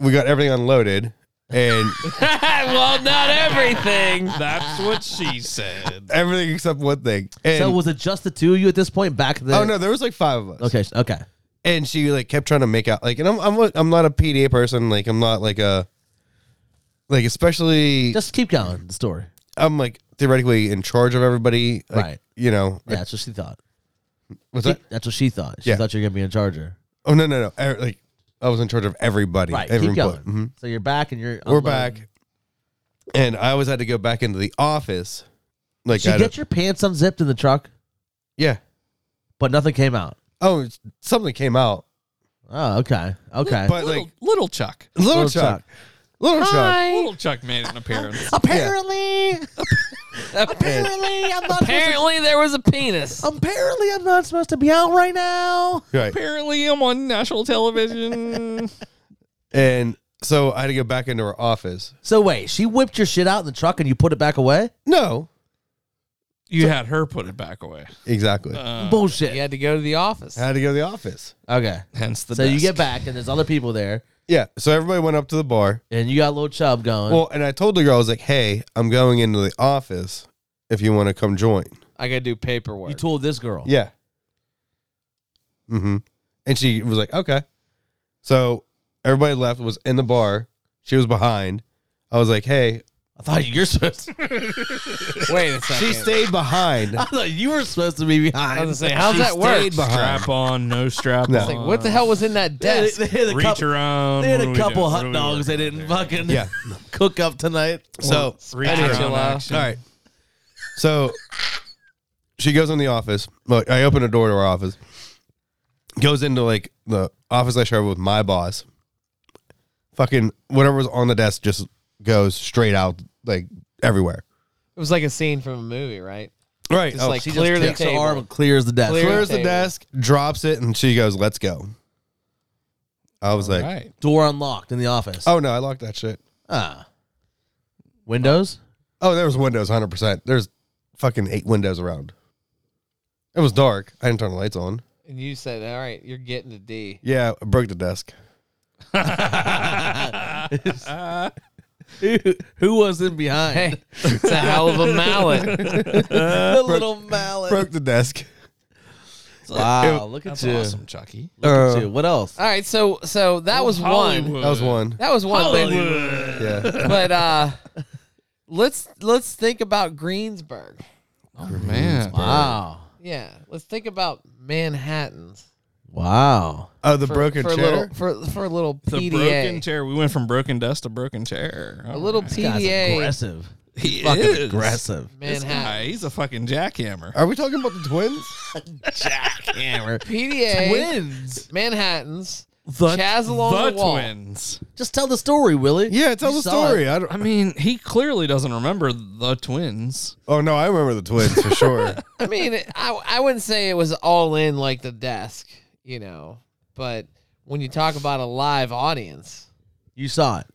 we got everything unloaded, and well, not everything. That's what she said. everything except one thing. And, so was it just the two of you at this point back then? oh no, there was like five of us. Okay. Okay. and she like kept trying to make out like and I'm I'm I'm not a PDA person like I'm not like a like especially Just keep going. The story. I'm like theoretically in charge of everybody like, Right. you know Yeah, that's what she thought. what's that? That's what she thought. She Yeah. thought you were gonna be in charger. oh no no no Er, like I was in charge of everybody Right. every keep going. employee. Mhm. So you're back and you're. we're unloading. back and I always had to go back into the office like Did you I get your pants unzipped in the truck, yeah but nothing came out. oh it's- something came out Oh, okay. Okay. but Little, like little Chuck. little, Little Chuck, little Chuck Little Chuck made an appearance. apparently, apparently, I'm not. Apparently, there was a penis. Apparently, I'm not supposed to be out right now. right Apparently, I'm on national television. and so I had to go back into her office So wait, she whipped your shit out in the truck and you put it back away? no You had her put it back away. exactly Uh, Bullshit. You had to go to the office. I had to go to the office Okay. hence the so you desk. get back and there's other people there Yeah. So everybody went up to the bar. and you got a little chub going. Well, and I told the girl, I was like, hey, I'm going into the office if you want to come join. I got to do you paperwork. told this girl. Yeah. Mm hmm. And she was like, okay. So everybody left, was in the bar. She was behind. I was like, hey. I thought you were supposed to, Wait a second. She stayed behind. I thought you were supposed to be I behind. was gonna say, how's that work? stayed behind. Strap on, no strap No. on. It's Like, what the hell was in that They, desk? they had a Reach couple, around. they had What do a we do? couple What do hot we dogs do? they didn't fucking Yeah. cook up tonight. So, Reach Spatula. around action. all right. So she goes in the office. Look, I open the door to her office. Goes into like the office I share with my boss. Fucking whatever was on the desk just goes straight out like everywhere. It was like a scene from a movie, right? Right. It's like clear the takes her table. arm and clears the desk. Clear- clears the table. desk, drops it, and she goes, "Let's go." I was like, right. Door unlocked in the office. "Oh no, I locked that shit." Ah. Windows? Oh, there was windows, hundred percent. There's fucking eight windows around. It was dark. I didn't turn the lights on. And you said, all right, you're getting to D. Yeah, I broke the desk. who, who was in behind? Hey, it's a hell of a mallet. the little mallet. broke the desk. Wow, look at That's you. awesome, Chucky. Look Uh, at you. What else? All right, so so that was one. That was uh, one. That was one. but- Hollywood. Yeah. But uh let's let's think about Greensburg. Oh, man. Wow. Yeah, let's think about Manhattan's. Wow. Oh, the for, broken for a chair. little for for a little The PDA. broken chair. We went from broken dust to broken chair. a little This guy's PDA aggressive. he Fucking is. aggressive. This Manhattan. guy, he's a fucking jackhammer. Are we talking about the twins? Jackhammer. PDA Twins. Manhattan's The- Chaz along the the wall. twins. Just tell the story, Willie. Yeah, tell You the saw story. it. I don't, I mean, he clearly doesn't remember the twins. oh no, I remember the twins for sure. I mean, I I wouldn't say it was all in like the desk, you know, but when you talk about a live audience, You saw it.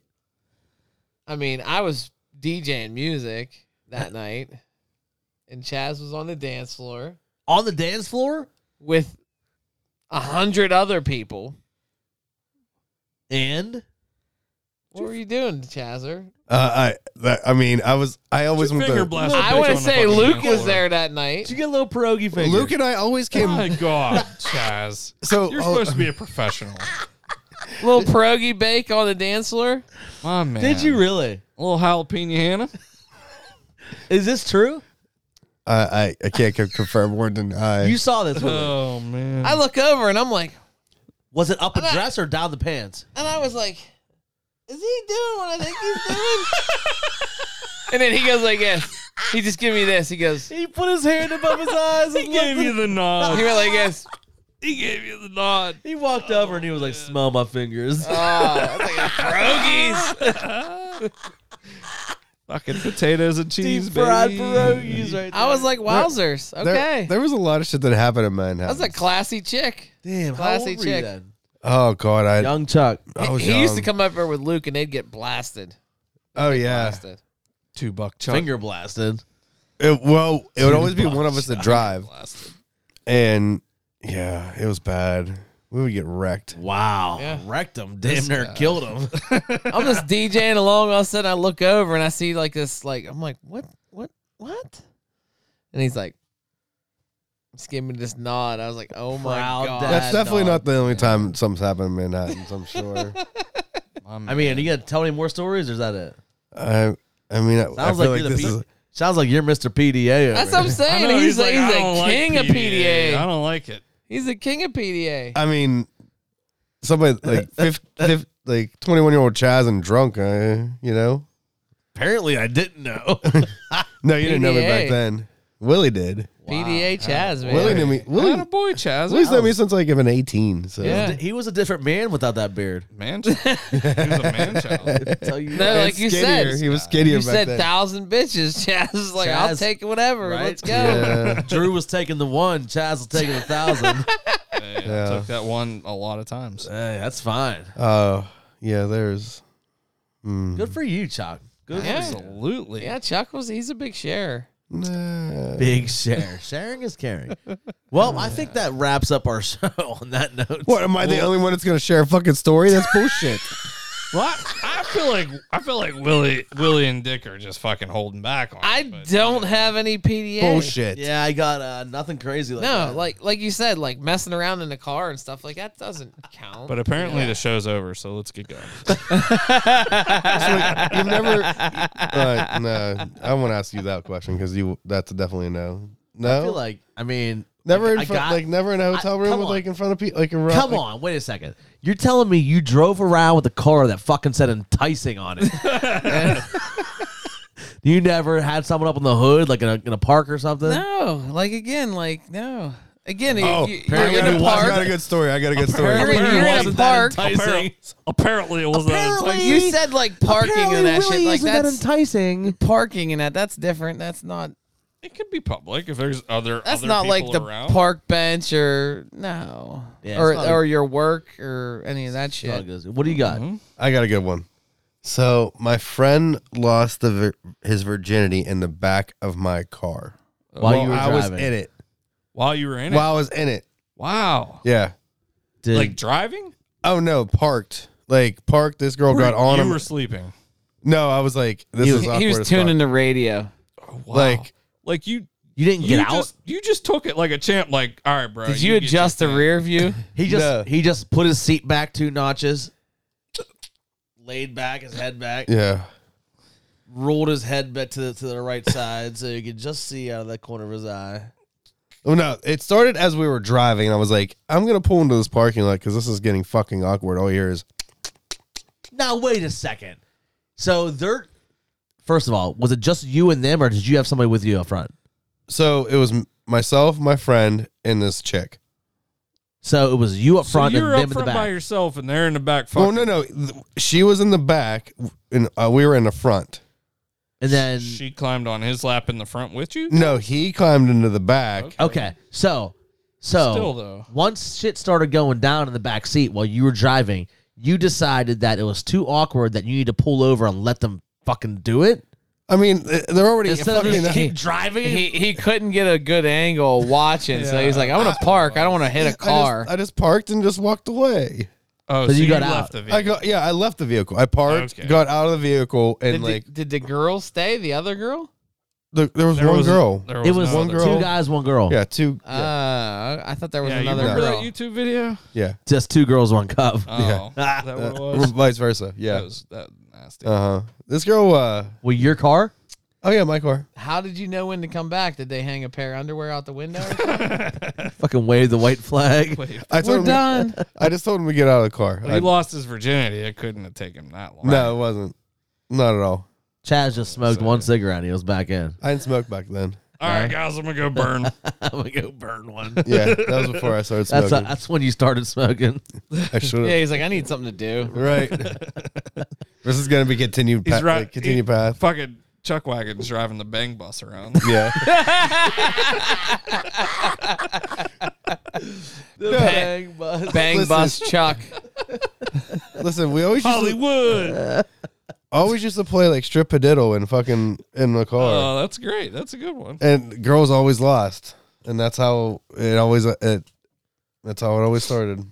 I mean, I was DJing music that night, and Chaz was on the dance floor On the dance floor? with a hundred other people. And What were you doing, Chazer? Uh, I, that, I mean, I was, I always went Finger to, blast. I want to say Luke was there that night. did you get a little pierogi finger? Luke and I always came. My God, Chaz. so You're oh, supposed to be a professional. Little pierogi bake on the dance floor. My man. did you really? A little jalapeno Hannah? Is this true? I, I, I can't co- confirm or deny. You saw this. Willie. Oh, man. I look over and I'm like, Was it up a I- dress or down the pants? and I was like, is he doing what I think he's doing? and then he goes like this. He just give me this. He goes. He put his hand above his eyes. he gave you the He nod. went like this. he gave you the nod. He walked over and he was like, "Smell my fingers." Oh, I was like, pierogies. Fucking potatoes and cheese, Deep fried baby. pierogies right there. I was like, wowzers. there, Okay, there was a lot of shit that happened in Manhattan. that was a classy chick. Damn, how classy old were you chick. then? oh god, I, Young Chuck. I was he used to young. come up here with Luke, and they'd get blasted. Oh yeah. Blasted. Two buck chuck. Finger blasted. It, well, it would always be one of us that drive, blasted. and yeah, it was bad. We would get wrecked. Wow. Yeah. Wrecked him. Damn near killed him. I'm just DJing along. All of a sudden, I look over and I see like this. Like I'm like, what, what, what? And he's like, just gave me this nod. I was like, oh my Proud god, dad. That's definitely dog. not the only time something's happened in Manhattan. I'm sure. I mean, you gonna tell any more stories or is that it? I, I mean, I, I Sounds feel like, like, you're the this P- is. sounds like you're Mr. PDA. over That's what I'm here. saying. he's, like, he's a king of PDA. I don't like it. He's a king of PDA. I mean, somebody like fif- fif- like 21 year old Chaz and drunk. Uh, you know, Apparently, I didn't know. no, you didn't know me back PDA. then. Willie did. PDA Chaz, man. Willie knew me. Willie, a boy, Chaz. Willie's known me since like even 18. So Yeah. he was a different man without that beard. Man, he was a man child. Tell you No, that. like you Skinnier. said, he was skinnier you back said then. thousand bitches. Chaz is like, I'll Chaz, take whatever. right? Let's go. Yeah. Drew was taking the one, Chaz was taking the thousand. hey, Yeah, Yeah. Took that one a lot of times. that's fine. Oh, yeah. There's. Good for you, Chuck. Good Yeah. for you. Absolutely. Yeah, Chuck was he's a big sharer. Nah. Big share. Sharing is caring. Well, I think that wraps up our show on that note. What am I the only one that's gonna share a fucking story? That's bullshit. Well, I, I feel like I feel like Willie Willie and Dick are just fucking holding back on. I it, but- don't have any PDA. bullshit. Yeah, I got uh, nothing crazy like No, that. like like you said, like messing around in the car and stuff like that doesn't count. But uh, apparently the show's over, so let's get going. So you've never. Uh, no, I won't ask you that question because you—that's definitely a no. No, I feel like I mean never I in front, got- like never in a hotel room come with on. like in front of people, like around. Come like, on, wait a second. You're telling me you drove around with a car that fucking said enticing on it. you never had someone up on the hood, like in a, in a park or something? no, like again, like no, again. you- Oh, you, you're I, got in a, I a got a park. good story. I got a good story. You're, in- you're in a Wasn't park. Apparently, apparently it was Apparently- that. You said like parking and that shit. Like isn't that that's enticing? parking and that. That's different. That's not. It could be public if there's other. That's other not like people the around. park bench or no, Yeah, it's or not- or your work or any of that shit. What do you got? I got a good one. So my friend lost the vir- his virginity in the back of my car. While you were I was driving. in it. While you were in it. While I was in it. Wow. Yeah. Did- Like driving? Oh no, parked. Like parked. This girl got on you him. were sleeping. no, I was like, this is awkward. he was as fuck. tuning the radio. Wow. Like Like you You didn't get you out. Just, you just took it like a champ. Like, all right, bro. Did you, get adjust the your thing. rear view? he just No. he just put his seat back two notches, laid back his head back, Yeah. rolled his head back to the, to the right side so you could just see out of the corner of his eye. Well, no, it started as we were driving, and I was like, I'm gonna pull into this parking lot because this is getting fucking awkward. All here is Now wait a second. So they're first of all, was it just you and them, or did you have somebody with you up front? so it was m- myself, my friend, and this chick. So it was you up front so you're and them up in the front by back. yourself, and they're in the back. Oh Fucking, no, no, th- she was in the back, and uh, we were in the front. and Mm. then she climbed on his lap in the front with you. No, he climbed into the back. okay, so so Still though, once shit started going down in the back seat while you were driving, you decided that it was too awkward that you need to pull over and let them fucking do it I mean, th- they're already instead of fucking. just keep driving. He he couldn't get a good angle watching, so he's like, I'm gonna park. I don't want to hit I a just- car. I just, parked and just walked away. oh, So so, you you, got left out. the vehicle. I got yeah, I left the vehicle. I parked, Okay. got out of the vehicle, and did, like the, did the girl stay? The other girl? there, there was There one was- girl. there it was no one other- girl. two guys, one girl. Yeah, two. yeah, Uh, I thought there was Yeah, you another remember girl. that YouTube video? yeah, Just two girls, one cup. Oh, Yeah. yeah. that what it Uh, was. vice versa. That Yeah. was that was nasty. Uh huh. This girl. uh Well, your car? Oh yeah, my car. How did you know when to come back? Did they hang a pair of underwear out the window? Fucking wave the white flag. I told We're him- done. I just told him to get out of the car. Well, he I- lost his virginity. It couldn't have taken him that long. no, it wasn't. Not at all. Chaz just smoked one cigarette. and He was back in. I didn't smoke back then. All right, guys, I'm gonna go burn. I'm gonna go burn one. Yeah, that was before I started That's smoking. that's when you started smoking. I should yeah, have. he's like, I need something to do. Right. this is gonna be continued. He's Path, right. like, continued He- path. Fucking Chuck Wagon's driving the bang bus around. Yeah. Bang bus, bang bus, Chuck. Listen, we always used to, Hollywood. always used to play like strip a diddle and fucking in the car, Oh, that's great. That's a good one. and girls always lost, and that's how it always uh, it. That's how it always started.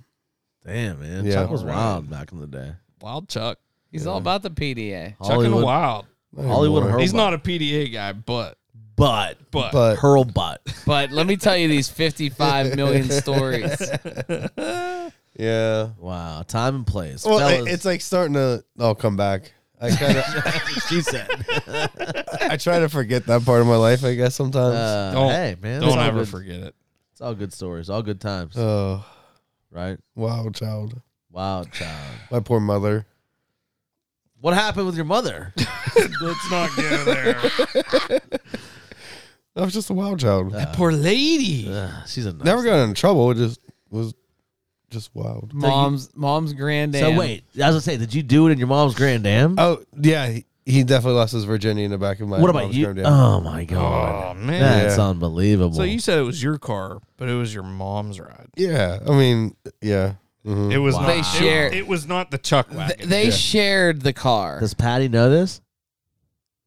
Damn man, Yeah. Chuck was wild back in the day. Wild Chuck. He's all about the PDA. Chuck in the Hollywood, wild. Not Hollywood anymore. Hurl, He's butt. not a PDA guy, but butt, but, but hurl butt. But let me tell you these 55 million stories. yeah. Wow, time and place. Well, it- Fellas, it's like starting to. I'll come back. I kind of. she said. I try to forget that part of my life. I guess sometimes. Uh, Don't- hey man, it's don't all ever good- forget Uh, it. It's all good stories, all good times, oh, right? wow, child. Wow, child. My poor mother. What happened with your mother? Let's not go there. I was just a wild child. Poor lady. Ugh, she's a nice Never got in trouble. It just was just wild. Mom's mom's granddad. So wait, I was gonna say, did you do it in your mom's grand dam? Oh yeah, he, he definitely lost his virginity in the back of my. what about mom's you? granddad. Oh my god, Oh man. that's Yeah. unbelievable. So you said it was your car, but it was your mom's ride. yeah, I mean, yeah. mhm. It was Wow. not They it- shared- It, was not the Chuck wagon. Th- they Yeah. shared the car. Does Patty know this?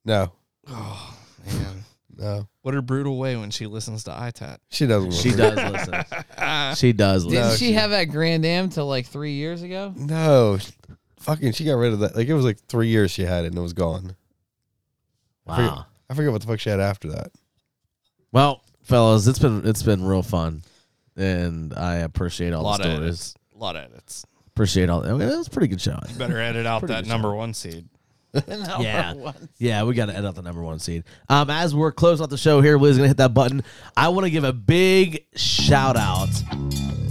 no, oh man. no, What a brutal way when she listens to ITAT. she doesn't. She remember. does listen. She does Didn't listen. she, have that grand am till like three years ago? No, she- fucking, she got rid of that. Like it was like three years she had it and it was gone. Wow. I forget what the fuck she had after that. Well, fellas, it's been it's been real fun, and I appreciate A all lot the of stories. edits. A lot of edits. Appreciate all. I mean, that was a pretty good show. I think. Better edit out Pretty that good number one seed. Yeah. Yeah, we got to edit out the number one seed. Um, as we're closing out the show here, Willie's going to hit that button. I want to give a big shout out.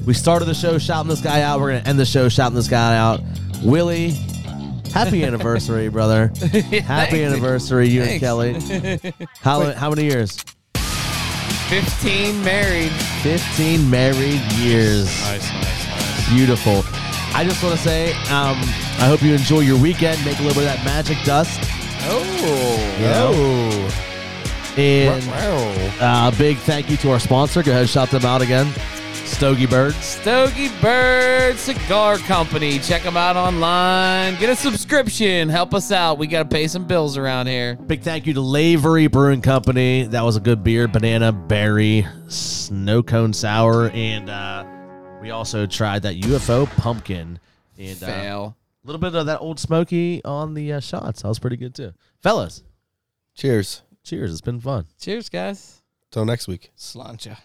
We started the show shouting this guy out. We're going to end the show shouting this guy out. Willie, happy anniversary, brother. happy anniversary, you and Thanks. Kelly. How, how many years? 15 married. 15 married years. Nice, nice, nice. beautiful. I just want to say, um, I hope you enjoy your weekend. Make a little bit of that magic dust. Oh. Oh, And wow. uh, big thank you to our sponsor. Go ahead and shout them out again. Stogie Birds. Stogie Bird Cigar Company. Check them out online. Get a subscription. Help us out. We got to pay some bills around here. Big thank you to Lavery Brewing Company. That was a good beer. Banana, berry, snow cone sour. And uh, we also tried that UFO pumpkin. And uh, a Fail. little bit of that old smoky on the uh, shots. That was pretty good too. Fellas, Cheers. cheers. It's been fun. Cheers, guys. Till next week. Slancha.